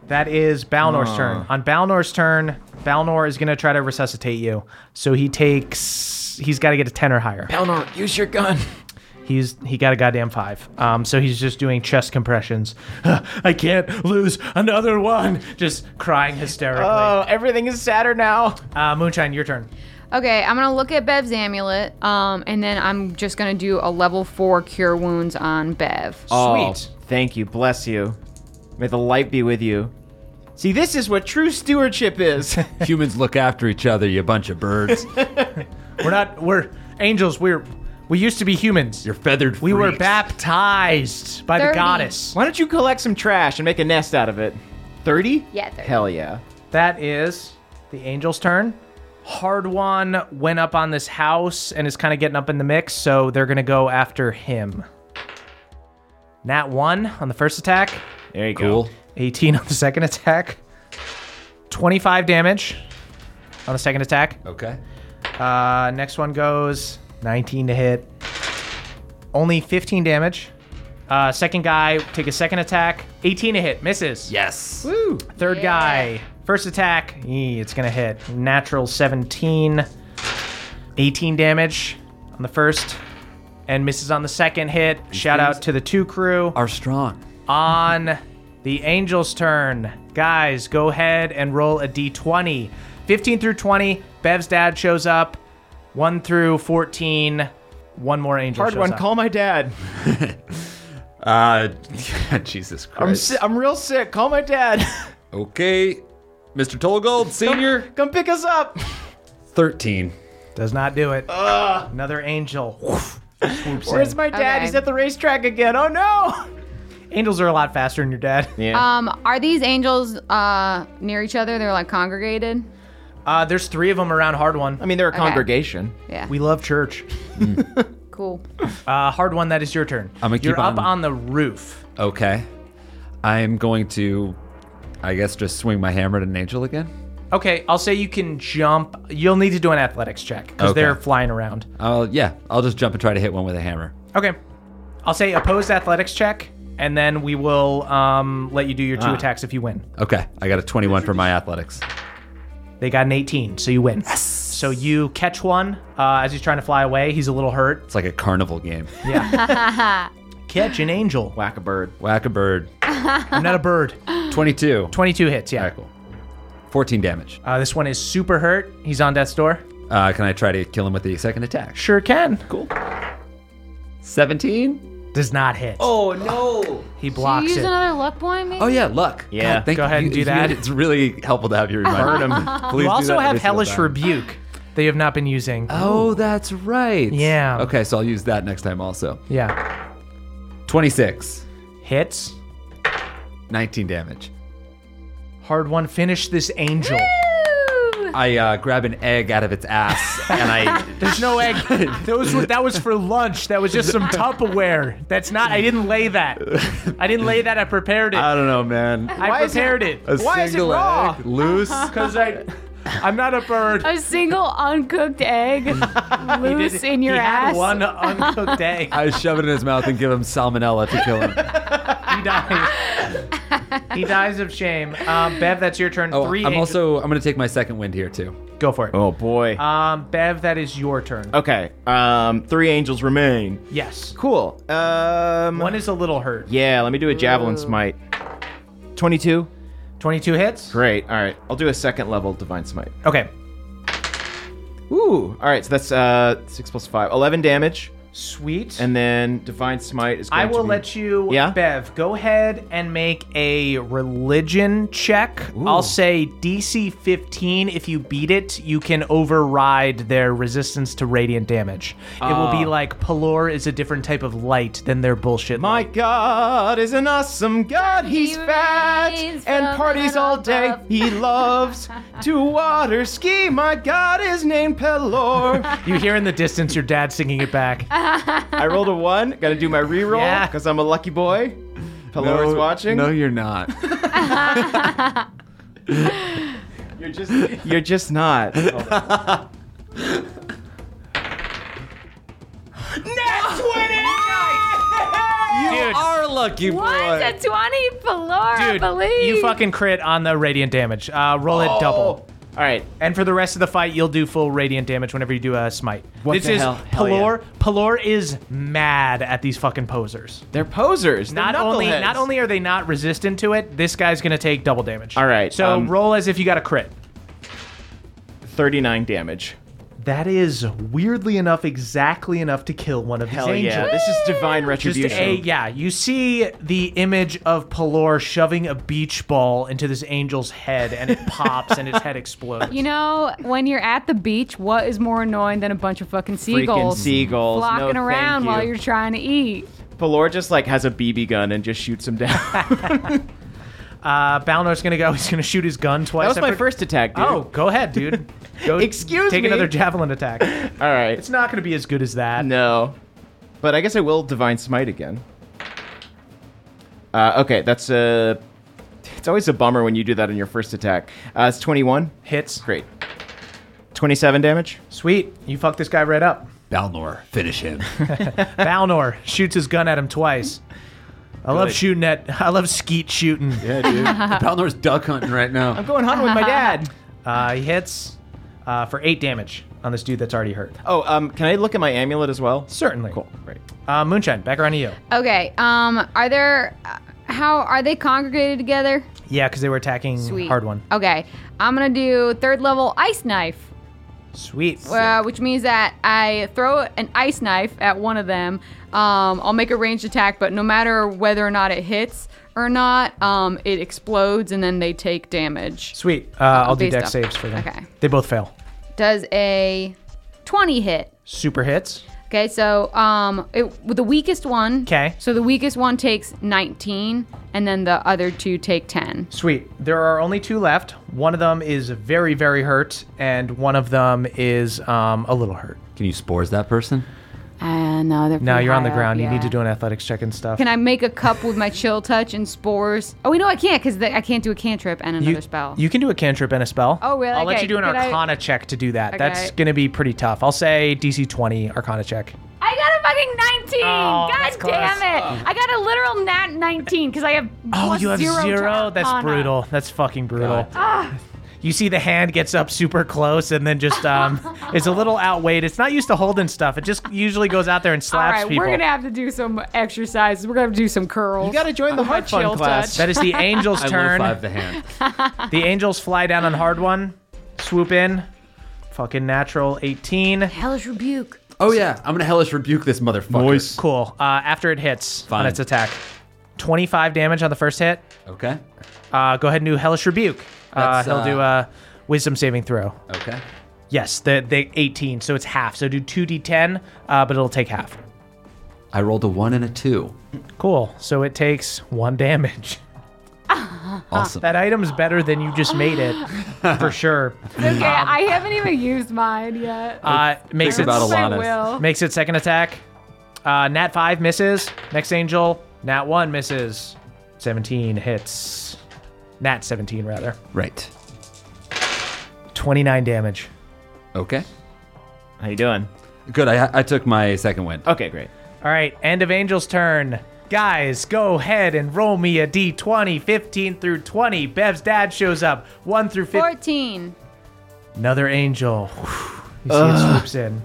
Speaker 1: That is Balnor's turn. On Balnor's turn, Balnor is going to try to resuscitate you. So he takes. He's got to get a 10 or higher.
Speaker 6: Balnor, use your gun.
Speaker 1: He's he got a goddamn five. Um, so he's just doing chest compressions. I can't lose another one. Just crying hysterically.
Speaker 6: Oh, everything is sadder now.
Speaker 1: Uh, Moonshine, your turn.
Speaker 4: Okay, I'm gonna look at Bev's amulet, um, and then I'm just gonna do a level four cure wounds on Bev.
Speaker 6: Oh,
Speaker 1: Sweet.
Speaker 6: thank you. Bless you. May the light be with you. See, this is what true stewardship is.
Speaker 3: Humans look after each other, you bunch of birds.
Speaker 1: We're not. We're angels. We're. We used to be humans.
Speaker 3: You're feathered
Speaker 1: we were
Speaker 3: freaks.
Speaker 1: baptized by the
Speaker 4: Thirty.
Speaker 1: goddess.
Speaker 6: Why don't you collect some trash and make a nest out of it? 30?
Speaker 4: Yeah, 30.
Speaker 6: Hell yeah.
Speaker 1: That is the angel's turn. Hardwan went up on this house and is kind of getting up in the mix, so they're gonna go after him. Nat one on the first attack,
Speaker 6: There you
Speaker 3: Cool.
Speaker 6: go.
Speaker 1: 18 on the second attack, 25 damage on the second attack.
Speaker 3: Okay.
Speaker 1: Uh, next one goes 19 to hit. Only 15 damage. Uh, second guy, take a second attack. 18 to hit, misses.
Speaker 3: Yes.
Speaker 1: Third guy, first attack. eh, it's going to hit. Natural 17. 18 damage on the first. And misses on the second hit. Shout out to the two crew.
Speaker 3: Are strong.
Speaker 1: On the angel's turn, guys, go ahead and roll a d20. 15 through 20, Bev's dad shows up. 1 through 14, one more angel
Speaker 6: Hard
Speaker 1: shows
Speaker 6: one.
Speaker 1: up.
Speaker 6: Call my dad.
Speaker 3: Uh, Jesus
Speaker 6: I'm,
Speaker 3: Christ.
Speaker 6: si- I'm real sick. Call my dad.
Speaker 3: okay. Mr. Tolgold, senior.
Speaker 6: Come pick us up.
Speaker 3: 13.
Speaker 1: Does not do it. Another angel. whoosh, swoops
Speaker 6: Where's
Speaker 1: in.
Speaker 6: my dad?
Speaker 4: Okay.
Speaker 6: He's at the racetrack again. Oh no.
Speaker 1: Angels are a lot faster than your dad.
Speaker 4: Um, are these angels uh near each other? They're like congregated.
Speaker 1: Uh, there's three of them around Hard One.
Speaker 6: I mean, they're a congregation.
Speaker 4: Yeah.
Speaker 1: We love church.
Speaker 4: cool.
Speaker 1: Uh, hard one. That is your turn.
Speaker 3: I'ma keep
Speaker 1: You're up
Speaker 3: on-
Speaker 1: on the roof.
Speaker 3: Okay. I'm going to, I guess, just swing my hammer at an angel again.
Speaker 1: Okay, I'll say you can jump. You'll need to do an athletics check because
Speaker 3: Okay.
Speaker 1: they're flying around.
Speaker 3: I'll, yeah, I'll just jump and try to hit one with a hammer.
Speaker 1: Okay, I'll say opposed athletics check, and then we will um, let you do your two
Speaker 3: Ah.
Speaker 1: attacks if you win.
Speaker 3: Okay. I got a 21 for my athletics.
Speaker 1: They got an 18, so you win. Yes. So you catch one uh, as he's trying to fly away. He's a little hurt.
Speaker 3: It's like a carnival game.
Speaker 1: Catch an angel.
Speaker 6: Whack a bird.
Speaker 3: Whack a bird.
Speaker 1: I'm not a bird.
Speaker 3: 22.
Speaker 1: 22 hits, yeah.
Speaker 3: 14 damage.
Speaker 1: Uh, this one is super hurt. He's on death's door.
Speaker 3: Uh, can I try to kill him with the second attack?
Speaker 1: Sure can.
Speaker 3: Cool. 17?
Speaker 1: Does not hit.
Speaker 3: Oh, no.
Speaker 1: He
Speaker 7: Do you
Speaker 1: blocks
Speaker 7: use
Speaker 1: it.
Speaker 7: another luck point, maybe?
Speaker 3: Oh, yeah, luck.
Speaker 6: Yeah.
Speaker 3: God, thank
Speaker 1: Go ahead
Speaker 3: you.
Speaker 1: and do
Speaker 3: You-
Speaker 1: that.
Speaker 3: It's really helpful to have you remind him. Please
Speaker 1: You
Speaker 3: do
Speaker 1: also
Speaker 3: that
Speaker 1: have
Speaker 3: every single
Speaker 1: Hellish
Speaker 3: time.
Speaker 1: Rebuke that you have not been using.
Speaker 3: Oh, that's right.
Speaker 1: Yeah.
Speaker 3: Okay, so I'll use that next time also.
Speaker 1: Yeah.
Speaker 3: 26.
Speaker 1: Hits.
Speaker 3: 19 damage.
Speaker 1: Hard one. Finish this angel.
Speaker 3: I uh, grab an egg out of its ass and I.
Speaker 1: There's no egg. Those were, that was for lunch. That was just some Tupperware. That's not. I didn't lay that. I didn't lay that. I prepared it.
Speaker 3: I don't know, man.
Speaker 1: I prepared it.
Speaker 3: A
Speaker 6: Why is it
Speaker 3: single
Speaker 6: raw?
Speaker 3: egg loose.
Speaker 1: Because I, I'm not a bird.
Speaker 4: A single uncooked egg loose in your
Speaker 1: he
Speaker 4: ass.
Speaker 1: Had one uncooked egg.
Speaker 3: I shove it in his mouth and give him salmonella to kill him.
Speaker 1: He dies. he dies of shame. Um, Bev, that's your turn.
Speaker 3: Oh,
Speaker 1: Three.
Speaker 3: I'm
Speaker 1: angel-
Speaker 3: also I'm gonna take my second wind here too.
Speaker 1: go for it.
Speaker 6: Oh boy.
Speaker 1: Um, Bev, that is your turn.
Speaker 6: okay. Um, three angels remain.
Speaker 1: Yes.
Speaker 6: Cool. Um,
Speaker 1: One is a little hurt.
Speaker 6: yeah. Let me do a javelin smite. Twenty-two.
Speaker 1: 22 hits.
Speaker 6: Great. All right. I'll do a second level divine smite.
Speaker 1: Okay.
Speaker 6: Ooh. All right. So that's uh six plus five. Eleven damage,
Speaker 1: Sweet.
Speaker 6: and then divine smite is. Going
Speaker 1: I will
Speaker 6: to be-
Speaker 1: let you,
Speaker 6: Yeah?
Speaker 1: Bev, go ahead and make a religion check. I'll say DC 15. If you beat it, you can override their resistance to radiant damage. it will
Speaker 6: Ah.
Speaker 1: be like Pelor is a different type of light than their bullshit.
Speaker 6: My
Speaker 1: light.
Speaker 6: God is an awesome God. He's
Speaker 7: He
Speaker 6: fat
Speaker 7: reigns
Speaker 6: and
Speaker 7: from
Speaker 6: parties
Speaker 7: and
Speaker 6: all day.
Speaker 7: above.
Speaker 6: He loves to water ski. My God is named Pelor.
Speaker 1: You hear in the distance your dad singing it back.
Speaker 6: I rolled a one. Got to do my reroll
Speaker 1: Yeah.
Speaker 6: because I'm a lucky boy. Pelor is watching.
Speaker 3: No, you're not.
Speaker 6: You're just you're just not.
Speaker 1: Dude.
Speaker 3: are lucky boy.
Speaker 4: One's a 20 below, I
Speaker 1: Dude,
Speaker 4: believe.
Speaker 1: you fucking crit on the radiant damage. Uh, roll
Speaker 6: Oh.
Speaker 1: it double.
Speaker 6: All right.
Speaker 1: And for the rest of the fight, you'll do full radiant damage whenever you do a smite.
Speaker 6: What
Speaker 1: this
Speaker 6: the
Speaker 1: is
Speaker 6: hell? Hell yeah.
Speaker 1: Pelor. Pelor is mad at these fucking posers.
Speaker 6: They're posers. They're
Speaker 1: Not only,
Speaker 6: knuckleheads.
Speaker 1: not only are they not resistant to it, this guy's gonna take double damage.
Speaker 6: All right,
Speaker 1: So
Speaker 6: um,
Speaker 1: roll as if you got a crit.
Speaker 6: 39 damage.
Speaker 1: That is weirdly enough, exactly enough to kill one of these
Speaker 6: Hell
Speaker 1: angels.
Speaker 6: yeah. This is divine
Speaker 1: Just
Speaker 6: retribution.
Speaker 1: a yeah. You see the image of Pelor shoving a beach ball into this angel's head, and it pops, and his head explodes.
Speaker 4: You know, Oh, when you're at the beach, what is more annoying than a bunch of fucking
Speaker 6: Freaking
Speaker 4: seagulls
Speaker 6: seagulls.
Speaker 4: flocking
Speaker 6: no,
Speaker 4: around
Speaker 6: thank you.
Speaker 4: while you're trying to eat?
Speaker 6: Pelor just like has a BB gun and just shoots him down.
Speaker 1: Uh, Balnor's gonna go. He's gonna shoot his gun twice.
Speaker 6: that was my
Speaker 1: after-
Speaker 6: first attack, dude.
Speaker 1: Oh, go ahead, dude. Go
Speaker 6: Excuse
Speaker 1: take
Speaker 6: me.
Speaker 1: another javelin attack. It's
Speaker 6: All right.
Speaker 1: not gonna be as good as that.
Speaker 6: No. But I guess I will divine smite again. Uh, okay, that's a. It's always a bummer when you do that in your first attack. Uh, it's 21.
Speaker 1: Hits.
Speaker 6: Great. 27 damage.
Speaker 1: Sweet. You fuck this guy right up.
Speaker 3: Balnor, finish him.
Speaker 1: Balnor shoots his gun at him twice. I love shooting at. I love skeet shooting.
Speaker 3: yeah, dude. Balnor's duck hunting right now.
Speaker 6: Going hunting with my dad.
Speaker 1: Uh, he hits uh, for eight damage on this dude that's already hurt.
Speaker 6: Oh, um, can I look at my amulet as well?
Speaker 1: Certainly.
Speaker 6: Cool. Great.
Speaker 1: Uh, Moonshine, back around to you.
Speaker 4: Okay. Um, are there? uh, How are they congregated together?
Speaker 1: Yeah, because they were attacking
Speaker 4: Sweet.
Speaker 1: hard one.
Speaker 4: Okay. I'm gonna do third level ice knife.
Speaker 1: Sweet.
Speaker 4: Uh, which means that I throw an ice knife at one of them. Um, I'll make a ranged attack, but no matter whether or not it hits or not, um, it explodes and then they take damage.
Speaker 1: Sweet. Uh, I'll do
Speaker 4: based
Speaker 1: deck
Speaker 4: up.
Speaker 1: saves for them.
Speaker 4: Okay.
Speaker 1: They both fail.
Speaker 4: Does a 20 hit?
Speaker 1: Super hits.
Speaker 4: Okay, so um, it, with the weakest one.
Speaker 1: 'Kay.
Speaker 4: So the weakest one takes 19, and then the other two take 10.
Speaker 1: Sweet. There are only two left. One of them is very, very hurt, and one of them is um, a little hurt.
Speaker 3: Can you spores that person?
Speaker 4: Uh, no, they're
Speaker 1: Now
Speaker 4: pretty
Speaker 1: you're on
Speaker 4: high
Speaker 1: the
Speaker 4: up,
Speaker 1: ground. You
Speaker 4: yeah.
Speaker 1: need to do an athletics check and stuff.
Speaker 4: Can I make a cup with my chill touch and spores? Oh, wait, no, I can't because I can't do a cantrip and another
Speaker 1: you,
Speaker 4: spell.
Speaker 1: You can do a cantrip and a spell.
Speaker 4: Oh, really?
Speaker 1: I'll let
Speaker 4: Okay,
Speaker 1: you do an
Speaker 4: could I-
Speaker 1: Arcana check to do that. That's
Speaker 4: Okay.
Speaker 1: going to be pretty tough. I'll say DC 20 Arcana check.
Speaker 4: I got a fucking 19.
Speaker 1: Oh, that's
Speaker 4: God
Speaker 1: close.
Speaker 4: damn it. I got a literal nat 19 because I have
Speaker 1: Oh,
Speaker 4: plus
Speaker 1: you have
Speaker 4: zero. Oh, to
Speaker 1: zero.
Speaker 4: Arcana.
Speaker 1: That's
Speaker 4: Ah.
Speaker 1: brutal. That's fucking brutal. you see the hand gets up super close and then just um, is a little outweighed. It's not used to holding stuff. It just usually goes out there and
Speaker 4: All
Speaker 1: slaps
Speaker 4: right,
Speaker 1: people.
Speaker 4: we're gonna have to do some exercises. We're gonna have to do some curls.
Speaker 6: You gotta join the
Speaker 4: I'm
Speaker 6: hard
Speaker 4: gonna
Speaker 6: fun
Speaker 4: chill
Speaker 6: class.
Speaker 4: touch.
Speaker 1: that is the angel's
Speaker 3: I
Speaker 1: turn.
Speaker 3: low five the hand.
Speaker 1: The angels fly down on hard one, swoop in, fucking natural 18.
Speaker 4: Hellish rebuke.
Speaker 3: Oh yeah, I'm gonna hellish rebuke this motherfucker.
Speaker 1: Cool. Uh, after it hits on
Speaker 3: Fine.
Speaker 1: its attack, 25 damage on the first hit.
Speaker 3: Okay.
Speaker 1: Uh, go ahead and do Hellish Rebuke. Uh,
Speaker 3: That's,
Speaker 1: he'll
Speaker 3: uh,
Speaker 1: do a wisdom saving throw.
Speaker 3: Okay.
Speaker 1: Yes, the, the 18, so it's half. So do 2d10, uh, but it'll take half.
Speaker 3: I rolled a one and a two.
Speaker 1: Cool. So it takes one damage.
Speaker 3: Awesome.
Speaker 1: That item's better than you just made it, for sure.
Speaker 4: Okay, I haven't even used mine yet.
Speaker 1: Uh, makes it
Speaker 3: about
Speaker 4: I
Speaker 3: Alanis.
Speaker 4: will.
Speaker 1: makes it second attack. Uh, nat five misses. Next angel, nat one misses. 17 hits. Nat 17 rather.
Speaker 3: right.
Speaker 1: 29 damage.
Speaker 3: Okay.
Speaker 6: How you doing?
Speaker 3: Good. I I took my second win.
Speaker 6: Okay, great.
Speaker 1: All right, end of Angel's turn. Guys, go ahead and roll me a d20, 15 through 20. Bev's dad shows up, 1 through 15.
Speaker 4: Fourteen.
Speaker 1: Another angel. You see it swoops in.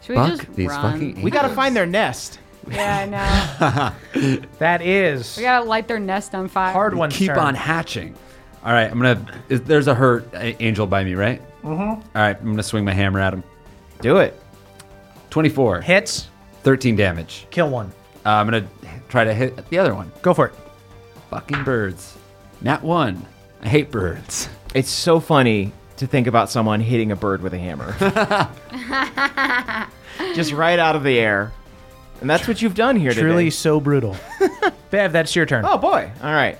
Speaker 4: Should we
Speaker 3: Fuck
Speaker 4: just
Speaker 3: these
Speaker 4: run?
Speaker 3: fucking.
Speaker 6: We gotta find their nest.
Speaker 4: Yeah, I know.
Speaker 1: That is
Speaker 4: we gotta light their nest on fire.
Speaker 1: hard one.
Speaker 3: keep on hatching. All right, I'm gonna. Is, there's a hurt a- angel by me, right? Mm-hmm. right, I'm gonna swing my hammer at him.
Speaker 6: Do it.
Speaker 3: 24,
Speaker 1: Hits,
Speaker 3: 13 damage.
Speaker 1: kill one.
Speaker 3: Uh, I'm gonna h- try to hit the other one.
Speaker 1: Go for it.
Speaker 3: Fucking birds. Not one. I hate birds.
Speaker 6: It's so funny to think about someone hitting a bird with a hammer. Just right out of the air. And that's what you've done here
Speaker 1: Truly
Speaker 6: today.
Speaker 1: so brutal. Bev, that's your turn.
Speaker 6: Oh boy. All right.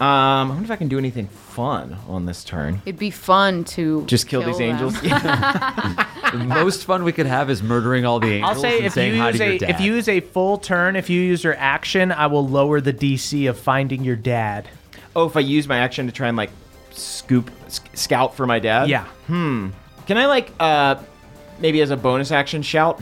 Speaker 6: Um, I wonder if I can do anything fun on this turn.
Speaker 4: It'd be fun to
Speaker 6: Just kill, these
Speaker 4: them.
Speaker 6: angels. Yeah.
Speaker 3: The most fun we could have is murdering all the angels
Speaker 1: I'll
Speaker 3: and
Speaker 1: say if you,
Speaker 3: saying hi
Speaker 1: use
Speaker 3: to
Speaker 1: a,
Speaker 3: your dad.
Speaker 1: if you use a full turn, if you use your action, I will lower the DC of finding your dad.
Speaker 6: oh, if I use my action to try and like scoop sc- scout for my
Speaker 3: Uh,
Speaker 6: dad.
Speaker 1: Yeah.
Speaker 6: Can I like uh maybe as a bonus action shout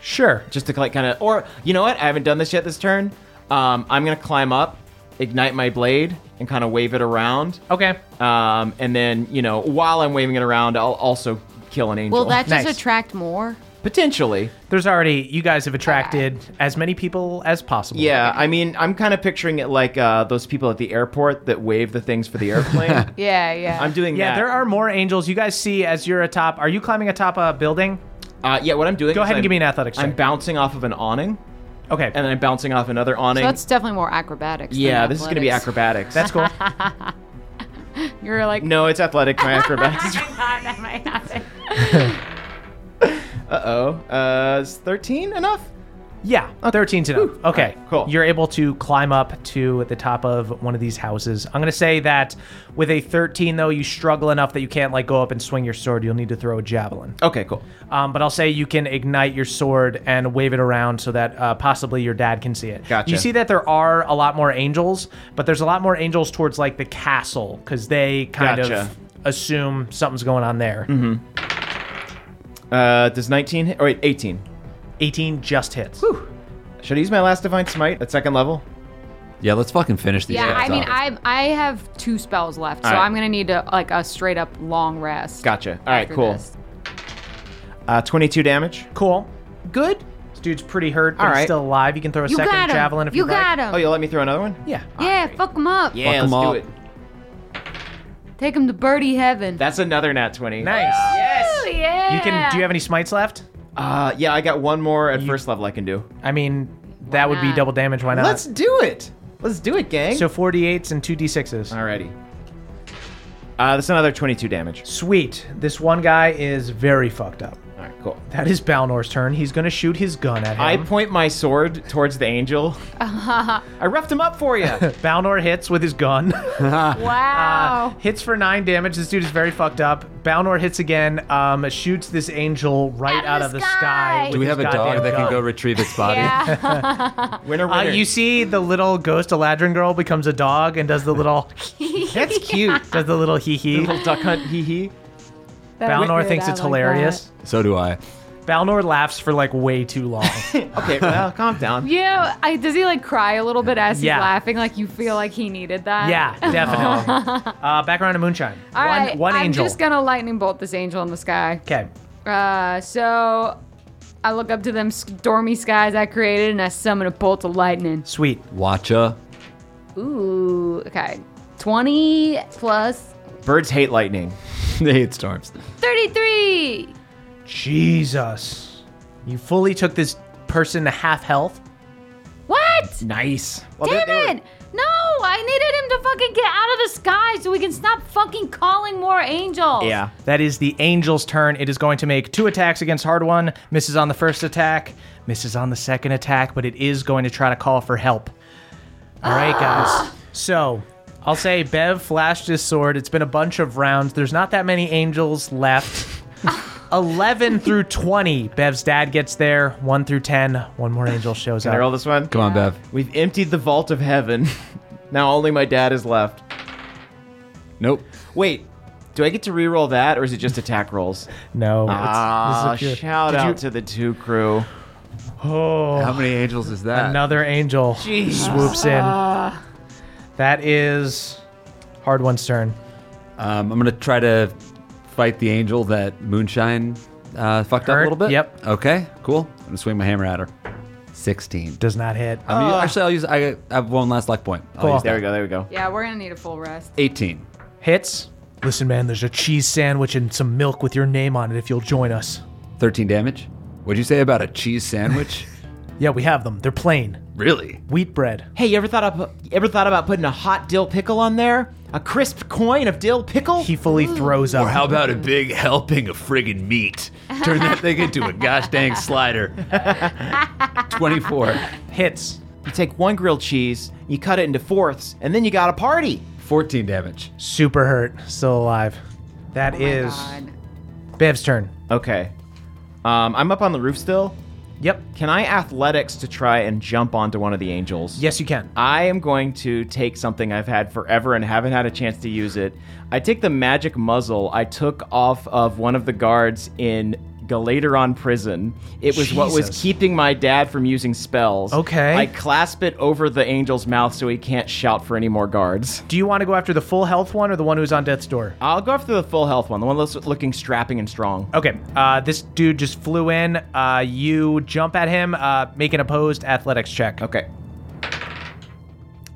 Speaker 1: Sure.
Speaker 6: just to like kind of or you know what? I haven't done this yet this turn. Um, I'm going to climb up, ignite my blade and kind of wave it around.
Speaker 1: Okay.
Speaker 6: Um, and then, you know, while I'm waving it around, I'll also kill an angel.
Speaker 4: Will that just
Speaker 1: Nice.
Speaker 4: attract more?
Speaker 6: potentially?
Speaker 1: There's already you guys have attracted as many people as possible.
Speaker 6: Yeah, I mean, I'm kind of picturing it like uh, those people at the airport that wave the things for the airplane.
Speaker 4: Yeah, yeah.
Speaker 6: I'm doing
Speaker 1: Yeah,
Speaker 6: that.
Speaker 1: there are more angels. You guys see as you're atop. Are you climbing atop a building?
Speaker 6: Uh, yeah, what I'm doing.
Speaker 1: Go
Speaker 6: is
Speaker 1: ahead and
Speaker 6: I'm-
Speaker 1: give me an athletics
Speaker 6: I'm
Speaker 1: check.
Speaker 6: bouncing off of an awning,
Speaker 1: Okay,
Speaker 6: and then I'm bouncing off another
Speaker 4: so
Speaker 6: awning.
Speaker 4: that's definitely more acrobatics. than
Speaker 6: yeah, this is gonna be
Speaker 4: athletics.
Speaker 6: acrobatics.
Speaker 1: that's cool.
Speaker 4: You're like,
Speaker 6: no, it's athletic. My acrobatics.
Speaker 4: that might happen.
Speaker 6: Uh-oh. Uh Is 13 enough?
Speaker 1: yeah, thirteen's enough. Okay,
Speaker 6: Alright, cool.
Speaker 1: You're able to climb up to the top of one of these houses. I'm gonna say that with a thirteen though, you struggle enough that you can't like go up and swing your sword. You'll need to throw a javelin.
Speaker 6: Okay, cool.
Speaker 1: Um, but I'll say you can ignite your sword and wave it around so that uh, possibly your dad can see it.
Speaker 6: Gotcha.
Speaker 1: You see that there are a lot more angels, but there's a lot more angels towards like the castle because they kind
Speaker 6: Gotcha. Mm-hmm.
Speaker 1: of assume something's going on there.
Speaker 6: Uh, does 19 hit? Oh, wait, 18.
Speaker 1: 18 just hits.
Speaker 6: Should I use my last divine smite at second level?
Speaker 3: yeah, let's fucking finish these.
Speaker 4: yeah, I
Speaker 3: guys
Speaker 4: mean,
Speaker 3: off.
Speaker 4: I I have two spells left, so
Speaker 6: All right.
Speaker 4: I'm gonna need a, like a straight up long rest.
Speaker 6: Gotcha. All right,
Speaker 4: after
Speaker 6: cool.
Speaker 4: this.
Speaker 6: Uh, 22 damage.
Speaker 1: Cool.
Speaker 6: Good.
Speaker 1: This dude's pretty hurt, but
Speaker 6: All
Speaker 1: he's
Speaker 6: right.
Speaker 1: still alive. You can throw a
Speaker 4: You
Speaker 1: second
Speaker 4: got him.
Speaker 1: javelin if
Speaker 4: you
Speaker 1: you
Speaker 4: got
Speaker 1: like.
Speaker 4: him.
Speaker 6: Oh, you'll let me throw another one?
Speaker 1: Yeah.
Speaker 4: yeah, fuck him up.
Speaker 6: Yeah,
Speaker 3: Fuck 'em
Speaker 6: let's
Speaker 3: all.
Speaker 6: do it.
Speaker 4: Take him to birdie heaven.
Speaker 6: That's another nat 20.
Speaker 1: Nice.
Speaker 4: Ooh, yeah.
Speaker 1: You can. Do you have any smites left?
Speaker 6: Uh, yeah, I got one more at first level I can do.
Speaker 1: I mean, that would be
Speaker 4: not?
Speaker 1: double damage. Why not?
Speaker 6: Let's do it. Let's do it, gang.
Speaker 1: so 48s and two d6s.
Speaker 6: Alrighty. Uh, that's another 22 damage.
Speaker 1: Sweet. This one guy is very fucked up.
Speaker 6: All right, cool.
Speaker 1: That is Balnor's turn. He's gonna shoot his gun at him.
Speaker 6: I point my sword towards the angel. I roughed him up for you.
Speaker 1: Balnor hits with his gun. Uh,
Speaker 4: Wow.
Speaker 1: hits for nine damage. This dude is very fucked up. Balnor hits again. Um, shoots this angel right out, of the sky.
Speaker 4: Do
Speaker 3: Do we have a dog that can go retrieve its body?
Speaker 4: yeah.
Speaker 6: winner, winner.
Speaker 1: Uh, you see the little ghost Eladrin girl becomes a dog and does the little
Speaker 6: That's cute.
Speaker 1: does the little hee hee.
Speaker 6: Little duck hunt, hee hee.
Speaker 4: That was
Speaker 1: Balnor
Speaker 4: weird.
Speaker 1: thinks
Speaker 4: I
Speaker 1: it's
Speaker 4: like that.
Speaker 1: hilarious.
Speaker 3: So do I.
Speaker 1: Balnor laughs for like way too long.
Speaker 6: okay, well, calm down.
Speaker 4: Yeah, I, does he like cry a little bit as
Speaker 1: Yeah.
Speaker 4: he's laughing? Like you feel like he needed that?
Speaker 1: Yeah, definitely. uh, back around to Moonshine.
Speaker 4: All
Speaker 1: one
Speaker 4: right,
Speaker 1: one
Speaker 4: I'm
Speaker 1: angel.
Speaker 4: just gonna lightning bolt this angel in the sky.
Speaker 1: okay.
Speaker 4: Uh, so I look up to them stormy skies I created and I summon a bolt of lightning.
Speaker 1: Sweet.
Speaker 3: Watcha.
Speaker 4: Ooh, okay. 20 plus
Speaker 6: Birds hate lightning.
Speaker 3: they hate storms.
Speaker 4: 33.
Speaker 1: Jesus. You fully took this person to half health.
Speaker 4: What?
Speaker 6: Nice. Well, they-
Speaker 4: Damn
Speaker 6: they were-
Speaker 4: it! No, I needed him to fucking get out of the sky so we can stop fucking calling more angels.
Speaker 6: Yeah.
Speaker 1: That is the angel's turn. It is going to make two attacks against Hard One. Misses on the first attack, misses on the second attack, but it is going to try to call for help. All right,
Speaker 6: Ah.
Speaker 1: guys. So I'll say Bev flashed his sword. It's been a bunch of rounds. There's not that many angels left. 11 through 20. Bev's dad gets there. 1 through 10. One more angel shows
Speaker 6: Can I roll
Speaker 1: up.
Speaker 6: this one?
Speaker 3: Come on, Bev.
Speaker 6: We've emptied the vault of heaven. now only my dad is left.
Speaker 3: Nope.
Speaker 6: Wait, do I get to reroll that, or is it just attack rolls?
Speaker 1: No. it's-
Speaker 6: Ah,
Speaker 1: this is a pure-
Speaker 6: shout
Speaker 1: Did
Speaker 6: out
Speaker 1: you-
Speaker 6: to the two crew.
Speaker 1: Oh.
Speaker 3: How many angels is that?
Speaker 1: Another angel swoops in. That is hard one's turn.
Speaker 3: Um, I'm gonna try to fight the angel that Moonshine uh, fucked up a
Speaker 1: Hurt?
Speaker 3: little bit.
Speaker 1: Yep.
Speaker 2: Oh.
Speaker 3: Okay. Cool. I'm gonna swing my hammer at her. Sixteen.
Speaker 1: Does not hit.
Speaker 3: I'm u- actually, I'll use. I, I have one last luck point. I'll
Speaker 1: Cool.
Speaker 3: use that.
Speaker 6: There we go. There we go.
Speaker 4: Yeah, we're gonna need a full rest.
Speaker 3: Eighteen.
Speaker 1: Hits. Listen, man, there's a cheese sandwich and some milk with your name on it if you'll join us.
Speaker 3: Thirteen damage. What'd you say about a cheese sandwich?
Speaker 1: Yeah, we have them. They're plain.
Speaker 3: really?
Speaker 1: Wheat bread.
Speaker 6: Hey, you ever thought of, you ever thought about putting a hot dill pickle on there? A crisp coin of dill pickle?
Speaker 1: He fully throws up.
Speaker 3: Or how about a big helping of friggin' meat? Turn that thing into a gosh dang slider. Twenty-four.
Speaker 1: Hits.
Speaker 6: You take one grilled cheese, you cut it into fourths, and then you got a party.
Speaker 3: Fourteen damage.
Speaker 1: Super hurt. Still alive. That is
Speaker 4: God.
Speaker 1: Bev's turn.
Speaker 6: Okay. Um, I'm up on the roof still.
Speaker 1: Yep.
Speaker 6: Can I athletics to try and jump onto one of the angels?
Speaker 1: Yes, you can.
Speaker 6: I am going to take something I've had forever and haven't had a chance to use it. I take the magic muzzle I took off of one of the guards in Galateron Prison. It was what was
Speaker 1: Jesus.
Speaker 6: keeping my dad from using spells.
Speaker 1: Okay.
Speaker 6: I clasp it over the angel's mouth so he can't shout for any more guards.
Speaker 1: Do you want to go after the full health one or the one who's on death's door?
Speaker 6: I'll go after the full health one, the one that's looking strapping and strong.
Speaker 1: Okay. Uh, this dude just flew in. Uh, you jump at him. Uh, make an opposed athletics check.
Speaker 6: Okay.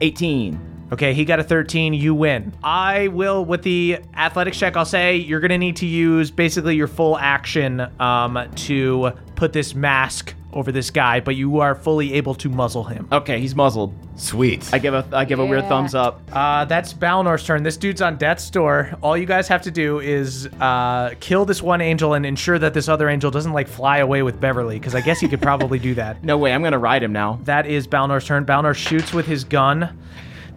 Speaker 6: 18.
Speaker 1: Okay, he got a 13. You win. I will, with the athletics check, I'll say you're going to need to use basically your full action um, to put this mask over this guy, but you are fully able to muzzle him.
Speaker 6: Okay, he's muzzled.
Speaker 3: Sweet.
Speaker 6: I give a I give a weird
Speaker 4: Yeah.
Speaker 6: thumbs up.
Speaker 1: Uh, that's Balnor's turn. This dude's on death's door. All you guys have to do is uh, kill this one angel and ensure that this other angel doesn't like fly away with Beverly, because I guess he could probably do that.
Speaker 6: No way, I'm gonna ride him now.
Speaker 1: That is Balnor's turn. Balnor shoots with his gun,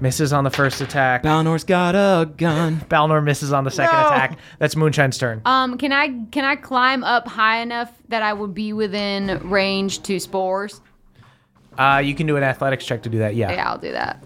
Speaker 1: misses on the first attack.
Speaker 6: Balnor's got a gun.
Speaker 1: Balnor misses on the second
Speaker 6: No.
Speaker 1: attack. That's Moonshine's turn.
Speaker 4: Um, can I can I climb up high enough that I would be within range to spores?
Speaker 1: Uh, you can do an athletics check to do that. Yeah.
Speaker 4: Yeah, I'll do that.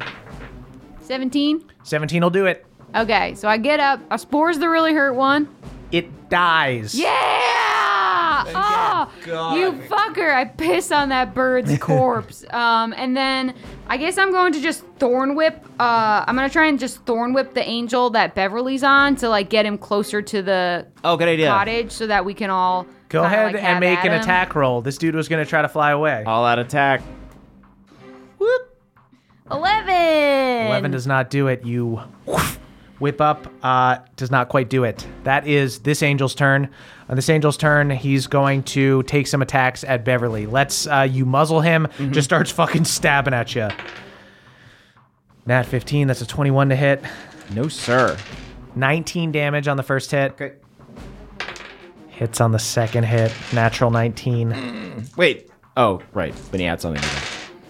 Speaker 4: 17.
Speaker 1: 17 will do it.
Speaker 4: Okay, so I get up. Are spores the really hurt one?
Speaker 1: It dies.
Speaker 4: Yeah! Oh, you fucker! I piss on that bird's corpse. um, and then I guess I'm going to just thorn whip. Uh, I'm gonna try and just thorn whip the angel that Beverly's on to like get him closer to the
Speaker 6: Oh, good idea.
Speaker 4: cottage so that we can all
Speaker 1: Go
Speaker 4: kinda,
Speaker 1: ahead
Speaker 4: like,
Speaker 1: and
Speaker 4: have
Speaker 1: make
Speaker 4: at
Speaker 1: an
Speaker 4: him.
Speaker 1: attack roll. This dude was going to try to fly away.
Speaker 6: All out attack.
Speaker 4: Eleven.
Speaker 1: 11 does not do it. You whip up, uh, does not quite do it. That is this angel's turn. On this angel's turn, he's going to take some attacks at Beverly. Let's uh, you muzzle him,
Speaker 6: Mm-hmm.
Speaker 1: just starts fucking stabbing at you. Nat 15, that's a 21 to hit.
Speaker 6: No, sir.
Speaker 1: 19 damage on the first hit. Okay. Hits on the second hit. Natural 19.
Speaker 6: Wait. Oh, right. When he adds something.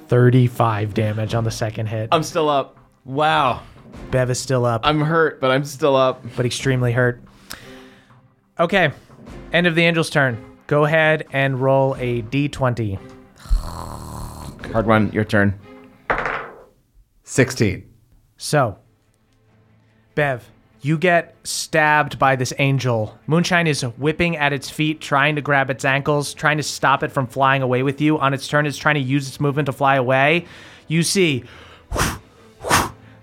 Speaker 1: 35 damage on the second hit.
Speaker 6: I'm still up. Wow.
Speaker 1: Bev is still up,
Speaker 6: I'm hurt, but I'm still up.
Speaker 1: but extremely hurt. Okay. End of the angel's turn. Go ahead and roll a d20.
Speaker 6: Hard one. Your turn.
Speaker 3: Sixteen.
Speaker 1: So, Bev, You get stabbed by this angel. Moonshine is whipping at its feet, trying to grab its ankles, trying to stop it from flying away with you. On its turn, it's trying to use its movement to fly away. You see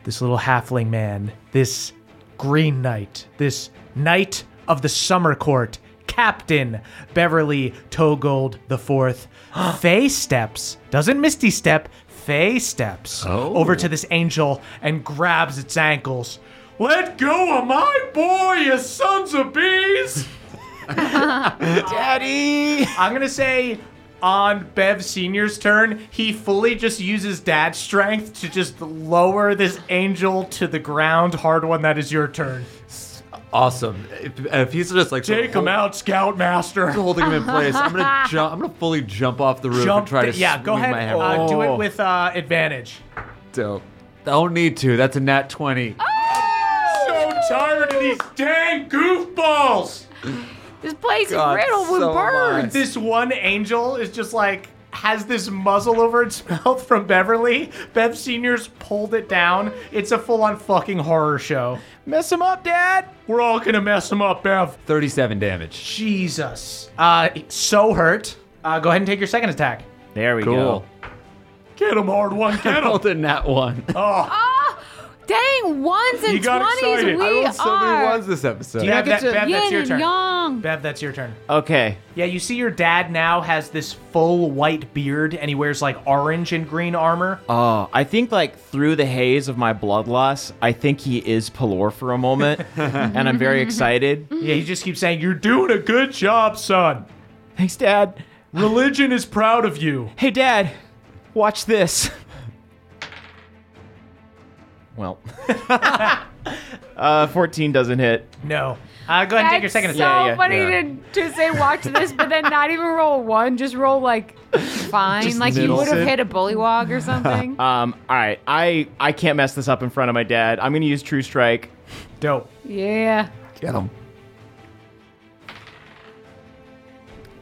Speaker 1: this little halfling man, this green knight, this knight of the summer court, Captain Beverly Togold the Fourth, Fey steps, doesn't Misty step, Fey steps over to this angel and grabs its ankles. Let go of my boy, you sons of bees! Daddy! I'm gonna say on Bev Senior's turn, he fully just uses dad strength to just lower this angel to the ground. Hard one, that is your turn.
Speaker 3: Awesome. If, if he's just like
Speaker 1: Take him out, Scoutmaster.
Speaker 3: holding him in place, I'm gonna jump. I'm gonna fully jump off the roof and
Speaker 1: Jump.
Speaker 3: try to
Speaker 1: th- yeah, go
Speaker 3: swing
Speaker 1: ahead.
Speaker 3: My hammer.
Speaker 1: Uh, do it with uh, advantage.
Speaker 3: Dope. Don't need to. That's a nat
Speaker 4: Oh.
Speaker 3: twenty.
Speaker 1: So tired of these dang goofballs!
Speaker 4: This place
Speaker 3: God,
Speaker 4: is riddled with
Speaker 3: so am I.
Speaker 4: birds.
Speaker 1: This one angel is just like has this muzzle over its mouth from Beverly. Bev Senior's pulled it down. It's a full-on fucking horror show. Mess him up, Dad. We're all gonna mess him up, Bev.
Speaker 3: Thirty-seven damage.
Speaker 1: Jesus. Uh, so hurt. Uh, go ahead and take your second attack.
Speaker 6: There we go.
Speaker 1: Get him, hard one. Get him.
Speaker 3: Rolled a nat one.
Speaker 4: Dang, ones and
Speaker 1: You got
Speaker 4: twenties.
Speaker 1: excited.
Speaker 4: We
Speaker 3: I rolled
Speaker 4: are
Speaker 3: so many ones this episode.
Speaker 1: Bev, that,
Speaker 6: to-
Speaker 1: Bev, that's
Speaker 4: yin
Speaker 1: your
Speaker 4: and
Speaker 1: turn.
Speaker 4: yang.
Speaker 1: Bev, that's your turn.
Speaker 6: Okay.
Speaker 1: Yeah, you see your dad now has this full white beard and he wears like orange and green armor.
Speaker 6: Oh, I think like through the haze of my blood loss, I think he is Pelor for a moment, and I'm very excited.
Speaker 1: Yeah, he just keeps saying, You're doing a good job, son.
Speaker 6: Thanks, Dad.
Speaker 1: Religion is proud of you.
Speaker 6: Hey, Dad, watch this. Well, uh, 14 doesn't hit.
Speaker 1: No. Uh, go ahead and take your
Speaker 4: That's
Speaker 1: second
Speaker 4: so
Speaker 1: attack.
Speaker 6: Yeah, yeah,
Speaker 4: funny
Speaker 6: yeah.
Speaker 4: To, to say watch this, but then not even roll one, just roll like fine, like you
Speaker 6: middle.
Speaker 4: would have hit a bullywog or something.
Speaker 6: Um, all right, I I can't mess this up in front of my dad. I'm gonna use True Strike.
Speaker 1: Dope.
Speaker 4: yeah.
Speaker 3: Get him.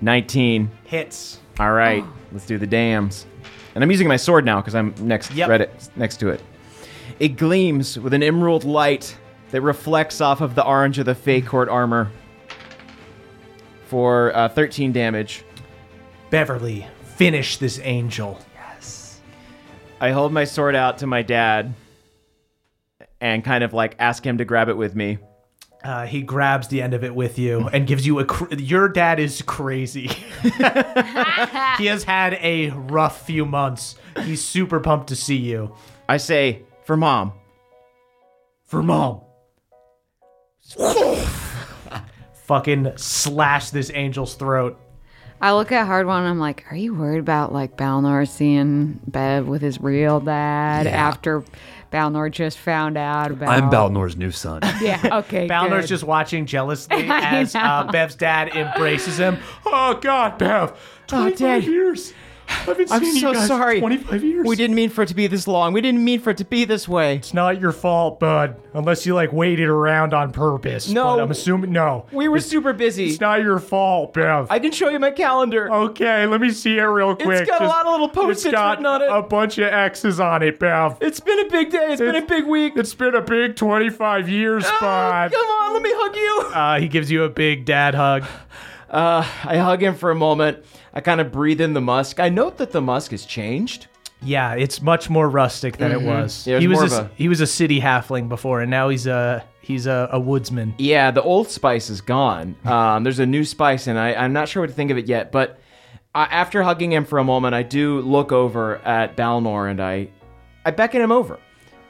Speaker 6: 19.
Speaker 1: Hits.
Speaker 6: All right, let's do the dams. And I'm using my sword now because I'm next
Speaker 1: Yep.
Speaker 6: right it, next to it. It gleams with an emerald light that reflects off of the orange of the Fey Court armor for uh, 13 damage.
Speaker 1: Beverly, finish this angel.
Speaker 6: I hold my sword out to my dad and kind of like ask him to grab it with me.
Speaker 1: Uh, he grabs the end of it with you and gives you a. Cr- your dad is crazy. he has had a rough few months. He's super pumped to see you.
Speaker 6: I say, for mom.
Speaker 1: For mom. Fucking slash this angel's throat.
Speaker 4: I look at Hard One and I'm like, are you worried about like Balnor seeing Bev with his real dad after Balnor just found out about
Speaker 3: I'm Balnor's new son.
Speaker 4: Yeah, okay.
Speaker 1: Balnor's
Speaker 4: good.
Speaker 1: just watching jealously as uh, Bev's dad embraces him. Oh God, Bev! Twenty-five
Speaker 6: Dad.
Speaker 1: years. I haven't
Speaker 6: I'm
Speaker 1: seen
Speaker 6: so
Speaker 1: you guys
Speaker 6: sorry.
Speaker 1: in Twenty-five years.
Speaker 6: We didn't mean for it to be this long. We didn't mean for it to be this way.
Speaker 1: It's not your fault, bud. Unless you like waited around on purpose.
Speaker 6: No.
Speaker 1: but I'm assuming no.
Speaker 6: We were super busy.
Speaker 1: It's not your fault, Bev.
Speaker 6: I can show you my calendar.
Speaker 1: okay, let me see it real quick.
Speaker 6: got a lot of little post-its
Speaker 1: It's got
Speaker 6: written on it.
Speaker 1: a bunch of X's on it, Bev.
Speaker 6: It's been a big day. it's been a
Speaker 1: It's-
Speaker 6: big week.
Speaker 1: It's been a big 25 years, bud.
Speaker 6: Oh, Come on, let me hug you.
Speaker 1: Uh, he gives you a big dad hug.
Speaker 6: I hug him for a moment. I kind of breathe in the musk. I note that the musk has changed.
Speaker 1: Yeah, it's much more rustic than it was.
Speaker 6: Yeah, it
Speaker 1: he
Speaker 6: was
Speaker 1: was
Speaker 6: more
Speaker 1: a,
Speaker 6: of a-
Speaker 1: he was a city halfling before, and now he's a he's a, a woodsman.
Speaker 6: Yeah, the old spice is gone. Um, there's a new spice, and I, I'm not sure what to think of it yet. But I, after hugging him for a moment, I do look over at Balnor and I, I beckon him over.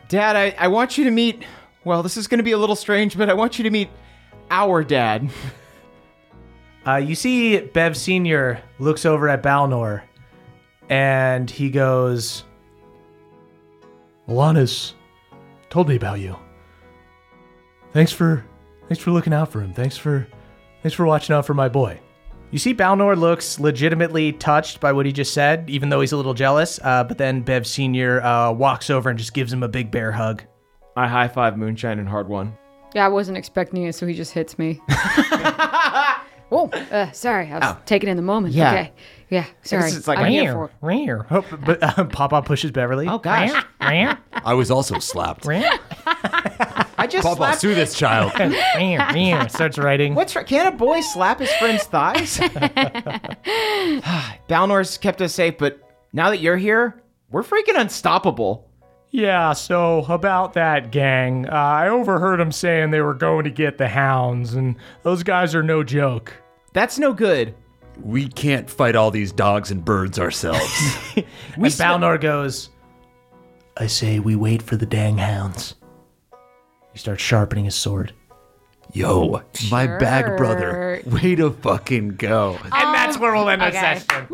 Speaker 6: Dad, I, I want you to meet. Well, this is going to be a little strange, but I want you to meet our dad.
Speaker 1: Uh, you see, Bev Senior looks over at Balnor, and he goes, "Alanis told me about you. Thanks for thanks for looking out for him. Thanks for thanks for watching out for my boy." You see, Balnor looks legitimately touched by what he just said, even though he's a little jealous. Uh, but then Bev Senior uh, walks over and just gives him a big bear hug.
Speaker 6: I high five Moonshine and Hard One.
Speaker 4: Yeah, I wasn't expecting it, so he just hits me. Whoa, uh, sorry, I was
Speaker 7: Oh.
Speaker 4: taking in the moment.
Speaker 6: Yeah.
Speaker 4: Okay. Yeah, sorry.
Speaker 6: it's like
Speaker 4: I'm here for
Speaker 1: Rear,
Speaker 4: it.
Speaker 1: rear. Oh, but uh, Papa pushes Beverly.
Speaker 6: gosh.
Speaker 1: Rear,
Speaker 3: I was also slapped.
Speaker 1: rear.
Speaker 5: I just
Speaker 7: Papa,
Speaker 5: slapped-
Speaker 7: sue this child.
Speaker 6: starts writing.
Speaker 5: What's right? Can a boy slap his friend's thighs? Balnor's kept us safe, but now that you're here, we're freaking unstoppable.
Speaker 6: Yeah, so about that gang, uh, I overheard them saying they were going to get the hounds, and those guys are no joke.
Speaker 5: That's no good.
Speaker 7: we can't fight all these dogs and birds ourselves.
Speaker 6: and Balnor goes, I say we wait for the dang hounds. He starts sharpening his sword.
Speaker 7: Yo, my bag brother, way to fucking go.
Speaker 6: And that's where we'll end our
Speaker 4: okay.
Speaker 6: session.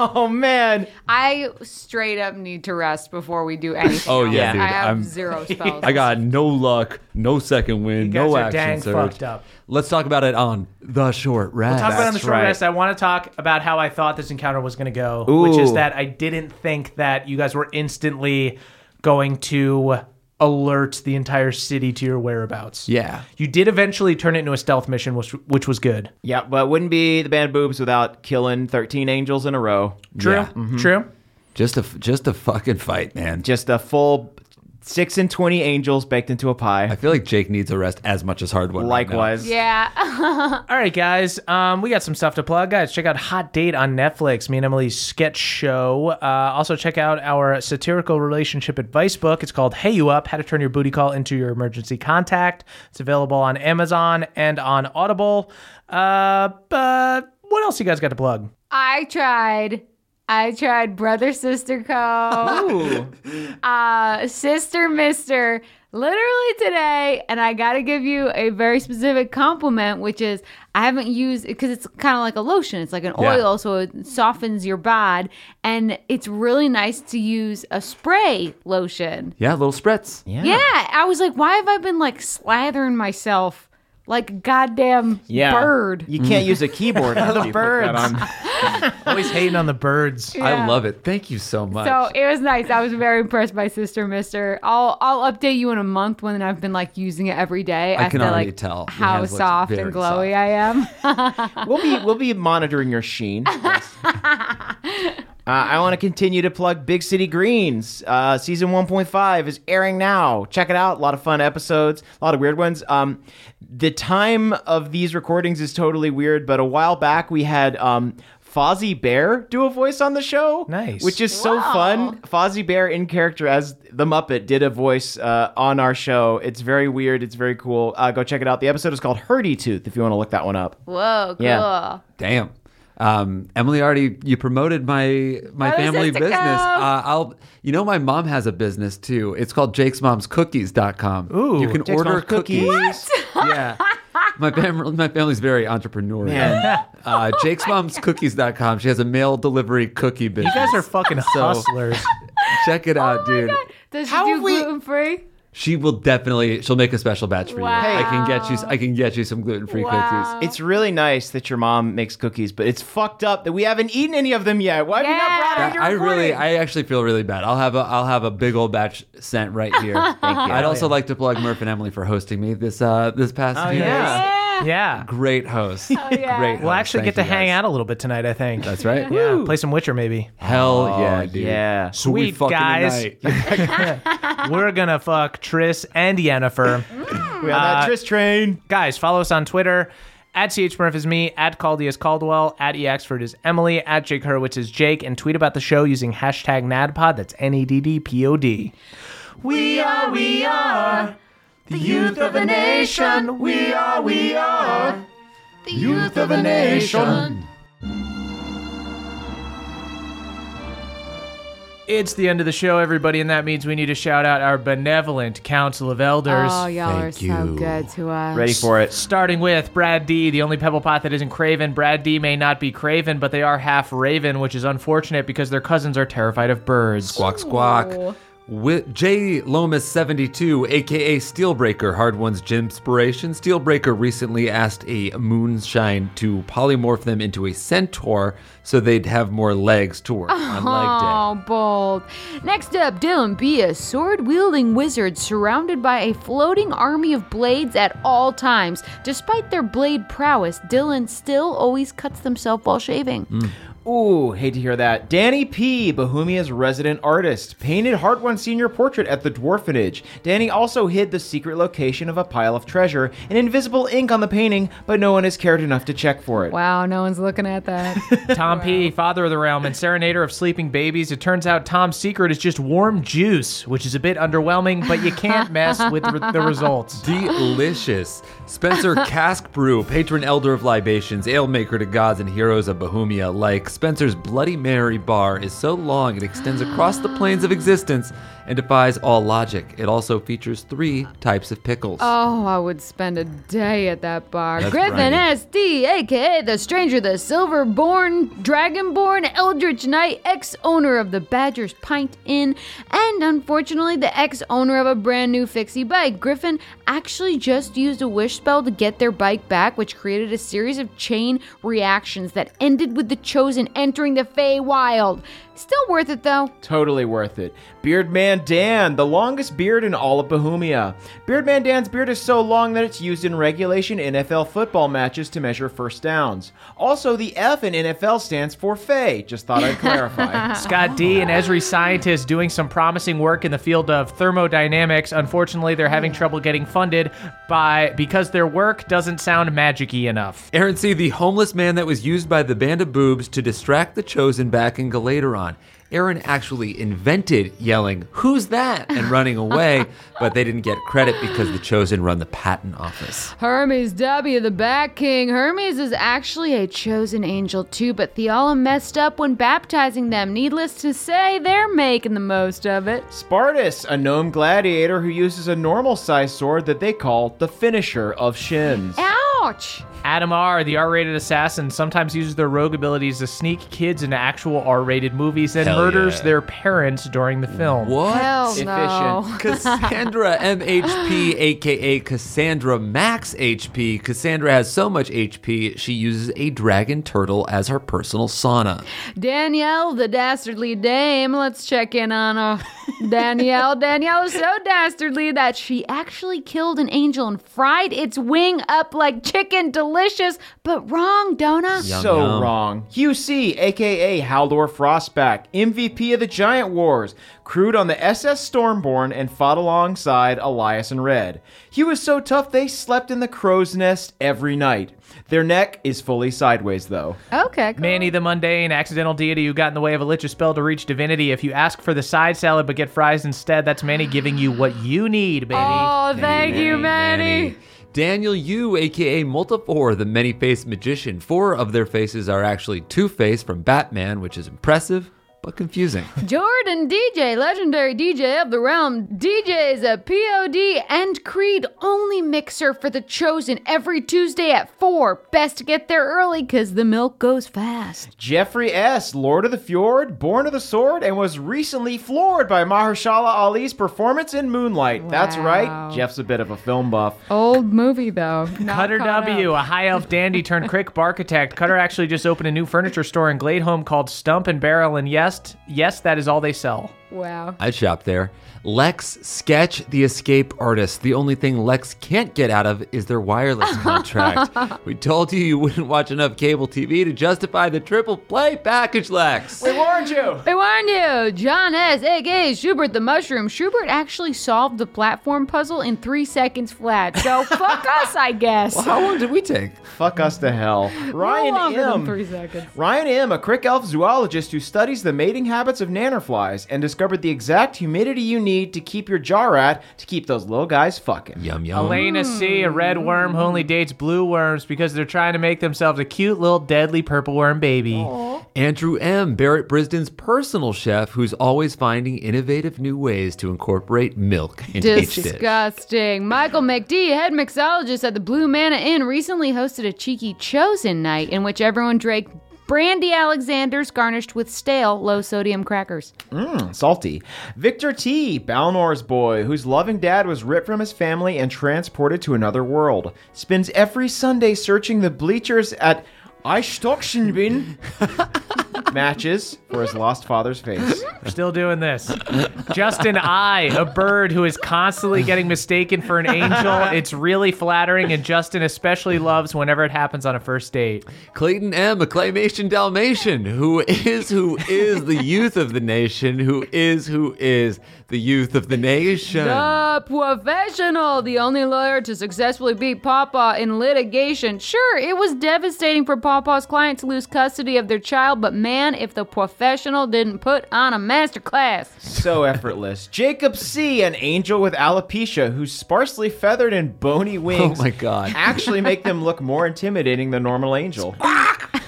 Speaker 5: Oh man.
Speaker 4: I straight up need to rest before we do anything.
Speaker 7: Oh, yeah,
Speaker 4: else.
Speaker 7: dude,
Speaker 4: I have
Speaker 7: I'm-
Speaker 4: zero spells.
Speaker 7: I got no luck, no second win,
Speaker 6: guys
Speaker 7: no
Speaker 6: are
Speaker 7: action
Speaker 6: dang
Speaker 7: surge.
Speaker 6: fucked up.
Speaker 7: Let's talk about it on the short rest.
Speaker 1: Talk about it on the
Speaker 5: That's
Speaker 1: short
Speaker 5: right.
Speaker 1: rest. I want to talk about how I thought this encounter was going to go, which
Speaker 5: Ooh.
Speaker 1: is that I didn't think that you guys were instantly going to alert the entire city to your whereabouts.
Speaker 7: yeah.
Speaker 1: You did eventually turn it into a stealth mission, which which was good.
Speaker 5: Yeah, but it wouldn't be the band boobs without killing 13 angels in a row.
Speaker 1: True.
Speaker 7: Yeah.
Speaker 1: True.
Speaker 7: Just a just a fucking fight, man.
Speaker 5: Just a full 6 and 20 angels baked into a
Speaker 7: I
Speaker 5: pie.
Speaker 7: feel like Jake needs a rest as much as Hardwood. right now.
Speaker 5: Likewise.
Speaker 4: yeah.
Speaker 1: All right, guys. Um, we got some stuff to plug. Guys, check out Hot Date on Netflix, me and Emily's sketch show. Uh, also, check out our satirical relationship advice book. It's called Hey You Up How to Turn Your Booty Call into Your Emergency Contact. It's available on Amazon and on Audible. Uh, but what else you guys got to plug?
Speaker 4: I tried. I tried brother sister co. uh sister mister literally today and I got to give you a very specific compliment which is I haven't used because it's kind of like a lotion. It's like an
Speaker 7: Yeah.
Speaker 4: oil so it softens your bod and it's really nice to use a spray lotion.
Speaker 7: Yeah, little spritz.
Speaker 4: Yeah, I was like why have I been like slathering myself like a goddamn bird?
Speaker 5: You can't use a keyboard. the birds.
Speaker 1: Always hating on the birds.
Speaker 7: I love it. Thank you so much.
Speaker 4: So it was nice. I was very impressed by Sister Mister. I'll I'll update you in a month when I've been like using it every day.
Speaker 7: I
Speaker 4: as
Speaker 7: can
Speaker 4: to,
Speaker 7: already
Speaker 4: like,
Speaker 7: tell. Your
Speaker 4: how
Speaker 7: hands looks
Speaker 4: soft
Speaker 7: very
Speaker 4: and glowy
Speaker 7: soft.
Speaker 4: I am.
Speaker 5: we'll be we'll be monitoring your sheen. uh, I want to continue to plug Big City Greens. Uh, season 1.5 is airing now. Check it out. A lot of fun episodes, a lot of weird ones. Um, the time of these recordings is totally weird, but a while back we had um, Fozzie Bear do a voice on the show.
Speaker 1: Nice.
Speaker 5: Which is so fun. Fozzie Bear in character as the Muppet did a voice uh, on our show. It's very weird. It's very cool. Uh, go check it out. The episode is called Herdy Tooth if you want to look that one up.
Speaker 4: Whoa, cool.
Speaker 5: Yeah.
Speaker 7: Damn. Um, Emily already you promoted my my
Speaker 4: Brother,
Speaker 7: family
Speaker 4: sister,
Speaker 7: business.
Speaker 4: go.
Speaker 7: Uh, I'll you know my mom has a business too. It's called Jake's Mom's Cookies.com. Ooh, you can
Speaker 5: Jake's
Speaker 7: order
Speaker 5: Mom's Cookies.
Speaker 7: cookies. yeah. My fam- my family's very entrepreneurial. Uh, Jake's Mom's Cookies.com. She has a mail delivery cookie business.
Speaker 1: You guys are fucking hustlers.
Speaker 7: Check it out, dude.
Speaker 4: Oh Does
Speaker 5: How
Speaker 4: she
Speaker 5: have
Speaker 4: do
Speaker 5: we-
Speaker 4: gluten free?
Speaker 7: She will definitely she'll make a special batch for you.
Speaker 4: Wow.
Speaker 7: I can get you I can get you some gluten free
Speaker 4: Wow.
Speaker 7: cookies.
Speaker 5: It's really nice that your mom makes cookies, but it's fucked up that we haven't eaten any of them yet. Why have you not
Speaker 4: Yeah.
Speaker 5: brought
Speaker 7: I,
Speaker 5: it into
Speaker 7: I really,
Speaker 5: recording?
Speaker 7: I actually feel really bad. I'll have a, I'll have a big old batch sent right here. I'd also like to plug Murph and Emily for hosting me this, uh, this past few days.
Speaker 4: Yeah.
Speaker 1: yeah.
Speaker 7: Great host.
Speaker 4: yeah.
Speaker 7: Great.
Speaker 1: We'll
Speaker 7: host.
Speaker 1: actually
Speaker 7: Thank
Speaker 1: get to
Speaker 7: you
Speaker 1: hang
Speaker 7: guys.
Speaker 1: out a little bit tonight, I think.
Speaker 7: That's right.
Speaker 1: yeah. Play some Witcher, maybe.
Speaker 7: Hell yeah, dude.
Speaker 5: yeah.
Speaker 7: So we
Speaker 1: Sweet,
Speaker 7: fucking
Speaker 1: guys.
Speaker 7: unite.
Speaker 1: We're gonna fuck Tris and Yennefer.
Speaker 5: We're on that uh, Tris train.
Speaker 1: Guys, follow us on Twitter. At CHMurph is me, at Caldy is Caldwell, at EXford is Emily, at Jake Hurwitz is Jake, and tweet about the show using hashtag NADPOD. That's N E D D P O D. We are, we are the youth of a nation. We are, we are.
Speaker 10: The youth of a nation.
Speaker 1: It's the end of the show, everybody, and that means we need to shout out our benevolent Council of Elders.
Speaker 4: Oh, y'all are
Speaker 7: Thank
Speaker 4: so
Speaker 7: you.
Speaker 4: good to us.
Speaker 5: Ready for it.
Speaker 1: Starting with Brad D, the only pebble pot that isn't Craven. Brad D may not be Craven, but they are half Raven, which is unfortunate because their cousins are terrified of birds.
Speaker 7: Squawk squawk. With J Lomas 72, aka Steelbreaker, Hard One's Gymspiration, Steelbreaker recently asked a moonshine to polymorph them into a centaur so they'd have more legs to work on leg day.
Speaker 4: Oh, bold. Next up, Dylan be a sword wielding wizard surrounded by a floating army of blades at all
Speaker 7: Mm.
Speaker 4: times. Despite their blade prowess, Dylan still always cuts themselves while shaving.
Speaker 5: Ooh, hate to hear that. Danny P., Bohemia's resident artist, painted Hart One Senior portrait at the dwarfenage. Danny also hid the secret location of a pile of treasure and invisible ink on the painting, but no one has cared enough to check for it.
Speaker 4: Wow, no one's looking at that.
Speaker 1: Tom P, father of the realm and serenader of sleeping babies. It turns out Tom's secret is just warm juice, which is a bit underwhelming, but you can't mess with re- the results.
Speaker 6: Delicious. Spencer Cask Brew, patron elder of libations, ale maker to gods and heroes of Bohemia. Like Spencer's Bloody Mary bar is so long it extends across the planes of existence and defies all logic. It also features three types of pickles.
Speaker 4: Oh, I would spend a day at that bar.
Speaker 6: That's
Speaker 4: Griffin
Speaker 6: grimy.
Speaker 4: SD, aka the Stranger, the Silverborn, Dragonborn, Eldritch Knight, ex owner of the Badger's Pint Inn, and unfortunately the ex owner of a brand new fixie bike. Griffin actually just used a wish spell to get their bike back, which created a series of chain reactions that ended with the Chosen entering the Feywild. Still worth it though.
Speaker 5: Totally worth it. Beardman Dan, the longest beard in all of Bohemia. Beardman Dan's beard is so long that it's used in regulation NFL football matches to measure first downs. Also, the F in NFL stands for Fey. Just thought I'd clarify.
Speaker 1: Scott D, an Esri scientist doing some promising work in the field of thermodynamics. Unfortunately, they're having trouble getting funded by because their work doesn't sound magic-y enough.
Speaker 6: Aaron C., the homeless man that was used by the band of boobs to distract the chosen back in Galateron. Aaron actually invented yelling, Who's that? and running away, but they didn't get credit because the chosen run the patent office.
Speaker 4: Hermes W, the Bat King. Hermes is actually a chosen angel too, but Theala messed up when baptizing them. Needless to say, they're making the most of it.
Speaker 5: Spartus, a gnome gladiator who uses a normal sized sword that they call the Finisher of Shins.
Speaker 4: Ouch!
Speaker 1: Adam R, the R-rated assassin, sometimes uses their rogue abilities to sneak kids into actual R-rated movies and
Speaker 6: Hell
Speaker 1: murders
Speaker 6: yeah.
Speaker 1: their parents during the film.
Speaker 6: What?
Speaker 4: Hell no.
Speaker 5: Efficient.
Speaker 6: Cassandra MHP, aka Cassandra Max HP. Cassandra has so much HP, she uses a dragon turtle as her personal sauna.
Speaker 4: Danielle, the dastardly dame. Let's check in on her. Danielle. Danielle is so dastardly that she actually killed an angel and fried its wing up like chicken. Delicious, but wrong, Donna.
Speaker 5: so wrong. QC, aka Haldor Frostback, MVP of the Giant Wars, crewed on the SS Stormborn and fought alongside Elias and Red. He was so tough they slept in the crow's nest every night. Their neck is fully sideways though.
Speaker 4: Okay. Cool.
Speaker 1: Manny the mundane, accidental deity who got in the way of a lich's spell to reach divinity. If you ask for the side salad but get fries instead, that's Manny giving you what you need, baby.
Speaker 4: Oh, thank you, Manny.
Speaker 6: Daniel Yu, aka Multifor, the many faced magician. Four of their faces are actually Two Face from Batman, which is impressive but confusing.
Speaker 4: Jordan DJ, legendary DJ of the realm. DJ is a POD and Creed only mixer for the chosen every Tuesday at 4. Best to get there early because the milk goes fast.
Speaker 5: Jeffrey S., Lord of the Fjord, born of the sword, and was recently floored by Mahershala Ali's performance in Moonlight. That's right, Jeff's a bit of a film buff.
Speaker 4: Old movie though.
Speaker 1: Cutter W, a high elf dandy turned crick architect. Cutter actually just opened a new furniture store in Gladeholm called Stump and Barrel, and yes, yes, that is all they sell.
Speaker 4: Wow.
Speaker 6: I'd shop there. Lex Sketch, the escape artist. The only thing Lex can't get out of is their wireless contract. we told you you wouldn't watch enough cable TV to justify the triple play package, Lex.
Speaker 5: We warned you!
Speaker 4: I warned you, John S. A.K. Schubert the Mushroom. Schubert actually solved the platform puzzle in three seconds flat. So fuck us, I guess.
Speaker 6: How long did we take?
Speaker 5: Fuck us to hell. Ryan
Speaker 4: longer than
Speaker 5: M.
Speaker 4: three seconds.
Speaker 5: Ryan M., a crick elf zoologist who studies the mating habits of nannerflies and discovered the exact humidity you need to keep your jar at to keep those little guys fucking.
Speaker 6: Yum yum.
Speaker 1: Elena C, a red worm who only dates blue worms because they're trying to make themselves a cute little deadly purple worm baby.
Speaker 6: Andrew M., Barrett Brisden's personal chef, who's always finding innovative new ways to incorporate milk into each dish.
Speaker 4: Disgusting. Michael McD, head mixologist at the Blue Manna Inn, recently hosted a cheeky chosen night in which everyone drank brandy Alexanders garnished with stale low sodium crackers.
Speaker 5: Salty. Victor T., Balnor's boy, whose loving dad was ripped from his family and transported to another world, spends every Sunday searching the bleachers at Eichstockchenbin
Speaker 6: matches for his lost father's face.
Speaker 1: We're still doing this. Justin I, a bird who is constantly getting mistaken for an angel. It's really flattering, and Justin especially loves whenever it happens on a first date.
Speaker 7: Clayton M, a claymation Dalmatian, who is who is the youth of the nation, who is who is the youth of the nation.
Speaker 4: The professional, the only lawyer to successfully beat Papa in litigation. Sure, it was devastating for Papa's client to lose custody of their child, but man, if the professional didn't put on a masterclass.
Speaker 6: So effortless. Jacob C., an angel with alopecia whose sparsely feathered and bony wings
Speaker 7: Oh my God.
Speaker 6: actually make them look more intimidating than normal angel.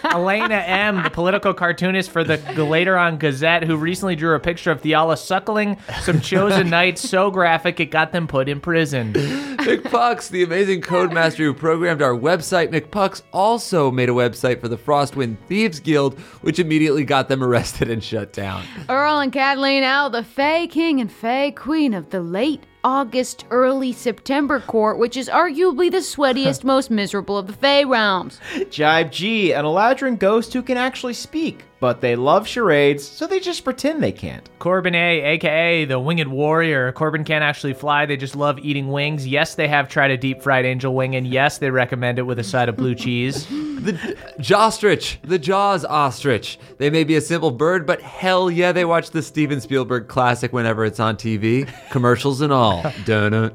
Speaker 1: Elena M., the political cartoonist for the Galateron Gazette, who recently drew a picture of Theala suckling some chosen knights so graphic it got them put in prison.
Speaker 7: McPucks, the amazing codemaster who programmed our website. McPucks also made a website for the Frostwind Thieves Guild, which immediately got them arrested and shut down.
Speaker 4: Earl and Kathleen L., the Fey King and Fey Queen of the late August, early September court, which is arguably the sweatiest, most miserable of the Fey realms.
Speaker 6: Jibe G, an Eladrin ghost who can actually speak, but they love charades, so they just pretend they can't.
Speaker 1: Corbin A, aka the Winged Warrior. Corbin can't actually fly, they just love eating wings. Yes, they have tried a deep fried angel wing, and yes, they recommend it with a side of blue cheese.
Speaker 7: The Jostrich, the Jaws ostrich. They may be a simple bird, but hell yeah, they watch the Steven Spielberg classic whenever it's on TV, commercials and all. Donut.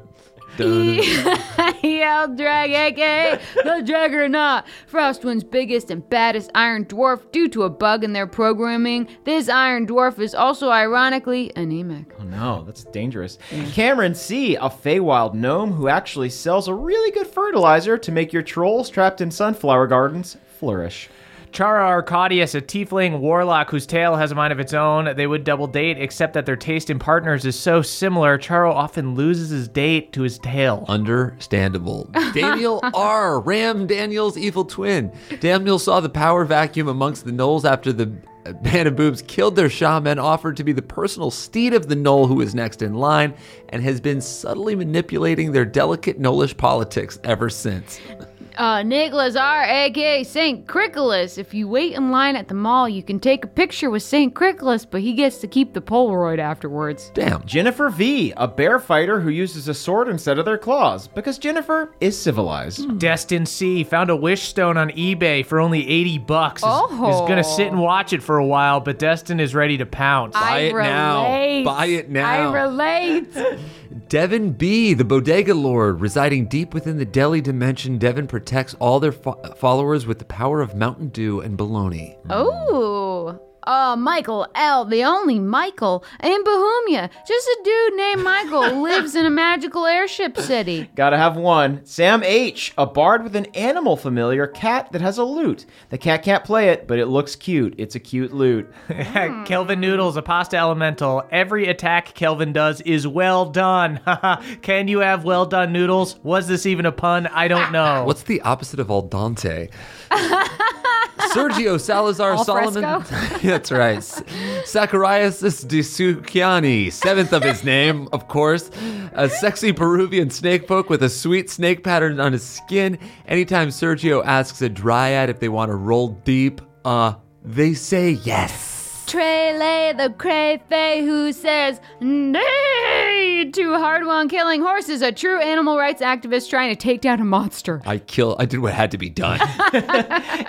Speaker 7: Donut.
Speaker 4: El Drag, aka the Juggernaut, Frostwind's biggest and baddest Iron Dwarf due to a bug in their programming. This Iron Dwarf is also ironically anemic.
Speaker 6: No, that's dangerous.
Speaker 7: Mm.
Speaker 6: Cameron C, a Feywild gnome who actually sells a really good fertilizer to make your trolls trapped in sunflower gardens flourish.
Speaker 1: Chara Arcadius, a tiefling warlock whose tail has a mind of its own. They would double date, except that their taste in partners is so similar, Charo often loses his date to his
Speaker 7: Oh.
Speaker 1: tail.
Speaker 7: Understandable. Daniel R. Ram Daniel's evil twin. Daniel saw the power vacuum amongst the gnolls after the band of boobs killed their shaman, offered to be the personal steed of the gnoll who is next in line, and has been subtly manipulating their delicate gnollish politics ever since.
Speaker 4: Uh, Nicholas R, aka St. Cricolas. If you wait in line at the mall, you can take a picture with St. Cricolas, but he gets to keep the Polaroid afterwards.
Speaker 7: Damn.
Speaker 6: Jennifer V, a bear fighter who uses a sword instead of their claws, because Jennifer is civilized.
Speaker 1: Destin C found a wish stone on eBay for only 80 bucks. Is,
Speaker 4: Oh.
Speaker 1: is gonna sit and watch it for a while, but Destin is ready to pounce.
Speaker 7: Buy it now. Buy it now.
Speaker 4: I relate.
Speaker 7: Devon B., the bodega lord, residing deep within the Delhi dimension. Devon protects all their fo- followers with the power of Mountain Dew and bologna.
Speaker 4: Oh. Uh, Michael L., the only Michael in Bohemia. Just a dude named Michael lives in a magical airship city.
Speaker 6: Gotta have one. Sam H, a bard with an animal familiar cat that has a lute. The cat can't play it, but it looks cute. It's a cute lute.
Speaker 1: Kelvin Noodles, a pasta elemental. Every attack Kelvin does is well done. Can you have well done noodles? Was this even a pun? I don't know.
Speaker 7: What's the opposite of Aldante? Sergio Salazar Solomon. That's right. S- Zacharias de Sukiani, seventh of his name, of course. A sexy Peruvian snake folk with a sweet snake pattern on his skin. Anytime Sergio asks a dryad if they want to roll deep, uh, they say yes.
Speaker 4: Trele the Crayfay who says nay to hard won killing horses, a true animal rights activist trying to take down a monster.
Speaker 7: I kill. I did what had to be done.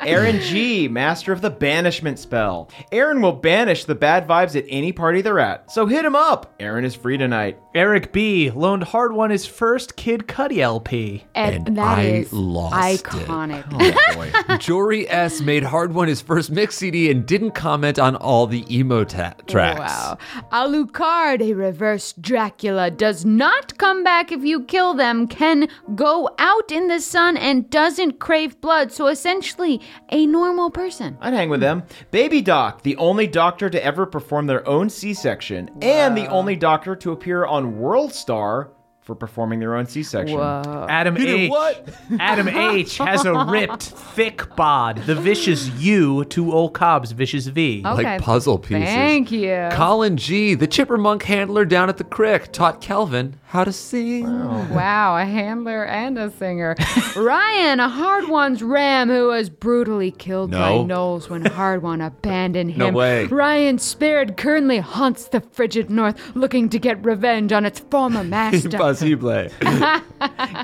Speaker 6: Aaron G, master of the banishment spell. Aaron will banish the bad vibes at any party they're at, so hit him up. Aaron is free tonight.
Speaker 1: Eric B loaned Hard One his first Kid Cudi LP.
Speaker 7: And
Speaker 4: that
Speaker 7: I
Speaker 4: is
Speaker 7: lost it. Oh,
Speaker 4: iconic.
Speaker 7: Jory S made Hard One his first mix CD and didn't comment on all the emo ta- tracks.
Speaker 4: Wow. Alucard, a reverse Dracula, does not come back if you kill them, can go out in the sun, and doesn't crave blood. So essentially, a normal person.
Speaker 6: I'd hang with them.
Speaker 7: Hmm.
Speaker 6: Baby Doc, the only doctor to ever perform their own C section, and the only doctor to appear on World Star for performing their own C section.
Speaker 1: Adam H. Adam H has a ripped, thick bod. The vicious U to old Cobb's vicious V.
Speaker 4: Okay.
Speaker 7: Like puzzle pieces.
Speaker 4: Thank you.
Speaker 7: Colin G, the chipper monk handler down at the crick, taught Kelvin how to sing.
Speaker 4: Wow, a handler and a singer. Ryan, a hard one's ram who was brutally killed by
Speaker 7: No.
Speaker 4: Knowles when hard one abandoned him.
Speaker 7: No way.
Speaker 4: Ryan spared currently haunts the frigid north, looking to get revenge on its former master.
Speaker 7: Impossible.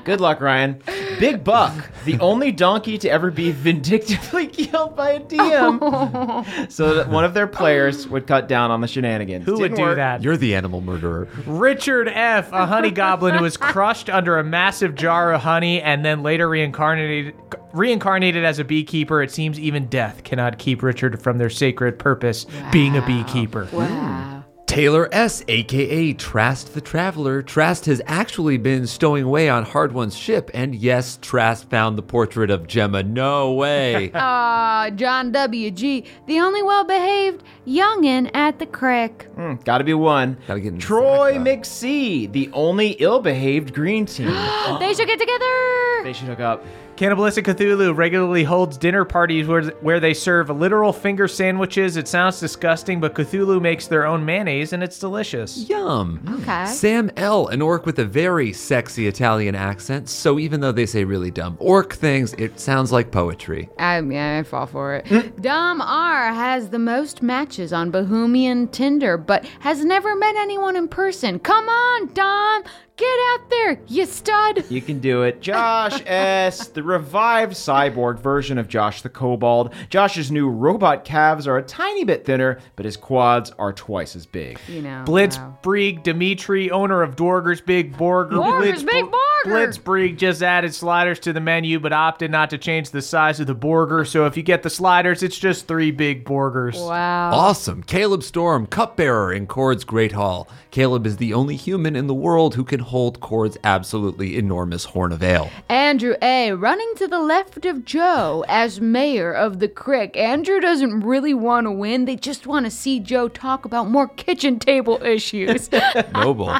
Speaker 5: Good luck, Ryan. Big Buck, the only donkey to ever be vindictively killed by a DM. so that one of their players would cut down on the shenanigans.
Speaker 1: Who would
Speaker 5: Didn't
Speaker 1: do
Speaker 5: work.
Speaker 1: that?
Speaker 7: You're the animal murderer.
Speaker 1: Richard F., a honey goblin who was crushed under a massive jar of honey and then later reincarnated reincarnated as a beekeeper. It seems even death cannot keep Richard from their sacred purpose, being a beekeeper.
Speaker 4: Wow.
Speaker 7: Taylor S., aka Trast the Traveler. Trast has actually been stowing away on Hard One's ship, and yes, Trast found the portrait of Gemma. No way.
Speaker 4: Ah, John W.G., the only well behaved youngin' at the crack.
Speaker 5: Hmm, gotta be one.
Speaker 7: Gotta get in the
Speaker 5: Troy
Speaker 7: sack, though.
Speaker 5: McSee, the only ill behaved green team.
Speaker 4: They should get together!
Speaker 5: they should hook up.
Speaker 1: Cannibalistic Cthulhu regularly holds dinner parties where, where they serve literal finger sandwiches. It sounds disgusting, but Cthulhu makes their own mayonnaise and it's delicious.
Speaker 7: Yum.
Speaker 4: Okay.
Speaker 7: Sam L., an orc with a very sexy Italian accent, so even though they say really dumb orc things, it sounds like poetry.
Speaker 4: I, Um, yeah, I fall for it. Dom R has the most matches on Bohemian Tinder, but has never met anyone in person. Come on, Dom! Get out there, you stud!
Speaker 5: You can do it. Josh S., the revived cyborg version of Josh the Kobold. Josh's new robot calves are a tiny bit thinner, but his quads are twice as big.
Speaker 4: You know. wow.
Speaker 1: Blitzbrieg Dimitri, owner of Dorger's Big Burger.
Speaker 4: Dorger's Big Burger!
Speaker 1: Blitzbrieg just added sliders to the menu, but opted not to change the size of the burger. So if you get the sliders, it's just three big burgers.
Speaker 4: Wow.
Speaker 7: Awesome. Caleb Storm, cupbearer in Cord's Great Hall. Caleb is the only human in the world who can hold Cord's absolutely enormous horn of ale.
Speaker 4: Andrew A. running to the left of Joe as mayor of the crick. Andrew doesn't really want to win, they just want to see Joe talk about more kitchen table issues.
Speaker 7: Noble.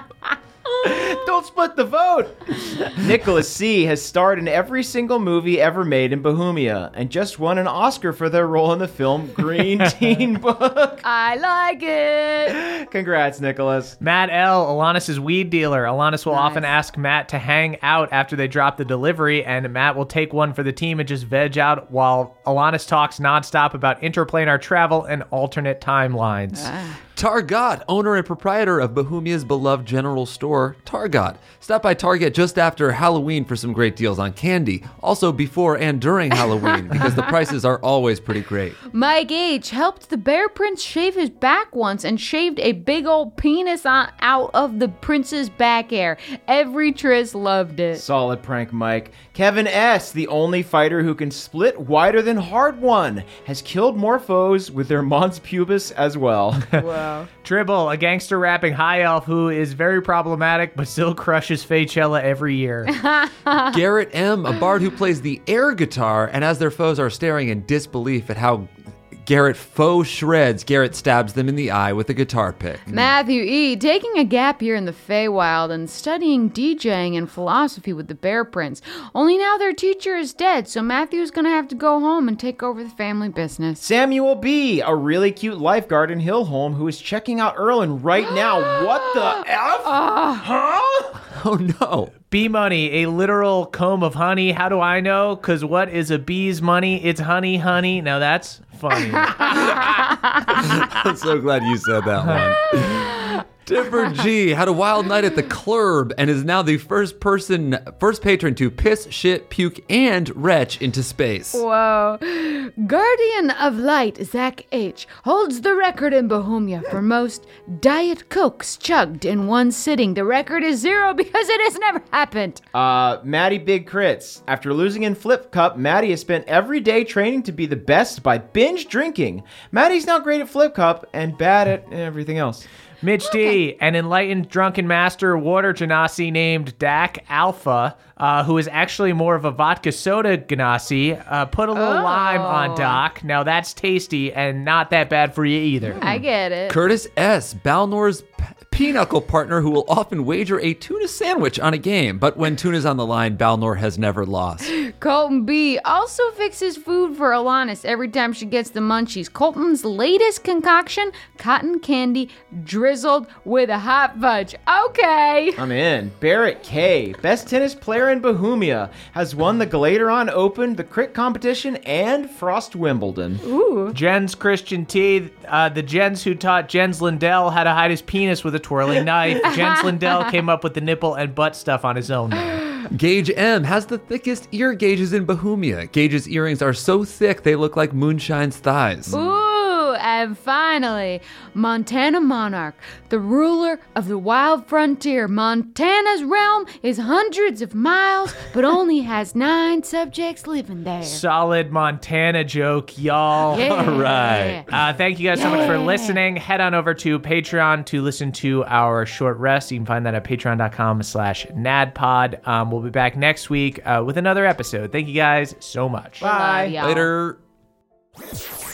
Speaker 5: Don't split the vote. Nicholas C has starred in every single movie ever made in Bohemia and just won an Oscar for their role in the film Green Teen Book.
Speaker 4: I like it!
Speaker 5: Congrats, Nicholas.
Speaker 1: Matt L., Alanis' weed dealer. Alanis will often ask Matt to hang out after they drop the delivery, and Matt will take one for the team and just veg out while Alanis talks nonstop about interplanar travel and alternate timelines.
Speaker 7: Targot, owner and proprietor of Bohemia's beloved general store, Targot. Stop by Target just after Halloween for some great deals on candy. Also before and during Halloween because the prices are always pretty great.
Speaker 4: Mike H helped the bear prince shave his back once and shaved a big old penis on, out of the prince's back hair. Every tris loved it.
Speaker 5: Solid prank, Mike. Kevin S., the only fighter who can split wider than hard one, has killed more foes with their mons pubis as well.
Speaker 1: Tribble, a gangster rapping high elf who is very problematic but still crushes Faychella every year.
Speaker 7: Garrett M, a bard who plays the air guitar, and as their foes are staring in disbelief at how Garrett faux shreds, Garrett stabs them in the eye with a guitar pick.
Speaker 4: Matthew E. taking a gap year in the Feywild and studying DJing and philosophy with the Bear Prince. Only now their teacher is dead, so Matthew's gonna have to go home and take over the family business.
Speaker 5: Samuel B., a really cute lifeguard in Hillholm who is checking out Erlen right now. what the F? huh?
Speaker 7: Oh no.
Speaker 1: Bee money, a literal comb of honey. How do I know? Because what is a bee's money? It's honey, honey. Now that's funny.
Speaker 7: I'm so glad you said that one. Tipper G had a wild night at the club and is now the first person, first patron to piss, shit, puke, and retch into space.
Speaker 4: Whoa. Guardian of Light, Zach H., holds the record in Bohemia for most Diet Cokes chugged in one sitting. The record is zero because it has never happened.
Speaker 5: Uh, Maddie Big Crits. After losing in Flip Cup, Maddie has spent every day training to be the best by binge drinking. Maddie's now great at Flip Cup and bad at everything else.
Speaker 1: Mitch D, an enlightened drunken master water genasi named Dak Alpha, uh, who is actually more of a vodka soda genasi, uh, put a little lime on Doc. Now that's tasty and not that bad for you either.
Speaker 4: I get it.
Speaker 7: Curtis S. Balnor's p- pinochle partner who will often wager a tuna sandwich on a game. But when tuna's on the line, Balnor has never lost.
Speaker 4: Colton B also fixes food for Alanis every time she gets the munchies. Colton's latest concoction cotton candy drizzled with a hot fudge. Okay.
Speaker 6: I'm in. Barrett K, best tennis player in Bohemia, has won the Galateron Open, the Crit Competition, and Frost Wimbledon.
Speaker 1: Jens Christian T, uh, the Jens who taught Jens Lindell how to hide his penis with a twirling knife. Jens Lindell came up with the nipple and butt stuff on his own.
Speaker 7: Gage M has the thickest ear gauges in Bohemia. Gage's earrings are so thick they look like Moonshine's thighs.
Speaker 4: Ooh, and finally, Montana Monarch, the ruler of the wild frontier. Montana's realm is hundreds of miles, but only has nine subjects living there.
Speaker 1: Solid Montana joke, y'all.
Speaker 4: All
Speaker 7: right.
Speaker 1: Uh, thank you guys so much for listening. Head on over to Patreon to listen to our short rest. You can find that at patreon.com slash nadpod. Um, we'll be back next week uh, with another episode. Thank you guys so much.
Speaker 4: Bye.
Speaker 7: Later.